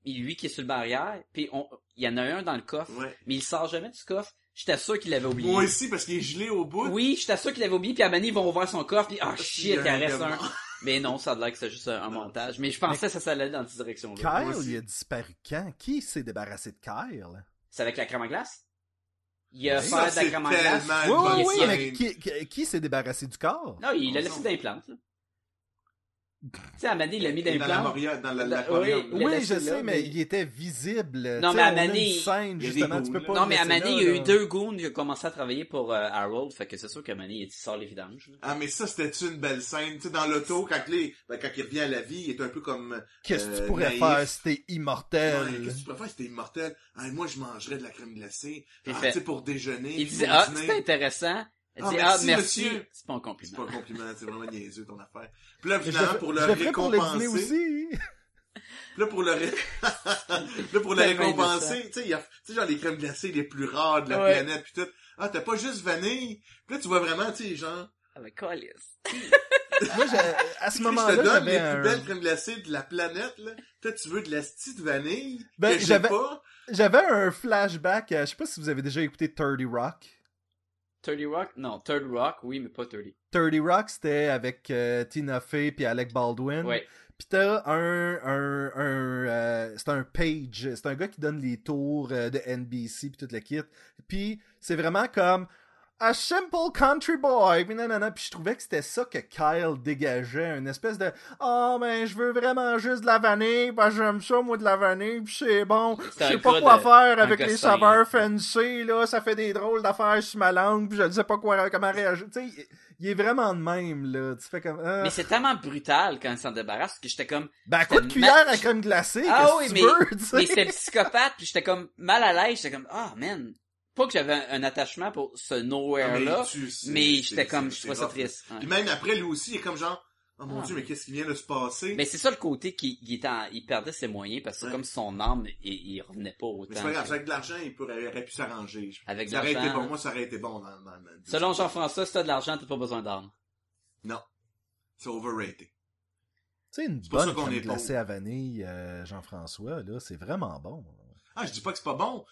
Speaker 2: et lui qui est sur le barrière, puis on, il y en a un dans le coffre,
Speaker 1: Ouais.
Speaker 2: mais il sort jamais du coffre. J'étais sûr qu'il l'avait oublié.
Speaker 1: Moi aussi, parce qu'il est gelé au bout.
Speaker 2: Oui, j'étais sûr qu'il l'avait oublié, puis à Manny, ils vont ouvrir son coffre, puis ah
Speaker 1: Il y
Speaker 2: shit,
Speaker 1: a
Speaker 2: il en reste
Speaker 1: gamin.
Speaker 2: un. Mais non, ça a l'air que c'est juste un, un
Speaker 1: Non.
Speaker 2: montage. Mais je pensais que ça s'allait dans cette direction-là.
Speaker 1: moi
Speaker 4: Kyle,
Speaker 1: aussi.
Speaker 4: il a disparu quand? Qui s'est débarrassé de Kyle?
Speaker 2: C'est avec la crème à glace? Il a
Speaker 4: Oui.
Speaker 2: fait
Speaker 1: Ça,
Speaker 2: de la
Speaker 1: c'est
Speaker 2: crème à glace.
Speaker 1: tellement
Speaker 4: Oui,
Speaker 1: une
Speaker 4: oui,
Speaker 1: bonne
Speaker 4: oui,
Speaker 2: scène.
Speaker 4: mais qui, qui- qui s'est débarrassé du corps?
Speaker 2: Non, il l'a
Speaker 1: Non,
Speaker 2: laissé
Speaker 1: non.
Speaker 2: d'implante, là. Tu sais, à Manny, il l'a mis
Speaker 1: Dans la
Speaker 2: d'implante.
Speaker 1: Moria, dans la,
Speaker 2: Dans-
Speaker 1: l'aquarium.
Speaker 2: il l'a
Speaker 4: Oui,
Speaker 2: laissé
Speaker 4: je
Speaker 2: là,
Speaker 4: sais, mais
Speaker 2: mais-
Speaker 4: il était visible.
Speaker 2: Non,
Speaker 4: Tu sais,
Speaker 2: mais à
Speaker 4: on a
Speaker 2: Mané-
Speaker 4: une scène,
Speaker 1: Il y a des
Speaker 4: justement, tu
Speaker 1: goons,
Speaker 4: peux
Speaker 1: là.
Speaker 4: pas
Speaker 2: Non,
Speaker 4: le
Speaker 2: mais à
Speaker 4: laisser
Speaker 2: Manny,
Speaker 4: là,
Speaker 2: il y a
Speaker 4: là.
Speaker 2: eu deux goons qui ont commencé à travailler pour euh, Harold, fait que c'est sûr que Manny, il sort les vidanges.
Speaker 1: Ah, mais ça, c'était une belle scène. Tu sais, dans l'auto, quand, les- ben, quand il revient à la vie, il est un peu comme...
Speaker 4: Qu'est-ce que
Speaker 1: Euh,
Speaker 4: tu pourrais
Speaker 1: naïf.
Speaker 4: faire si t'es
Speaker 1: Ouais,
Speaker 2: Euh,
Speaker 4: immortel?
Speaker 1: Qu'est-ce que tu préfères si t'es immortel? Ah, moi, je mangerais de la crème glacée.
Speaker 2: Il
Speaker 1: Ah,
Speaker 2: fait-
Speaker 1: tu sais, pour déjeuner.
Speaker 2: Il
Speaker 1: pour
Speaker 2: disait, ah,
Speaker 1: dîner.
Speaker 2: c'était intéressant. Il
Speaker 1: Ah,
Speaker 2: dit, ah,
Speaker 1: merci,
Speaker 2: merci.
Speaker 1: monsieur.
Speaker 2: C'est pas un
Speaker 1: C'est pas
Speaker 2: compliment.
Speaker 1: un compliment, c'est vraiment niaiseux ton affaire. Puis là,
Speaker 4: Je le
Speaker 1: finalement,
Speaker 4: fais-
Speaker 1: pour
Speaker 4: je
Speaker 1: le
Speaker 4: le ferais pour le
Speaker 1: récompenser...
Speaker 4: dîner aussi.
Speaker 1: Là, pour le, ré- là, pour le
Speaker 2: Tellement
Speaker 1: récompenser, tu sais, il y a, tu sais, genre les crèmes glacées les plus rares de la
Speaker 2: Ouais.
Speaker 1: planète pis tout. Ah, t'as pas juste vanille. Puis là, tu vois vraiment, tu sais, genre,
Speaker 2: Ah, mais Collis.
Speaker 4: Moi, je- à
Speaker 1: tu
Speaker 4: ce
Speaker 1: sais, je
Speaker 4: moment-là,
Speaker 1: te donne
Speaker 4: j'avais
Speaker 1: les
Speaker 4: un-
Speaker 1: plus belles crèmes glacées de la planète, là. Toi, tu veux de la petite vanille.
Speaker 4: Ben,
Speaker 1: que j'ai
Speaker 4: j'avais- euh,
Speaker 1: pas.
Speaker 4: j'avais un flashback. à- Je sais pas si vous avez déjà écouté 30 Rock.
Speaker 2: 30 Rock? Non, Third Rock, oui, mais pas 30.
Speaker 4: 30 Rock, c'était avec euh, Tina Fey puis Alec
Speaker 1: Euh.
Speaker 4: Baldwin.
Speaker 2: Ouais.
Speaker 4: Puis t'as un, un, un euh, c'est un page, c'est un gars qui donne les tours euh, de NBC puis toute la kit. Puis c'est vraiment comme a simple country boy. Puis nanana. Puis je trouvais que c'était ça que Kyle dégageait, une espèce de ah oh, ben je veux vraiment juste de la vanille, ben j'aime ça moi de la vanille, puis c'est bon. Je
Speaker 2: C'est un
Speaker 4: sais pas
Speaker 2: gars
Speaker 4: quoi
Speaker 2: de-
Speaker 4: faire
Speaker 2: un
Speaker 4: avec
Speaker 2: gars
Speaker 4: les
Speaker 2: sain,
Speaker 4: saveurs
Speaker 2: là.
Speaker 4: fancy là, ça fait des drôles d'affaires sur ma langue, puis je ne sais pas quoi comment réagir. Tu sais, il- il est vraiment de même là. Tu fais comme Ah.
Speaker 2: Mais c'est tellement brutal quand ils s'en débarrassent que j'étais comme,
Speaker 4: Ben, coup de
Speaker 2: C'était
Speaker 4: cuillère
Speaker 2: ma-
Speaker 4: à crème glacée,
Speaker 2: Ah
Speaker 4: qu'est-ce que
Speaker 2: oui,
Speaker 4: tu
Speaker 2: mais-
Speaker 4: veux, tu sais?
Speaker 2: mais c'était psychopathe, puis j'étais comme mal à l'aise, j'étais comme, ah, man. Pas que j'avais un, un attachement pour ce nowhere-là,
Speaker 1: Ah, tu- c'est-
Speaker 2: mais
Speaker 1: c'est-
Speaker 2: j'étais comme,
Speaker 1: c'est-
Speaker 2: je trouvais
Speaker 1: c'est
Speaker 2: ça
Speaker 1: rough.
Speaker 2: triste. Ouais.
Speaker 1: Puis même après, lui aussi, il est comme genre, oh mon
Speaker 2: Ah.
Speaker 1: dieu, mais qu'est-ce qui vient de se passer?
Speaker 2: Mais c'est ça le côté qui, il, était en- il perdait ses moyens parce que
Speaker 1: Ouais.
Speaker 2: comme son âme, il, il revenait pas autant.
Speaker 1: Mais c'est pas grave, avec de l'argent, il pourrait, il aurait pu s'arranger. Je-
Speaker 2: Avec de
Speaker 1: Ça aurait été
Speaker 2: l'argent.
Speaker 1: bon, moi, ça aurait été bon dans, dans, dans-
Speaker 2: Selon Jean-François, si t'as de l'argent, t'as pas besoin d'armes.
Speaker 1: Non. C'est overrated.
Speaker 4: Tu sais, une
Speaker 1: C'est pour ça
Speaker 4: bonne
Speaker 1: qu'on
Speaker 4: crème
Speaker 1: est
Speaker 4: glacée à vanille, euh, Jean-François, là, c'est vraiment bon.
Speaker 1: Ah, je dis pas que c'est pas bon,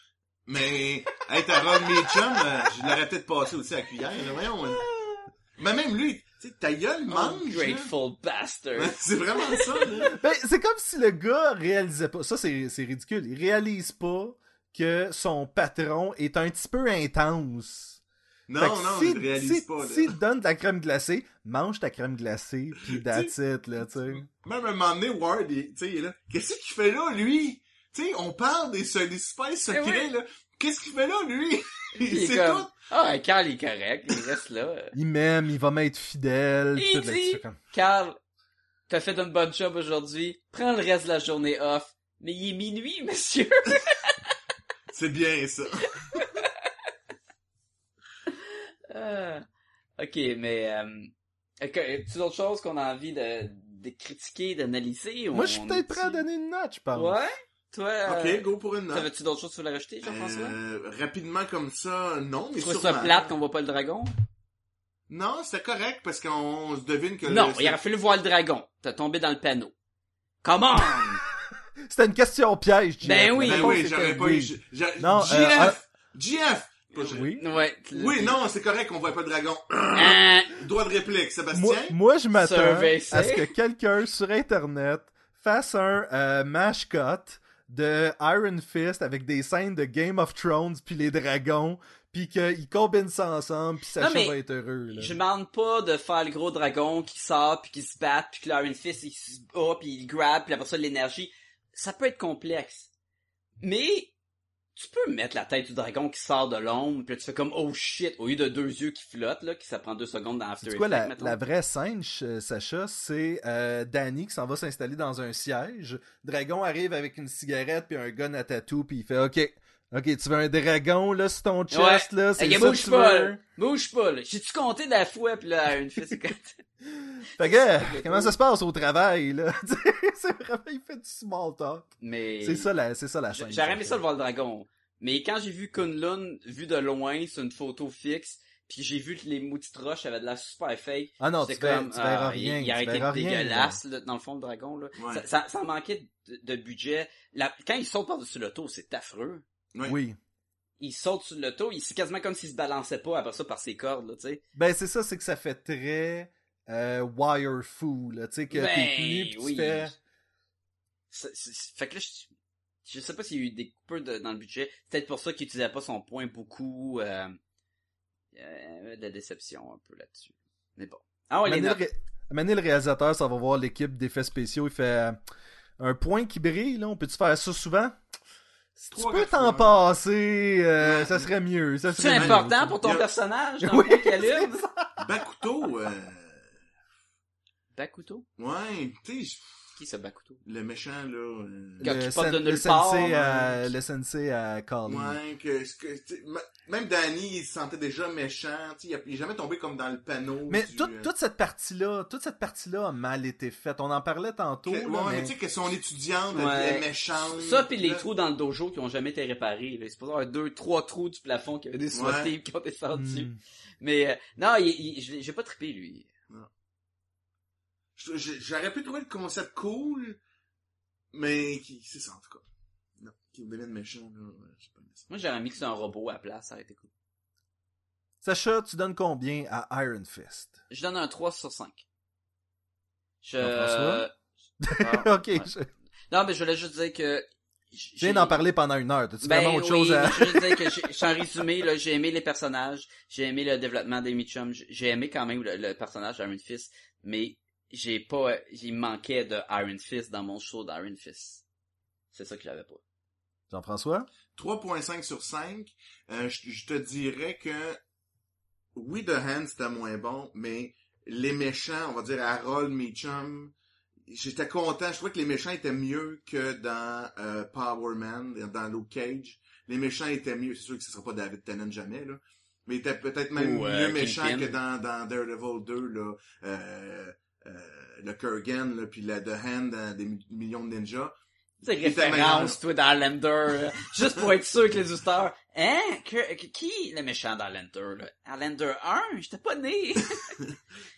Speaker 1: mais être à Ron Mitchum, euh, je l'aurais peut-être passé aussi à cuillère, là, voyons. euh. Mais même lui, tu sais, ta gueule
Speaker 2: Oh,
Speaker 1: mange. hein. là.
Speaker 2: Ungrateful bastard.
Speaker 1: C'est vraiment ça, là.
Speaker 4: Ben, c'est comme si le gars réalisait pas, ça c'est c'est ridicule, il réalise pas que son patron est un petit peu intense.
Speaker 1: Non,
Speaker 4: Fait que
Speaker 1: non,
Speaker 4: si-
Speaker 1: il réalise
Speaker 4: si-
Speaker 1: pas, là.
Speaker 4: S'il te donne de la crème glacée, mange ta crème glacée, puis that's it, là, tu sais.
Speaker 1: Même à un moment donné, Ward, il, tu sais, il est là. Qu'est-ce qu'il fait là, lui? Tu sais, on parle des, se- des super secrets,
Speaker 2: Eh oui.
Speaker 1: là. Qu'est-ce qu'il fait là, lui?
Speaker 2: Il est
Speaker 1: C'est
Speaker 2: comme,
Speaker 1: tout.
Speaker 2: ah, ouais, Carl est correct, il reste là.
Speaker 4: Il m'aime, il va m'être fidèle. puis
Speaker 2: Il
Speaker 4: tout, là, tu
Speaker 2: dit-
Speaker 4: fais comme-
Speaker 2: Carl, t'as fait une bonne job aujourd'hui, prends le reste de la journée off. Mais il est minuit, monsieur!
Speaker 1: C'est bien, ça.
Speaker 2: Ah. ok, mais... Euh, ok, tu d'autres choses qu'on a envie de, de critiquer, d'analyser? ou
Speaker 4: Moi, je suis
Speaker 2: on
Speaker 4: peut-être
Speaker 2: est-tu-
Speaker 4: prêt à donner une note, je pense.
Speaker 2: Ouais? Toi, euh,
Speaker 1: Ok, go pour une note.
Speaker 2: t'avais-tu d'autres choses que tu voulais rajouter, Jean-François?
Speaker 1: Euh, rapidement comme ça, non, mais
Speaker 2: tu trouves
Speaker 1: sûrement.
Speaker 2: ça plate qu'on voit pas le dragon?
Speaker 1: Non, c'était correct parce qu'on on se devine que
Speaker 2: Non,
Speaker 1: le-
Speaker 2: il aurait fallu voir le dragon. T'as tombé dans le panneau. Comment?
Speaker 4: C'était une question piège, JF.
Speaker 2: Ben oui.
Speaker 1: Ben
Speaker 4: La réponse
Speaker 1: oui,
Speaker 4: était
Speaker 1: j'aurais pas eu.
Speaker 4: oui.
Speaker 1: j'a-
Speaker 4: Non, euh,
Speaker 1: GF! GF! Pas GF.
Speaker 4: Oui.
Speaker 2: ouais. tu l'as
Speaker 1: Oui,
Speaker 2: dit.
Speaker 1: non, c'est correct, on voit pas de dragon.
Speaker 2: Hein?
Speaker 1: Droit de réplique,
Speaker 4: Moi,
Speaker 1: Sébastien.
Speaker 4: moi, je m'attends
Speaker 2: Survey
Speaker 4: à ce que quelqu'un sur Internet fasse un euh, mash cut de Iron Fist avec des scènes de Game of Thrones puis les dragons, puis qu'ils combinent ça ensemble, puis
Speaker 2: Non,
Speaker 4: Sacha
Speaker 2: mais
Speaker 4: va être heureux. là.
Speaker 2: Je demande pas de faire le gros dragon qui sort puis qui se bat puis que l'Iron Fist il se bat puis il grab puis après ça l'énergie. Ça peut être complexe. Mais tu peux mettre la tête du dragon qui sort de l'ombre puis là, tu fais comme oh shit au lieu de deux yeux qui flottent là qui ça prend deux secondes dans After
Speaker 4: C'est quoi la,
Speaker 2: Effects, mettons.
Speaker 4: la vraie scène, ch- euh, Sacha? C'est euh, Danny qui s'en va s'installer dans un siège. Dragon arrive avec une cigarette puis un gun à tatou puis il fait OK, OK, tu veux un dragon là sur ton chest là, c'est
Speaker 2: Eh,
Speaker 4: ça que
Speaker 2: bouge
Speaker 4: tu
Speaker 2: pas,
Speaker 4: veux.
Speaker 2: là. bouge pas là. J'ai-tu compté de la fois puis là Iron Fist il compte.
Speaker 4: Fait que, euh, comment ça se passe au travail, là? Tu sais, c'est vraiment, il fait du small talk.
Speaker 2: Mais
Speaker 4: C'est ça la, c'est ça la
Speaker 2: J-
Speaker 4: scène.
Speaker 2: J'aurais aimé ça le voir le dragon. Mais quand j'ai vu Kunlun vu de loin sur une photo fixe, puis j'ai vu que les maudites roches avaient de l'air super fake.
Speaker 4: Ah non, tu,
Speaker 2: j'étais
Speaker 4: verras- tu verras
Speaker 2: ah,
Speaker 4: rien.
Speaker 2: Il, il aurait
Speaker 4: tu
Speaker 2: été
Speaker 4: verras rien,
Speaker 2: dégueulasse, là, dans le fond, le dragon. Là.
Speaker 1: Ouais.
Speaker 2: Ça, ça, ça manquait de, de budget. La- quand ils sautent par-dessus l'auto, c'est affreux.
Speaker 4: là. Oui.
Speaker 2: Ils sautent sur l'auto, il- c'est quasiment comme s'ils se balançaient pas après ça par ses cordes, là, tu sais.
Speaker 4: Ben, c'est ça, c'est que ça fait très, euh, wire fou, là. Tu sais, que
Speaker 2: Ben,
Speaker 4: t'es tenu pis tu
Speaker 2: oui.
Speaker 4: fais.
Speaker 2: C'est- c'est- c'est- fait que là, je, je sais pas s'il y a eu des coupures de- dans le budget. Peut-être pour ça qu'il utilisait pas son point beaucoup. Euh, euh, de la déception un peu là-dessus. Mais bon. Ah ouais, les
Speaker 4: Amener le,
Speaker 2: notes.
Speaker 4: ré- amener le réalisateur, ça va voir l'équipe d'effets spéciaux, il fait euh, un point qui brille, là. On peut-tu faire ça souvent? Si tu
Speaker 1: Trois,
Speaker 4: peux
Speaker 1: quatre
Speaker 4: t'en
Speaker 1: fois.
Speaker 4: passer, euh,
Speaker 1: Ouais.
Speaker 4: ça serait mieux. Ça
Speaker 2: C'est
Speaker 4: serait mieux.
Speaker 2: important pour ton
Speaker 1: Il y a-
Speaker 2: personnage dans
Speaker 4: Oui,
Speaker 2: le calibre.
Speaker 1: Bakuto, euh,
Speaker 2: Bakuto?
Speaker 1: ouais, tu sais,
Speaker 2: Qui ça, Bakuto?
Speaker 1: le méchant, là. euh,
Speaker 2: Quand
Speaker 4: Le,
Speaker 2: tu pars de
Speaker 4: sen-
Speaker 2: nulle
Speaker 4: le
Speaker 2: part,
Speaker 4: sensei à,
Speaker 2: hein.
Speaker 4: le sensei à Carly.
Speaker 1: Ouais, que, que tu sais, m- même Danny, il se sentait déjà méchant, tu sais, il a- il est jamais tombé comme dans le panneau.
Speaker 4: Mais
Speaker 1: du,
Speaker 4: toute,
Speaker 1: euh,
Speaker 4: toute cette partie-là, toute cette partie-là a mal été faite. On en parlait tantôt.
Speaker 1: que-
Speaker 4: là,
Speaker 1: ouais,
Speaker 4: mais-
Speaker 1: mais tu sais que son étudiante
Speaker 2: Ouais.
Speaker 1: elle est méchante.
Speaker 2: Ça pis les
Speaker 1: là.
Speaker 2: trous dans le dojo qui ont jamais été réparés. là. Il se peut avoir deux, trois trous du plafond qui avaient des
Speaker 1: Ouais.
Speaker 2: sautés qui ont été sortis.
Speaker 4: Hmm.
Speaker 2: Mais euh, non, il- il- je l'ai- j'ai pas trippé lui.
Speaker 1: Je- je- J'aurais pu trouver le concept cool, mais qui, c'est ça, en tout cas. Non, qui devienne méchant, là, ouais, euh, je sais pas.
Speaker 2: Moi j'aurais mis que c'est un robot à la place, ça aurait été cool.
Speaker 4: Sacha, tu donnes combien à Iron Fist?
Speaker 2: Je donne un 3 sur 5. Je...
Speaker 4: Jean-François?
Speaker 2: Ah,
Speaker 4: ok,
Speaker 2: ouais.
Speaker 4: je-
Speaker 2: Non, mais je voulais juste dire que...
Speaker 4: je viens d'en parler pendant une heure.
Speaker 2: Ben
Speaker 4: T'as-tu vraiment autre chose à...
Speaker 2: je veux dire que j'ai- en résumé, là, j'ai aimé les personnages, j'ai aimé le développement des Mitchum, j'ai j'ai aimé quand même le, le personnage d'Iron Fist, mais j'ai pas, il manquait de Iron Fist dans mon show d'Iron Fist. C'est ça que j'avais pas.
Speaker 4: Jean-François?
Speaker 1: 3.5 sur 5, euh, je, je te dirais que oui, The Hand, c'était moins bon, mais les méchants, on va dire Harold, Meacham, j'étais content. Je trouvais que les méchants étaient mieux que dans euh, Power Man, dans Luke Cage. Les méchants étaient mieux. C'est sûr que ce sera pas David Tennant jamais, là. Mais il était peut-être même
Speaker 2: Ou,
Speaker 1: mieux
Speaker 2: euh,
Speaker 1: méchant
Speaker 2: Kingpin.
Speaker 1: que dans, dans Daredevil 2, là. Euh, euh, le Kurgan, là, puis la The Hand dans des mi- millions de ninjas.
Speaker 2: C'est
Speaker 1: Il était meilleur.
Speaker 2: référence, toi, d'Highlander, là. juste pour être sûr que les auditeurs, hein, que- que- qui le méchant d'Highlander, là? Highlander 1, j'étais pas né! le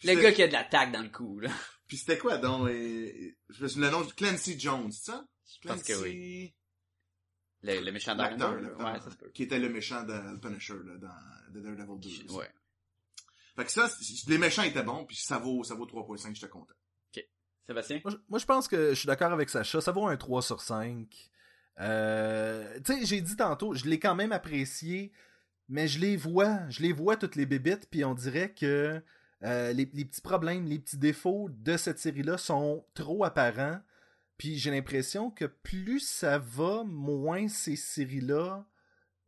Speaker 1: C'était-
Speaker 2: gars qui a de l'attaque dans le cou, là.
Speaker 1: Puis c'était quoi donc euh, Je me souviens le nom de Clancy Jones, c'est ça
Speaker 2: Je pense que oui. Le, le méchant
Speaker 1: L'acteur,
Speaker 2: d'Highlander,
Speaker 1: l'acteur,
Speaker 2: là. ouais, ça se peut.
Speaker 1: ah, qui était le méchant de Punisher là, dans The Daredevil 2. là.
Speaker 2: Ouais.
Speaker 1: Fait que ça, c- les méchants étaient bons, puis ça vaut ça vaut 3.5, j'étais content.
Speaker 2: Sébastien?
Speaker 4: Moi, je- Moi, je pense que je suis d'accord avec Sacha. Ça vaut un 3 sur 5. Euh, tu sais, j'ai dit tantôt, je l'ai quand même apprécié, mais je les vois. Je les vois toutes les bébites, puis on dirait que euh, les, les petits problèmes, les petits défauts de cette série-là sont trop apparents. Puis j'ai l'impression que plus ça va, moins ces séries-là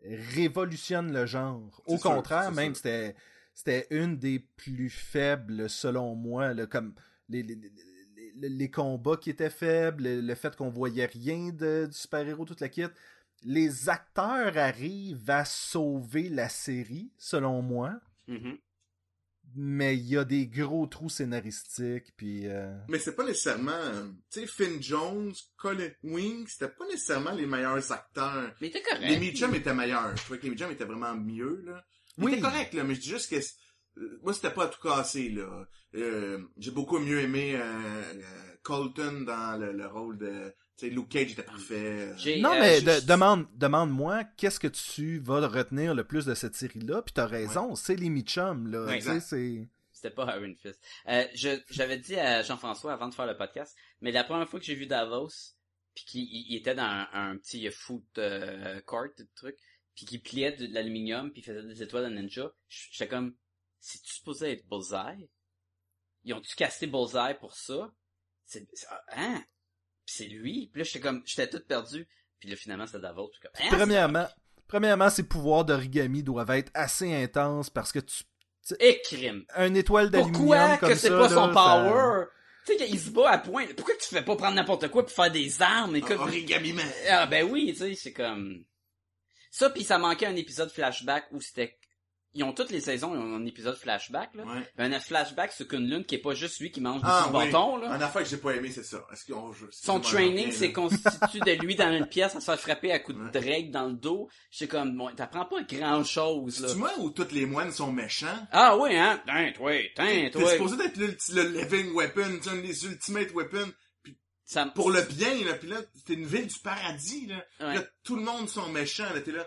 Speaker 4: révolutionnent le genre. Au
Speaker 1: C'est sûr,
Speaker 4: contraire,
Speaker 1: c'est
Speaker 4: même,
Speaker 1: sûr.
Speaker 4: c'était c'était une des plus faibles, selon moi, là, comme les, les, les- les- les combats qui étaient faibles, le, le fait qu'on voyait rien de, du super-héros, toute la kit. Les acteurs arrivent à sauver la série, selon moi,
Speaker 2: Mhm.
Speaker 4: mais il y a des gros trous scénaristiques, puis... euh,
Speaker 1: Mais c'est pas nécessairement, euh, tu sais Finn Jones, Colin Wing, c'était pas nécessairement les meilleurs acteurs.
Speaker 2: Mais t'es correct.
Speaker 1: Les Meacham étaient meilleurs. Je trouvais que les Meacham étaient vraiment mieux là. Il
Speaker 4: Oui.
Speaker 1: était correct là, mais je dis juste que c- euh, moi c'était pas à tout casser là. Euh, j'ai beaucoup mieux aimé euh, euh, Colton dans le, le rôle de tu sais Luke Cage était parfait.
Speaker 2: J'ai-
Speaker 4: Non,
Speaker 2: euh,
Speaker 4: mais
Speaker 2: je-
Speaker 4: de-
Speaker 2: je-
Speaker 4: demande, demande-moi, qu'est-ce que tu vas retenir le plus de cette série-là? Puis t'as raison, c'est les Mitchum, là.
Speaker 2: Ouais,
Speaker 4: tu sais,
Speaker 1: exact.
Speaker 4: c'est...
Speaker 2: C'était pas Iron Fist. Euh, je- j'avais dit à Jean-François avant de faire le podcast, mais la première fois que j'ai vu Davos, puis qu'il il- il était dans un, un petit foot euh, court, tout le truc, puis qu'il pliait de l'aluminium, puis il faisait des étoiles à ninja, j- j'étais comme, c'est-tu supposé être Bullseye? Ils ont-tu cassé Bullseye pour ça? C'est, c'est- ah, hein? Puis c'est lui? Puis là, j'étais comme, j'étais tout perdu. Puis là, finalement, c'est Davos. puis comme, hein, c'est-
Speaker 4: Premièrement, premièrement, ses pouvoirs d'origami doivent être assez intenses parce que tu...
Speaker 2: Et crime.
Speaker 4: Un étoile
Speaker 2: Pourquoi
Speaker 4: d'aluminium comme
Speaker 2: que c'est
Speaker 4: ça,
Speaker 2: pas
Speaker 4: là,
Speaker 2: son
Speaker 4: ça-
Speaker 2: power? Tu sais, qu'il se bat à point. Pourquoi tu fais pas prendre n'importe quoi pour faire des armes et que...
Speaker 1: Un Origami Man.
Speaker 2: Ah ben oui, tu sais, c'est comme... Ça, puis ça manquait un épisode flashback où c'était... Ils ont toutes les saisons, ils ont un épisode flashback, là.
Speaker 1: Ouais.
Speaker 2: Un flashback sur Kunlun qui est pas juste lui qui mange
Speaker 1: Ah,
Speaker 2: du
Speaker 1: oui.
Speaker 2: bâton, là.
Speaker 1: Un affaire que j'ai pas aimé, c'est ça. Est-ce qu'on je-
Speaker 2: Son
Speaker 1: excusez-moi, j'en
Speaker 2: training,
Speaker 1: reviens,
Speaker 2: c'est
Speaker 1: là.
Speaker 2: constitué de lui dans une pièce à se faire frapper à coups de
Speaker 1: Ouais.
Speaker 2: drague dans le dos. C'est comme, bon, t'apprends pas grand-chose, là.
Speaker 1: Tu vois où tous les moines sont méchants?
Speaker 2: Ah oui, hein? Tain, toi, tain,
Speaker 1: T'es
Speaker 2: toi.
Speaker 1: supposé d'être l'ulti- le living weapon, tu sais, un des ultimate weapons,
Speaker 2: Ça...
Speaker 1: pour le bien, là, pis là, t'es une ville du paradis, là.
Speaker 2: Ouais.
Speaker 1: Là, tout le monde sont méchants, là, t'es là.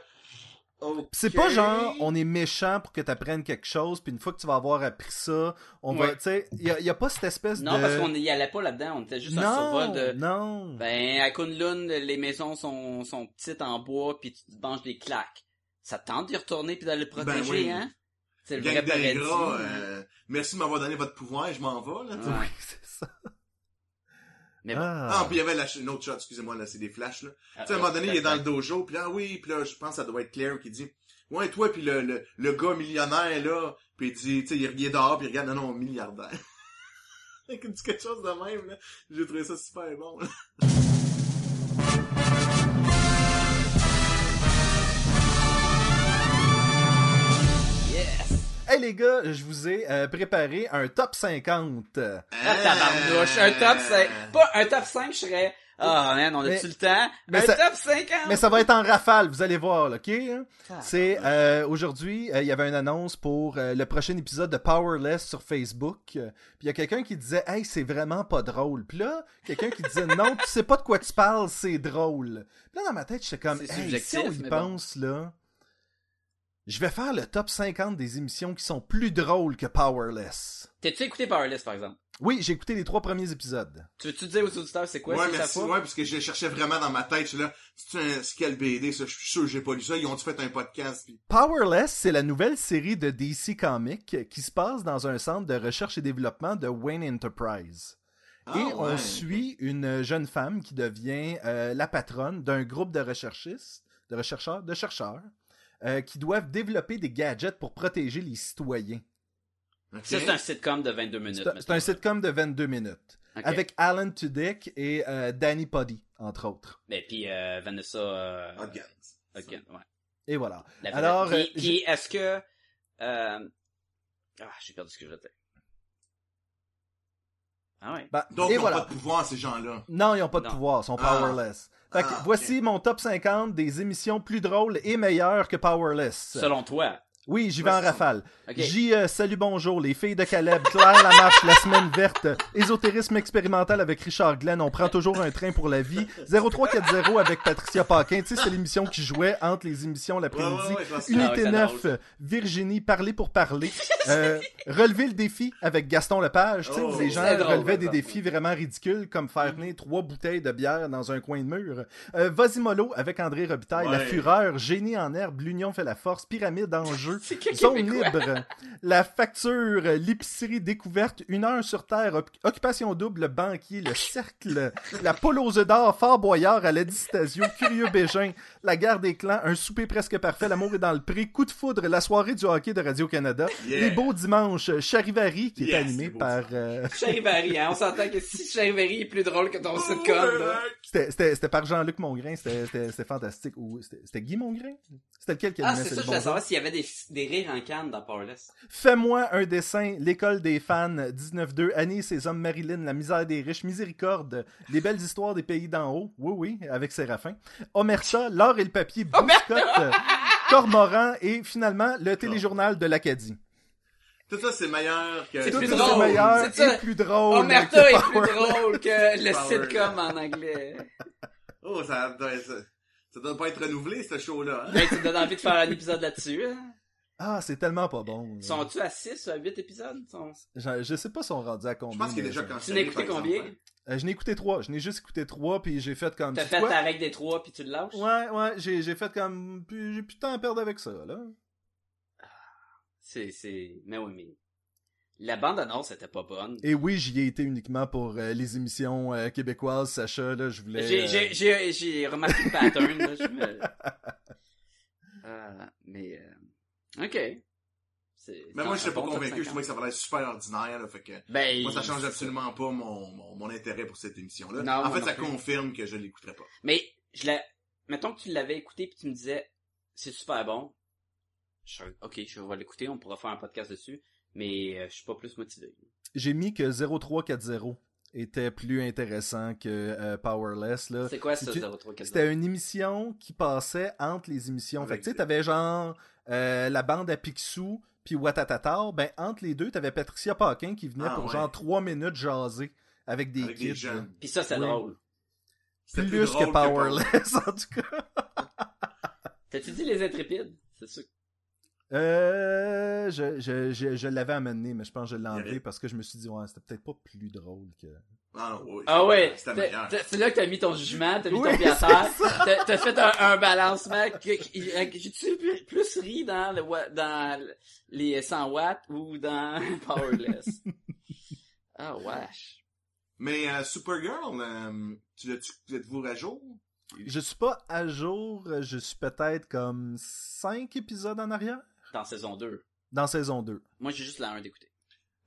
Speaker 2: Oh,
Speaker 1: Ok.
Speaker 4: C'est pas genre on est méchant pour que tu apprennes quelque chose, puis une fois que tu vas avoir appris ça, on va.
Speaker 2: Ouais.
Speaker 4: Tu sais, il y, a pas cette espèce
Speaker 2: Non,
Speaker 4: de.
Speaker 2: parce qu'on y allait pas là-dedans, on était juste un
Speaker 4: Non,
Speaker 2: survol de...
Speaker 4: non.
Speaker 2: Ben, à Kunlun, les maisons sont, sont petites en bois, puis tu te manges des claques. Ça te tente d'y retourner puis d'aller le protéger,
Speaker 1: Ben oui.
Speaker 2: hein? C'est le
Speaker 1: Gang
Speaker 2: vrai
Speaker 1: des
Speaker 2: paradis.
Speaker 1: gras, euh, merci de m'avoir donné votre pouvoir, je m'en vais, là. tu sais.
Speaker 2: Ouais.
Speaker 4: c'est ça.
Speaker 2: Mais bon.
Speaker 4: Ah.
Speaker 1: Ah, pis il y avait la, ch- une autre shot, excusez-moi, là, c'est des flashs, là.
Speaker 2: Ah,
Speaker 1: Tu sais, à un moment donné, il est dans le
Speaker 2: ouais.
Speaker 1: dojo, puis là, oui, puis là, je pense que ça doit être Claire qui dit, ouais, toi, puis le, le, le gars millionnaire, là, puis il dit, tu sais, il regarde dehors, puis il regarde, non, non, milliardaire. Il dit quelque chose de même, là. J'ai trouvé ça super bon, là.
Speaker 2: Yes!
Speaker 4: Hey les gars, je vous ai euh, préparé un top 50. Euh,
Speaker 2: Ah, tabarnouche! Un top
Speaker 1: Euh.
Speaker 2: 5. Pas un top 5, je serais... Ah, man, on
Speaker 4: Mais-
Speaker 2: a-tu le temps?
Speaker 4: mais
Speaker 2: un
Speaker 4: ça-
Speaker 2: top 50!
Speaker 4: Mais ça va être en rafale, vous allez voir, là, ok? hein?
Speaker 2: Ah.
Speaker 4: C'est euh, aujourd'hui, euh, il y avait une annonce pour euh, le prochain épisode de Powerless sur Facebook. Euh, Puis il y a quelqu'un qui disait Hey, c'est vraiment pas drôle. Puis là, quelqu'un qui disait Non, tu sais pas de quoi tu parles, c'est drôle. Puis là, dans ma tête, j'étais comme
Speaker 2: C'est
Speaker 4: Hey, si
Speaker 2: subjectif,
Speaker 4: on y
Speaker 2: mais bon.
Speaker 4: pense, là. Je vais faire le top 50 des émissions qui sont plus drôles que Powerless.
Speaker 2: T'as-tu écouté Powerless, par exemple?
Speaker 4: Oui, j'ai écouté les trois premiers épisodes.
Speaker 2: Tu veux-tu dire aux auditeurs c'est quoi?
Speaker 1: ouais,
Speaker 2: c'est ta
Speaker 1: merci.
Speaker 2: foi?
Speaker 1: Ouais, parce que je cherchais vraiment dans ma tête, c'est là, c'est un skill BD, ça, je suis sûr que j'ai pas lu ça. Ils ont dû faire un podcast, puis
Speaker 4: Powerless, c'est la nouvelle série de DC Comics qui se passe dans un centre de recherche et développement de Wayne Enterprise.
Speaker 1: Ah,
Speaker 4: et on
Speaker 1: ouais.
Speaker 4: suit une jeune femme qui devient euh, la patronne d'un groupe de recherchistes, de rechercheurs, de chercheurs, euh, qui doivent développer des gadgets pour protéger les citoyens.
Speaker 1: Ok.
Speaker 2: Ça, c'est un sitcom de 22 minutes.
Speaker 4: C'est un- c'est un sitcom de 22 minutes,
Speaker 2: Ok.
Speaker 4: avec Alan Tudyk et euh, Danny Puddy, entre autres.
Speaker 2: Mais puis euh, Vanessa euh,
Speaker 1: Hot Guns. Ah,
Speaker 2: Hopkins, ouais.
Speaker 4: Et voilà.
Speaker 2: La vedette.
Speaker 4: Alors,
Speaker 2: Puis-
Speaker 4: euh,
Speaker 2: puis est-ce que... euh, Ah, j'ai perdu ce que je voulais dire. Ah ouais.
Speaker 4: Bah,
Speaker 1: Donc,
Speaker 4: et
Speaker 1: ils ont
Speaker 4: voilà.
Speaker 1: pas de pouvoir, ces gens-là.
Speaker 4: Non, ils n'ont pas de
Speaker 2: Non.
Speaker 4: pouvoir, ils sont
Speaker 1: Ah.
Speaker 4: powerless. Fait que
Speaker 1: Ah,
Speaker 4: voici mon top 50 des émissions plus drôles et meilleures que Powerless.
Speaker 2: Selon toi.
Speaker 4: Oui, j'y vais en
Speaker 1: Ouais, c'est-
Speaker 4: rafale.
Speaker 2: Ok.
Speaker 4: J, euh, salut bonjour, les filles de Caleb, Claire la marche, la semaine verte, ésotérisme expérimental avec Richard Glenn, on prend toujours un train pour la vie, 0340 avec Patricia Paquin, tu sais, c'est l'émission qui jouait entre les émissions l'après-midi.
Speaker 1: Ouais, ouais, ouais, je pense que-
Speaker 2: Ah ouais,
Speaker 4: Unité
Speaker 2: c'est
Speaker 4: 9,
Speaker 2: drôle.
Speaker 4: euh, Virginie, parler pour parler, euh, relever le défi avec Gaston Lepage, tu sais,
Speaker 1: Oh,
Speaker 4: où les gens
Speaker 2: c'est drôle, hein,
Speaker 4: relevaient des
Speaker 2: ça. Mm-hmm.
Speaker 4: défis vraiment ridicules comme faire venir trois bouteilles de bière dans un coin de mur. Euh, Vas-y mollo avec André Robitaille, La
Speaker 1: Ouais.
Speaker 4: Fureur, Génie en herbe, L'Union fait la force, Pyramide en jeu,
Speaker 2: C'est que
Speaker 4: Zone
Speaker 2: Québécois.
Speaker 4: libre, La facture, euh, L'épicerie découverte, Une heure sur terre, Op- Occupation double, Le banquier, Le cercle, La pole aux œufs d'or, Fort Boyard, à la Distasio, Curieux Bégin, La guerre des clans, Un souper presque parfait, L'amour est dans le pré, Coup de foudre, La soirée du hockey de Radio-Canada,
Speaker 1: Yeah.
Speaker 4: Les beaux dimanches, euh, Charivari, qui est
Speaker 1: Yes,
Speaker 4: animé
Speaker 1: Les Beaux
Speaker 4: par... euh,
Speaker 2: Charivari, hein. On s'entend que si Charivari est plus drôle que ton
Speaker 1: Oh,
Speaker 2: sitcom, là.
Speaker 1: mec.
Speaker 4: C'était c'était- c'était par Jean-Luc Mongrain, c'était- c'était c'était fantastique. Ou c'était c'était Guy Mongrain? C'était lequel qui
Speaker 2: Ah,
Speaker 4: animait
Speaker 2: c'est ça,
Speaker 4: le
Speaker 2: je voulais
Speaker 4: bon
Speaker 2: savoir s'il y avait des, des rires en canne dans Powerless.
Speaker 4: Fais-moi un dessin, l'école des fans, 19-2, Annie et ses hommes, Marilyn, la misère des riches, miséricorde, les belles histoires des pays d'en haut, oui oui, avec Séraphin, Omerta, l'or et le papier, Bouffcotte, Cormoran et finalement le téléjournal de l'Acadie.
Speaker 1: Tout ça, c'est meilleur que...
Speaker 2: C'est
Speaker 4: Tout
Speaker 2: plus
Speaker 4: ça c'est
Speaker 2: drôle.
Speaker 4: meilleur
Speaker 2: C'est ça.
Speaker 4: et plus drôle.
Speaker 2: Omerta
Speaker 4: que
Speaker 2: Oh, est plus
Speaker 4: Oh, Power.
Speaker 2: drôle que le
Speaker 1: Power.
Speaker 2: sitcom en anglais.
Speaker 1: Oh, ça doit, ça, ça doit pas être renouvelé, ce show-là. hein?
Speaker 2: Hey, Ben, tu me donnes envie de faire un épisode là-dessus, hein?
Speaker 4: Ah, c'est tellement pas bon. là.
Speaker 2: Sont-tu à 6 ou à 8 épisodes? Sont-
Speaker 4: Je, je sais pas si on rendu à
Speaker 1: Je
Speaker 4: combien.
Speaker 1: pense qu'il est
Speaker 4: mais,
Speaker 1: déjà
Speaker 4: euh,
Speaker 2: Tu
Speaker 1: cancellé.
Speaker 2: n'as écouté
Speaker 1: par
Speaker 2: combien?
Speaker 1: exemple. hein.
Speaker 4: euh, je n'ai écouté trois, je n'ai juste écouté trois puis j'ai fait comme.
Speaker 2: T'as
Speaker 4: Tu
Speaker 2: fait
Speaker 4: vois?
Speaker 2: ta règle des trois puis tu le lâches?
Speaker 4: Ouais, ouais, j'ai j'ai fait comme. puis J'ai plus de temps à perdre avec ça, là.
Speaker 2: C'est, c'est, mais oui, mais. La bande annonce était pas bonne.
Speaker 4: Et oui, j'y ai été uniquement pour euh, les émissions euh, québécoises, Sacha, là, je voulais...
Speaker 2: J'ai,
Speaker 4: euh,
Speaker 2: j'ai, j'ai, j'ai remarqué le pattern, là, je me- Ah, mais, euh, ok. C'est,
Speaker 1: Mais moi, je
Speaker 2: c'est
Speaker 1: suis pas
Speaker 2: un bon top
Speaker 1: convaincu. Je
Speaker 2: 50.
Speaker 1: trouvais que ça valait super ordinaire, là, fait que...
Speaker 2: Ben,
Speaker 1: Moi, ça change absolument pas mon, mon, mon intérêt pour cette émission-là.
Speaker 2: Non,
Speaker 1: en
Speaker 2: moi
Speaker 1: fait,
Speaker 2: non
Speaker 1: ça
Speaker 2: plus.
Speaker 1: confirme que je l'écouterai pas.
Speaker 2: Mais, je la, mettons que tu l'avais écouté puis tu me disais, c'est super bon. Je serais- ok, je vais l'écouter, on pourra faire un podcast dessus. Mais, euh, je suis pas plus motivé.
Speaker 4: J'ai mis que 0340 était plus intéressant que euh, Powerless, là.
Speaker 2: C'est quoi ça,
Speaker 4: tu-
Speaker 2: 0340?
Speaker 4: C'était une émission qui passait entre les émissions. Fait
Speaker 1: Avec-
Speaker 4: que tu sais, t'avais genre euh, la bande à Picsou puis Watatata. Ben, entre les deux, t'avais Patricia Paquin qui venait
Speaker 1: Ah,
Speaker 4: pour
Speaker 1: ouais.
Speaker 4: genre trois minutes jaser avec des
Speaker 1: Avec
Speaker 4: kids.
Speaker 1: des jeunes.
Speaker 4: là.
Speaker 2: Pis ça, c'est
Speaker 4: Oui.
Speaker 2: drôle.
Speaker 1: C'était
Speaker 4: Plus,
Speaker 1: plus drôle
Speaker 4: que
Speaker 1: que
Speaker 4: Powerless, en tout cas.
Speaker 2: T'as-tu dit les intrépides? C'est sûr.
Speaker 4: Euh, je, je, je, je l'avais amené, mais je pense que je l'ai enlevé
Speaker 1: avait-
Speaker 4: parce que je me suis dit, ouais, c'était peut-être pas plus drôle que.
Speaker 1: Ah, oui.
Speaker 2: Ah ouais,
Speaker 1: C'était
Speaker 2: t'as-
Speaker 1: meilleur.
Speaker 2: t'as- c'est là que t'as mis ton jugement, t'as mis
Speaker 4: Oui,
Speaker 2: ton pied à terre, t'as- t'as fait un, un balancement. que- que- euh, que J'ai-tu plus, plus ri dans, le, wa- dans le- les 100 watts ou dans Powerless? Ah, wesh.
Speaker 1: Mais euh, Supergirl, euh, tu l'as-tu, êtes-vous à jour?
Speaker 4: Je suis pas à jour, je suis peut-être comme 5 épisodes en arrière
Speaker 2: Dans saison 2.
Speaker 4: dans saison 2.
Speaker 2: Moi, j'ai juste la 1 d'écouter.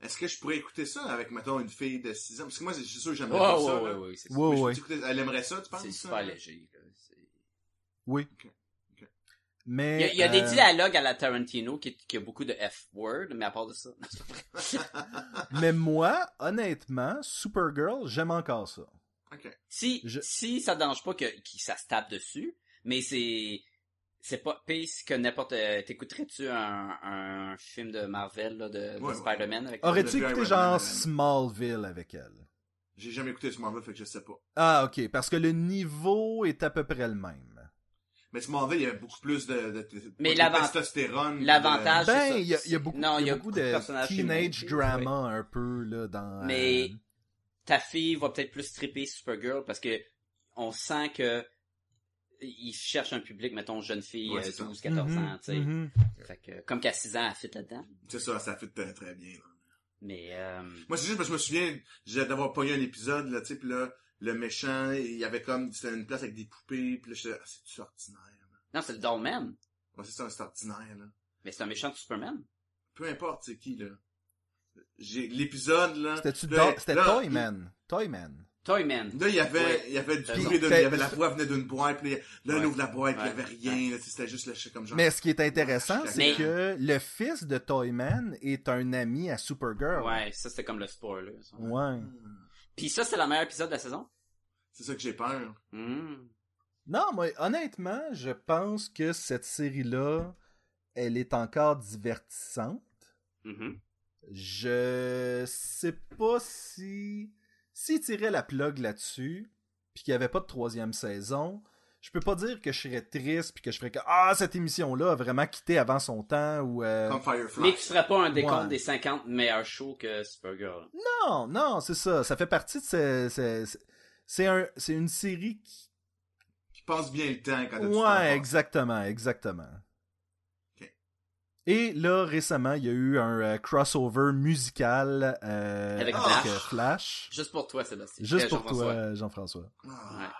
Speaker 1: Est-ce que je pourrais écouter ça avec, mettons, une fille de 6 ans? Parce que moi, c'est c'est sûr que
Speaker 2: Ouais,
Speaker 1: j'aimerais pas ça.
Speaker 2: ouais,
Speaker 1: là.
Speaker 2: ouais, ouais, c'est ça.
Speaker 4: Ouais,
Speaker 1: Mais je
Speaker 4: ouais.
Speaker 1: peux-tu écouter- Elle aimerait ça, tu penses?
Speaker 2: C'est
Speaker 1: ça?
Speaker 2: super léger. là. C'est-
Speaker 4: Oui.
Speaker 1: Ok, ok.
Speaker 2: Il y
Speaker 4: Mais
Speaker 2: a, il y a des
Speaker 4: euh,
Speaker 2: dialogues à la Tarantino qui, qui a beaucoup de F-word, mais à part de ça. non, c'est pas vrai.
Speaker 4: mais moi, honnêtement, Supergirl, j'aime encore ça.
Speaker 1: Ok.
Speaker 2: Si,
Speaker 4: Je-
Speaker 2: si ça dérange pas que, que ça se tape dessus, mais c'est c'est pas pire que n'importe. euh, T'écouterais-tu un, un film de Marvel là, de, de
Speaker 1: Ouais, ouais.
Speaker 2: Spider-Man avec
Speaker 4: Aurais-tu
Speaker 1: Le
Speaker 4: écouté
Speaker 1: Iron
Speaker 4: genre
Speaker 1: Man.
Speaker 4: Smallville avec elle
Speaker 1: J'ai jamais écouté ce Marvel, fait que je sais pas.
Speaker 4: Ah, ok, parce que le niveau est à peu près le même.
Speaker 1: Mais ce Marvel, il y a beaucoup plus de, de, de-
Speaker 2: Mais
Speaker 1: de
Speaker 2: l'avant-
Speaker 1: testostérone.
Speaker 2: l'avantage- Ah, c'est
Speaker 4: ben,
Speaker 2: ça.
Speaker 4: il y, a- il y a beaucoup,
Speaker 2: Non,
Speaker 4: il y a beaucoup de,
Speaker 2: personnages
Speaker 4: teenage
Speaker 2: féminins,
Speaker 4: drama un peu là dans.
Speaker 2: Mais
Speaker 4: euh,
Speaker 2: ta fille va peut-être plus triper Supergirl parce que on sent que il cherche un public, mettons, jeune fille,
Speaker 1: Ouais,
Speaker 2: euh,
Speaker 1: c'est ça.
Speaker 2: 12, 14
Speaker 4: mhm,
Speaker 2: ans, tu sais.
Speaker 4: mhm.
Speaker 2: Fait que, comme qu'à 6 ans, elle fit là-dedans.
Speaker 1: de- C'est ça, ça fait très, très bien. là.
Speaker 2: Mais, euh,
Speaker 1: Moi, c'est juste parce que je me souviens j'ai- d'avoir pogné un épisode, là, tu sais, pis là, le méchant, il y avait comme, c'était une place avec des poupées, pis là, j'étais, ah, c'est ordinaire. là.
Speaker 2: non, c'est le Dollman.
Speaker 1: Ouais, c'est ça, c'est ordinaire, là.
Speaker 2: Mais c'est un méchant de Superman.
Speaker 1: Peu importe, c'est qui, là. J'ai, l'épisode, là.
Speaker 4: C'était-tu
Speaker 1: là,
Speaker 4: Do- C'était
Speaker 1: là,
Speaker 4: Toyman. Toyman.
Speaker 2: Toyman.
Speaker 1: Là, il y avait,
Speaker 2: Ouais.
Speaker 1: il y avait du
Speaker 2: Puis-
Speaker 1: bruit de, il y
Speaker 4: t'as-
Speaker 1: avait la voix venait d'une boîte, puis là, là,
Speaker 2: Ouais.
Speaker 1: il ouvre la boîte, puis il y
Speaker 2: Ouais.
Speaker 1: avait rien, là, tu sais, c'était juste le chien comme genre.
Speaker 4: Mais ce qui est intéressant,
Speaker 1: Ouais,
Speaker 4: c'est
Speaker 2: je suis
Speaker 4: que le fils de Toyman est un ami à Supergirl.
Speaker 2: Ouais, ça c'était comme le spoiler. ça.
Speaker 4: Ouais.
Speaker 2: Puis ça, c'est le meilleur épisode de la saison.
Speaker 1: C'est ça que j'ai peur.
Speaker 2: Mhm.
Speaker 4: Non, moi, honnêtement, je pense que cette série-là, elle est encore divertissante.
Speaker 2: Mhm.
Speaker 4: Je sais pas si s'ils tiraient la plug là-dessus, puis qu'il n'y avait pas de troisième saison, je peux pas dire que je serais triste puis que je ferais que ah cette émission là a vraiment quitté avant son temps ou euh,
Speaker 1: Comme Firefly.
Speaker 2: Mais tu ferais pas un décompte
Speaker 4: Ouais.
Speaker 2: des 50 meilleurs shows que Supergirl.
Speaker 4: non non c'est ça ça fait partie de ces, ces- ces- c'est un c'est une série qui
Speaker 1: Qui passe bien le temps quand t'as du temps
Speaker 4: ouais
Speaker 1: à passer.
Speaker 4: exactement exactement
Speaker 1: Ok.
Speaker 4: et là récemment il y a eu un euh, crossover musical euh,
Speaker 2: Avec
Speaker 4: avec,
Speaker 1: Flash.
Speaker 4: euh, Flash
Speaker 2: Juste pour toi, Sébastien.
Speaker 4: juste
Speaker 2: Euh,
Speaker 4: pour toi
Speaker 2: Jean-François.
Speaker 4: euh, Jean-François
Speaker 1: Ah,
Speaker 2: Ouais. Ah,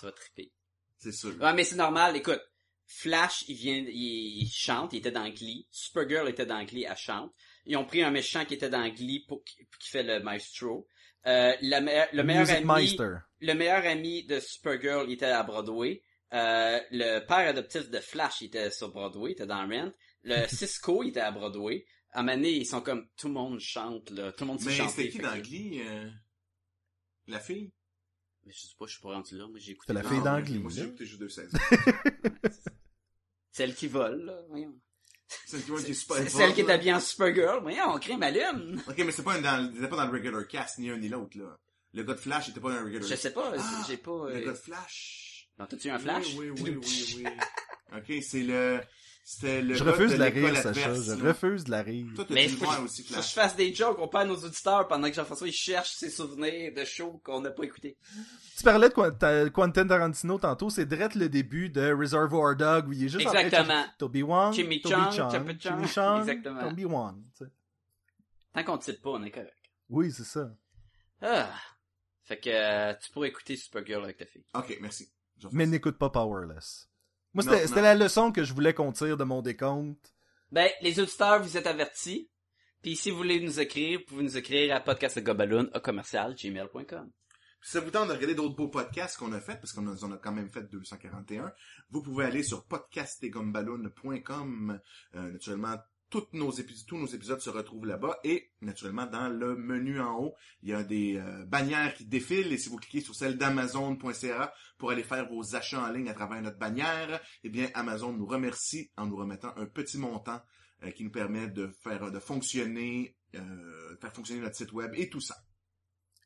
Speaker 2: Tu vas triper.
Speaker 1: C'est sûr.
Speaker 2: Ouais, mais c'est normal. Écoute, Flash, il vient, il, il chante, il était dans Glee. Supergirl était dans Glee, elle chante. Ils ont pris un méchant qui était dans Glee pour, qui qui fait le maestro. Euh, la me- le meilleur
Speaker 4: Music
Speaker 2: ami,
Speaker 4: Meister.
Speaker 2: le meilleur ami de Supergirl, il était à Broadway. Euh, le père adoptif de Flash, il était sur Broadway, il était dans Rent. Le Cisco, il était à Broadway. À un moment donné, ils sont comme, tout le monde chante, là. Tout le monde sait
Speaker 1: Mais
Speaker 2: chanter.
Speaker 1: c'était qui
Speaker 2: Fait
Speaker 1: dans
Speaker 2: que-
Speaker 1: Glee, euh, La fille?
Speaker 2: Mais Je sais pas, je suis pas rendu là. Moi, j'ai écouté.
Speaker 4: C'est la
Speaker 1: Non,
Speaker 4: fille
Speaker 1: mais
Speaker 4: dans Glee,
Speaker 1: Moi, j'ai
Speaker 4: là.
Speaker 1: écouté juste deux saisons.
Speaker 2: Celle qui vole, là. Voyons.
Speaker 1: Celle qui ouais, qui est super
Speaker 2: C'est
Speaker 1: forte,
Speaker 2: celle qui est
Speaker 1: là.
Speaker 2: habillée en Supergirl. Voyons, on crée ma lune.
Speaker 1: Ok, mais c'est pas un dans, c'était pas dans le regular cast, ni un ni l'autre, là. Le gars de Flash, était pas dans le regular
Speaker 2: Je sais pas,
Speaker 1: Ah,
Speaker 2: j'ai pas...
Speaker 1: Le gars
Speaker 2: Euh...
Speaker 1: de Flash.
Speaker 2: Non, t'as-tu eu un flash?
Speaker 1: Oui, oui, oui, oui, oui. ok, c'est le, c'était le
Speaker 4: Je
Speaker 1: gars
Speaker 4: refuse de la
Speaker 1: l'école
Speaker 4: rire, Sacha.
Speaker 1: adverse,
Speaker 4: Je
Speaker 1: là.
Speaker 4: refuse de la rire.
Speaker 1: Toi, t'as
Speaker 2: Mais
Speaker 1: dû le
Speaker 2: faut,
Speaker 1: voir
Speaker 2: que-
Speaker 1: aussi,
Speaker 2: faut que je
Speaker 1: Flash.
Speaker 2: fasse des jokes, on parle à nos auditeurs pendant que Jean-François il cherche ses souvenirs de shows qu'on n'a pas écoutés.
Speaker 4: Tu parlais de Quen- ta- Quentin Tarantino tantôt. C'est direct le début de Reservoir Dog où il est juste en train
Speaker 2: Exactement.
Speaker 4: de ch- Toby Wong,
Speaker 2: Jimmy
Speaker 4: Toby
Speaker 2: Chung,
Speaker 4: Chung,
Speaker 2: Chapa Chung.
Speaker 4: Jimmy Chung,
Speaker 2: Exactement.
Speaker 4: Toby Wong. tu sais.
Speaker 2: Tant qu'on ne cite pas, on est correct.
Speaker 4: Oui, c'est ça.
Speaker 2: Ah. Fait que euh, tu pourrais écouter Supergirl avec ta fille.
Speaker 1: Ok, merci. Je refais
Speaker 4: Mais
Speaker 1: ça.
Speaker 4: n'écoute pas Powerless. Moi,
Speaker 1: Non,
Speaker 4: c'était
Speaker 1: non.
Speaker 4: c'était la leçon que je voulais qu'on tire de mon décompte.
Speaker 2: Ben, les auditeurs, vous êtes avertis. Puis si vous voulez nous écrire, vous pouvez nous écrire à podcastgobaloon à commercial gmail.com.
Speaker 1: Puis Si ça vous tente de regarder d'autres beaux podcasts qu'on a fait, parce qu'on en a quand même fait 241, vous pouvez aller sur podcastdesgomballoon.com. Euh, naturellement, toutes nos épis- tous nos épisodes se retrouvent là-bas. Et, naturellement, dans le menu en haut, il y a des euh, bannières qui défilent. Et si vous cliquez sur celle d'amazon.ca pour aller faire vos achats en ligne à travers notre bannière, eh bien, Amazon nous remercie en nous remettant un petit montant euh, qui nous permet de faire, de fonctionner, euh, faire fonctionner notre site web et tout ça.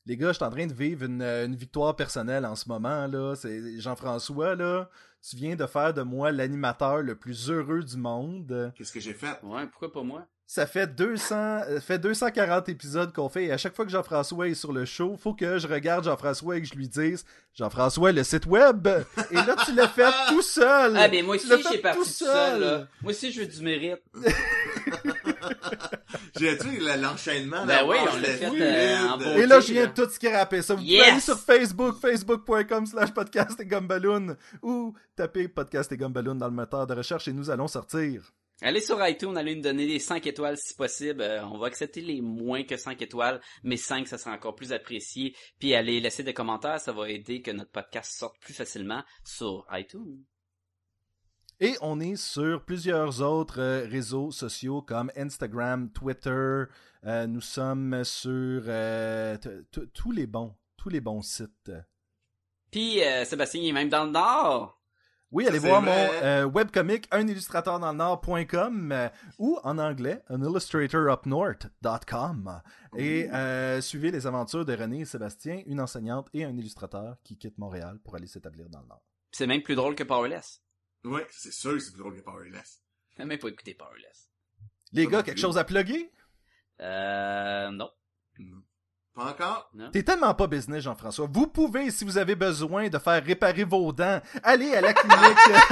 Speaker 4: Les gars, je suis en train de vivre une, euh, une victoire personnelle en ce moment. là. C'est Jean-François, là, tu viens de faire de moi l'animateur le plus heureux du monde.
Speaker 1: Qu'est-ce que j'ai fait?
Speaker 2: Ouais, pourquoi pas moi?
Speaker 4: Ça fait 200, euh, fait 240 épisodes qu'on fait et à chaque fois que Jean-François est sur le show, faut que je regarde Jean-François et que je lui dise Jean-François, le site web Et là, tu l'as fait tout seul
Speaker 2: Ah ben moi
Speaker 4: Tu
Speaker 2: aussi
Speaker 4: l'as fait
Speaker 2: j'ai parti tout seul. là. Moi aussi je veux du mérite.
Speaker 1: J'ai tu sais, l'enchaînement.
Speaker 2: Ben
Speaker 1: là,
Speaker 2: oui,
Speaker 1: ah,
Speaker 2: on l'a
Speaker 1: c'était
Speaker 2: fait,
Speaker 1: fluide.
Speaker 2: euh, en beau-
Speaker 4: Et là,
Speaker 2: Ok,
Speaker 4: je viens
Speaker 2: là.
Speaker 4: de tout scraper ça. Vous
Speaker 2: Yes!
Speaker 4: pouvez aller sur Facebook, facebook.com slash podcast et gumballoon ou taper podcast et gumballoon dans le moteur de recherche et nous allons sortir.
Speaker 2: Allez sur iTunes, allez nous donner les 5 étoiles si possible. Euh, on va accepter les moins que 5 étoiles, mais 5, ça sera encore plus apprécié. Puis allez laisser des commentaires, ça va aider que notre podcast sorte plus facilement sur iTunes.
Speaker 4: Et on est sur plusieurs autres euh, réseaux sociaux comme Instagram, Twitter. Euh, nous sommes sur euh, t- t- tous les bons, tous les bons sites. euh,
Speaker 2: Puis euh, Sébastien il est même dans le Nord.
Speaker 4: Oui,
Speaker 1: Ça,
Speaker 4: allez
Speaker 1: c'est
Speaker 4: voir mon
Speaker 1: vrai.
Speaker 4: euh, webcomic unillustrateurdanslenord.com euh, ou en anglais unillustratorupnorth.com et euh, suivez les aventures de René et Sébastien, une enseignante et un illustrateur qui quittent Montréal pour aller s'établir dans le Nord.
Speaker 2: C'est même plus drôle que Powerless.
Speaker 1: Ouais, c'est sûr que c'est plus drôle que Powerless.
Speaker 2: J'ai même pas écouté Powerless.
Speaker 4: Les
Speaker 1: Pas
Speaker 4: gars,
Speaker 1: non
Speaker 4: quelque
Speaker 1: plus.
Speaker 4: chose à plugger?
Speaker 2: Euh, non.
Speaker 1: Pas encore?
Speaker 4: T'es tellement pas business, Jean-François. Vous pouvez, si vous avez besoin de faire réparer vos dents, aller à la clinique.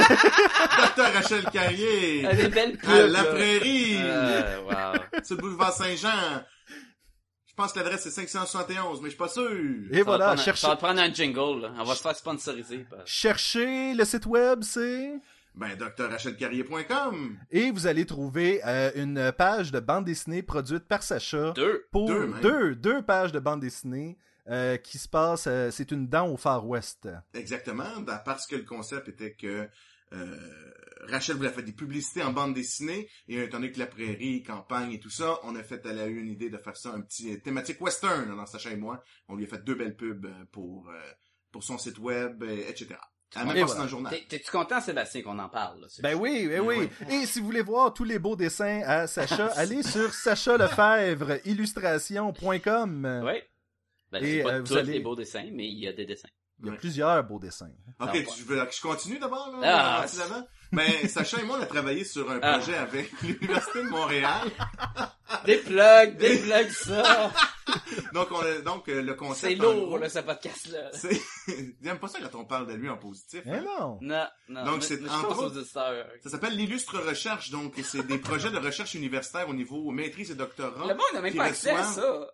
Speaker 1: Docteur Rachel Carrier!
Speaker 2: Elle est belle pub,
Speaker 1: à la
Speaker 2: là.
Speaker 1: prairie!
Speaker 2: Euh, wow.
Speaker 1: Sur le boulevard Saint-Jean! Je pense que l'adresse est 571, mais je suis pas sûr!
Speaker 4: Et
Speaker 2: Ça va
Speaker 4: voilà,
Speaker 2: prendre un-
Speaker 4: cherchez,
Speaker 2: Ça va prendre un jingle, là. On va se faire sponsoriser. par-
Speaker 4: cherchez le site web, c'est...
Speaker 1: Ben, docteurrachelcarrier.com!
Speaker 4: Et vous allez trouver euh, une page de bande dessinée produite par Sacha
Speaker 2: Deux.
Speaker 4: pour
Speaker 1: Deux, même.
Speaker 4: deux, deux pages de bande dessinée euh, qui se passe, euh, c'est une dent au Far West.
Speaker 1: Exactement, dans- parce que le concept était que euh, Rachel voulait faire des publicités en bande dessinée, et étant donné que la prairie, campagne et tout ça, on a fait, elle a eu une idée de faire ça un petit euh, thématique western dans Sacha et moi. On lui a fait deux belles pubs euh, pour, euh, pour son site web, euh, et- etc. Elle a même
Speaker 4: Et
Speaker 1: passé
Speaker 4: voilà.
Speaker 1: dans le journal.
Speaker 2: T'es- T'es-tu content, Sébastien, qu'on en parle, là, c'est-
Speaker 4: Ben oui, ben oui. Et si vous voulez voir tous les beaux dessins à Sacha, allez sur sachalefèvreillustration.com.
Speaker 2: Ouais. Ben,
Speaker 4: Et,
Speaker 2: c'est pas
Speaker 4: euh, vous
Speaker 2: tous
Speaker 4: allez-
Speaker 2: les beaux dessins, mais il y a des dessins.
Speaker 4: Il y a
Speaker 1: Ouais.
Speaker 4: plusieurs beaux dessins.
Speaker 1: Ok,
Speaker 2: Ah, ouais.
Speaker 1: tu veux que je continue d'abord, là?
Speaker 2: Ah,
Speaker 1: la partie d'avant? Ben, Sacha et moi, on a travaillé sur un
Speaker 2: Ah.
Speaker 1: projet avec l'Université de Montréal.
Speaker 2: Des plugs, des plugs, ça!
Speaker 1: Donc, on a, donc, euh, le concept.
Speaker 2: C'est
Speaker 1: en
Speaker 2: lourd,
Speaker 1: gros,
Speaker 2: là, ce podcast-là.
Speaker 1: C'est, j'aime pas ça quand on parle de lui en positif. hein.
Speaker 4: Mais Eh non.
Speaker 2: Non, non.
Speaker 1: Donc,
Speaker 2: mais-
Speaker 1: c'est
Speaker 2: mais je
Speaker 1: entre
Speaker 2: pense aux
Speaker 1: autres-
Speaker 2: auditeurs.
Speaker 4: hein?
Speaker 1: Ça s'appelle l'illustre recherche, donc c'est des projets de recherche universitaire au niveau maîtrise et doctorat.
Speaker 2: Le monde n'a même
Speaker 1: qui
Speaker 2: pas accès à
Speaker 1: reçoivent-
Speaker 2: ça.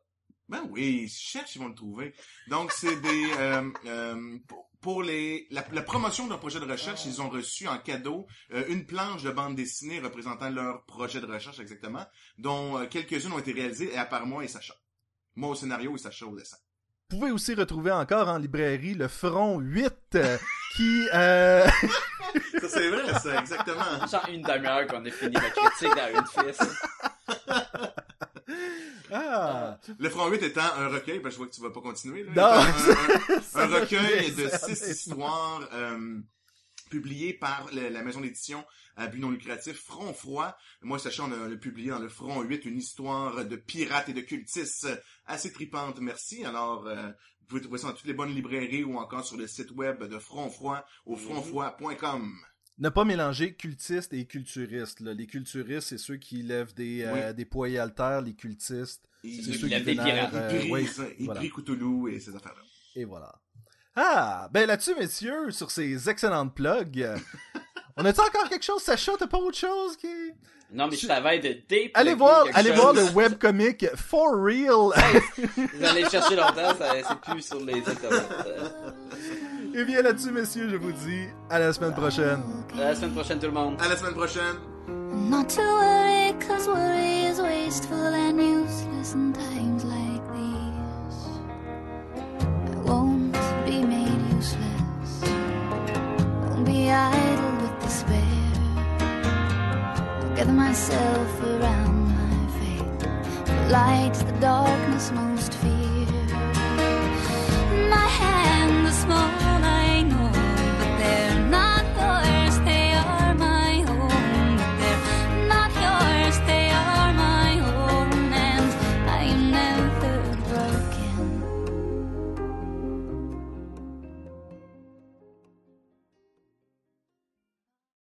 Speaker 1: Ben oui, ils cherchent, ils vont le trouver. Donc c'est des euh, euh, pour- pour les la, la promotion d'un projet de recherche, ils ont reçu en cadeau euh, une planche de bande dessinée représentant leur projet de recherche exactement, dont euh, quelques-unes ont été réalisées et à part moi et Sacha. Moi au scénario et Sacha au dessin.
Speaker 4: Vous pouvez aussi retrouver encore en librairie le Front 8 euh, qui... euh,
Speaker 1: Ça c'est vrai, ça exactement.
Speaker 2: Genre une demi-heure qu'on a fini la critique d'Iron Fist.
Speaker 4: ah.
Speaker 1: Le front 8 étant un recueil, ben je vois que tu vas pas continuer. Là,
Speaker 4: Non.
Speaker 1: Étant un-
Speaker 4: Ça
Speaker 1: un
Speaker 4: m'a
Speaker 1: recueil
Speaker 4: fait
Speaker 1: de
Speaker 4: ça,
Speaker 1: six
Speaker 4: mais-
Speaker 1: histoires euh, publiées par le- la maison d'édition à but non lucratif Front Froid. Moi, sachant, on a, on a publié dans le Front 8 une histoire de pirates et de cultistes assez tripante, merci. Alors, euh, vous pouvez trouver ça dans toutes les bonnes librairies ou encore sur le site web de Front Froid au
Speaker 4: Mhm.
Speaker 1: frontfroid.com.
Speaker 4: Ne pas mélanger cultistes et culturistes. là. Les culturistes, c'est ceux qui lèvent des, euh, des poids et haltères. Les cultistes,
Speaker 1: Il,
Speaker 2: ceux
Speaker 4: c'est ceux
Speaker 2: qui
Speaker 4: qui
Speaker 2: lèvent des
Speaker 4: vénèrent...
Speaker 2: pirates.
Speaker 4: euh,
Speaker 1: il prie,
Speaker 4: oui,
Speaker 1: il
Speaker 4: voilà.
Speaker 1: prie Cthulhu et ces affaires-là.
Speaker 4: Et voilà. Ah, ben là-dessus, messieurs, sur ces excellentes plugs, euh, on a-tu encore quelque chose, Sacha? T'as pas autre chose qui...
Speaker 2: Non, mais je savais de deep.
Speaker 4: Allez
Speaker 2: de
Speaker 4: voir,
Speaker 2: quelque
Speaker 4: allez
Speaker 2: chose.
Speaker 4: voir le webcomic For Real.
Speaker 2: Vous allez le chercher longtemps, ça- c'est plus sur les internets. Euh,
Speaker 4: Et bien là-dessus, messieurs, je vous dis à la semaine prochaine.
Speaker 2: À la semaine prochaine, tout le monde.
Speaker 1: À la semaine prochaine!
Speaker 3: Not to worry, cause worry is wasteful and useless in times like these. It won't be made useless. Won't be idle with despair. I'll gather myself around my faith. Light the darkness most fear. My hand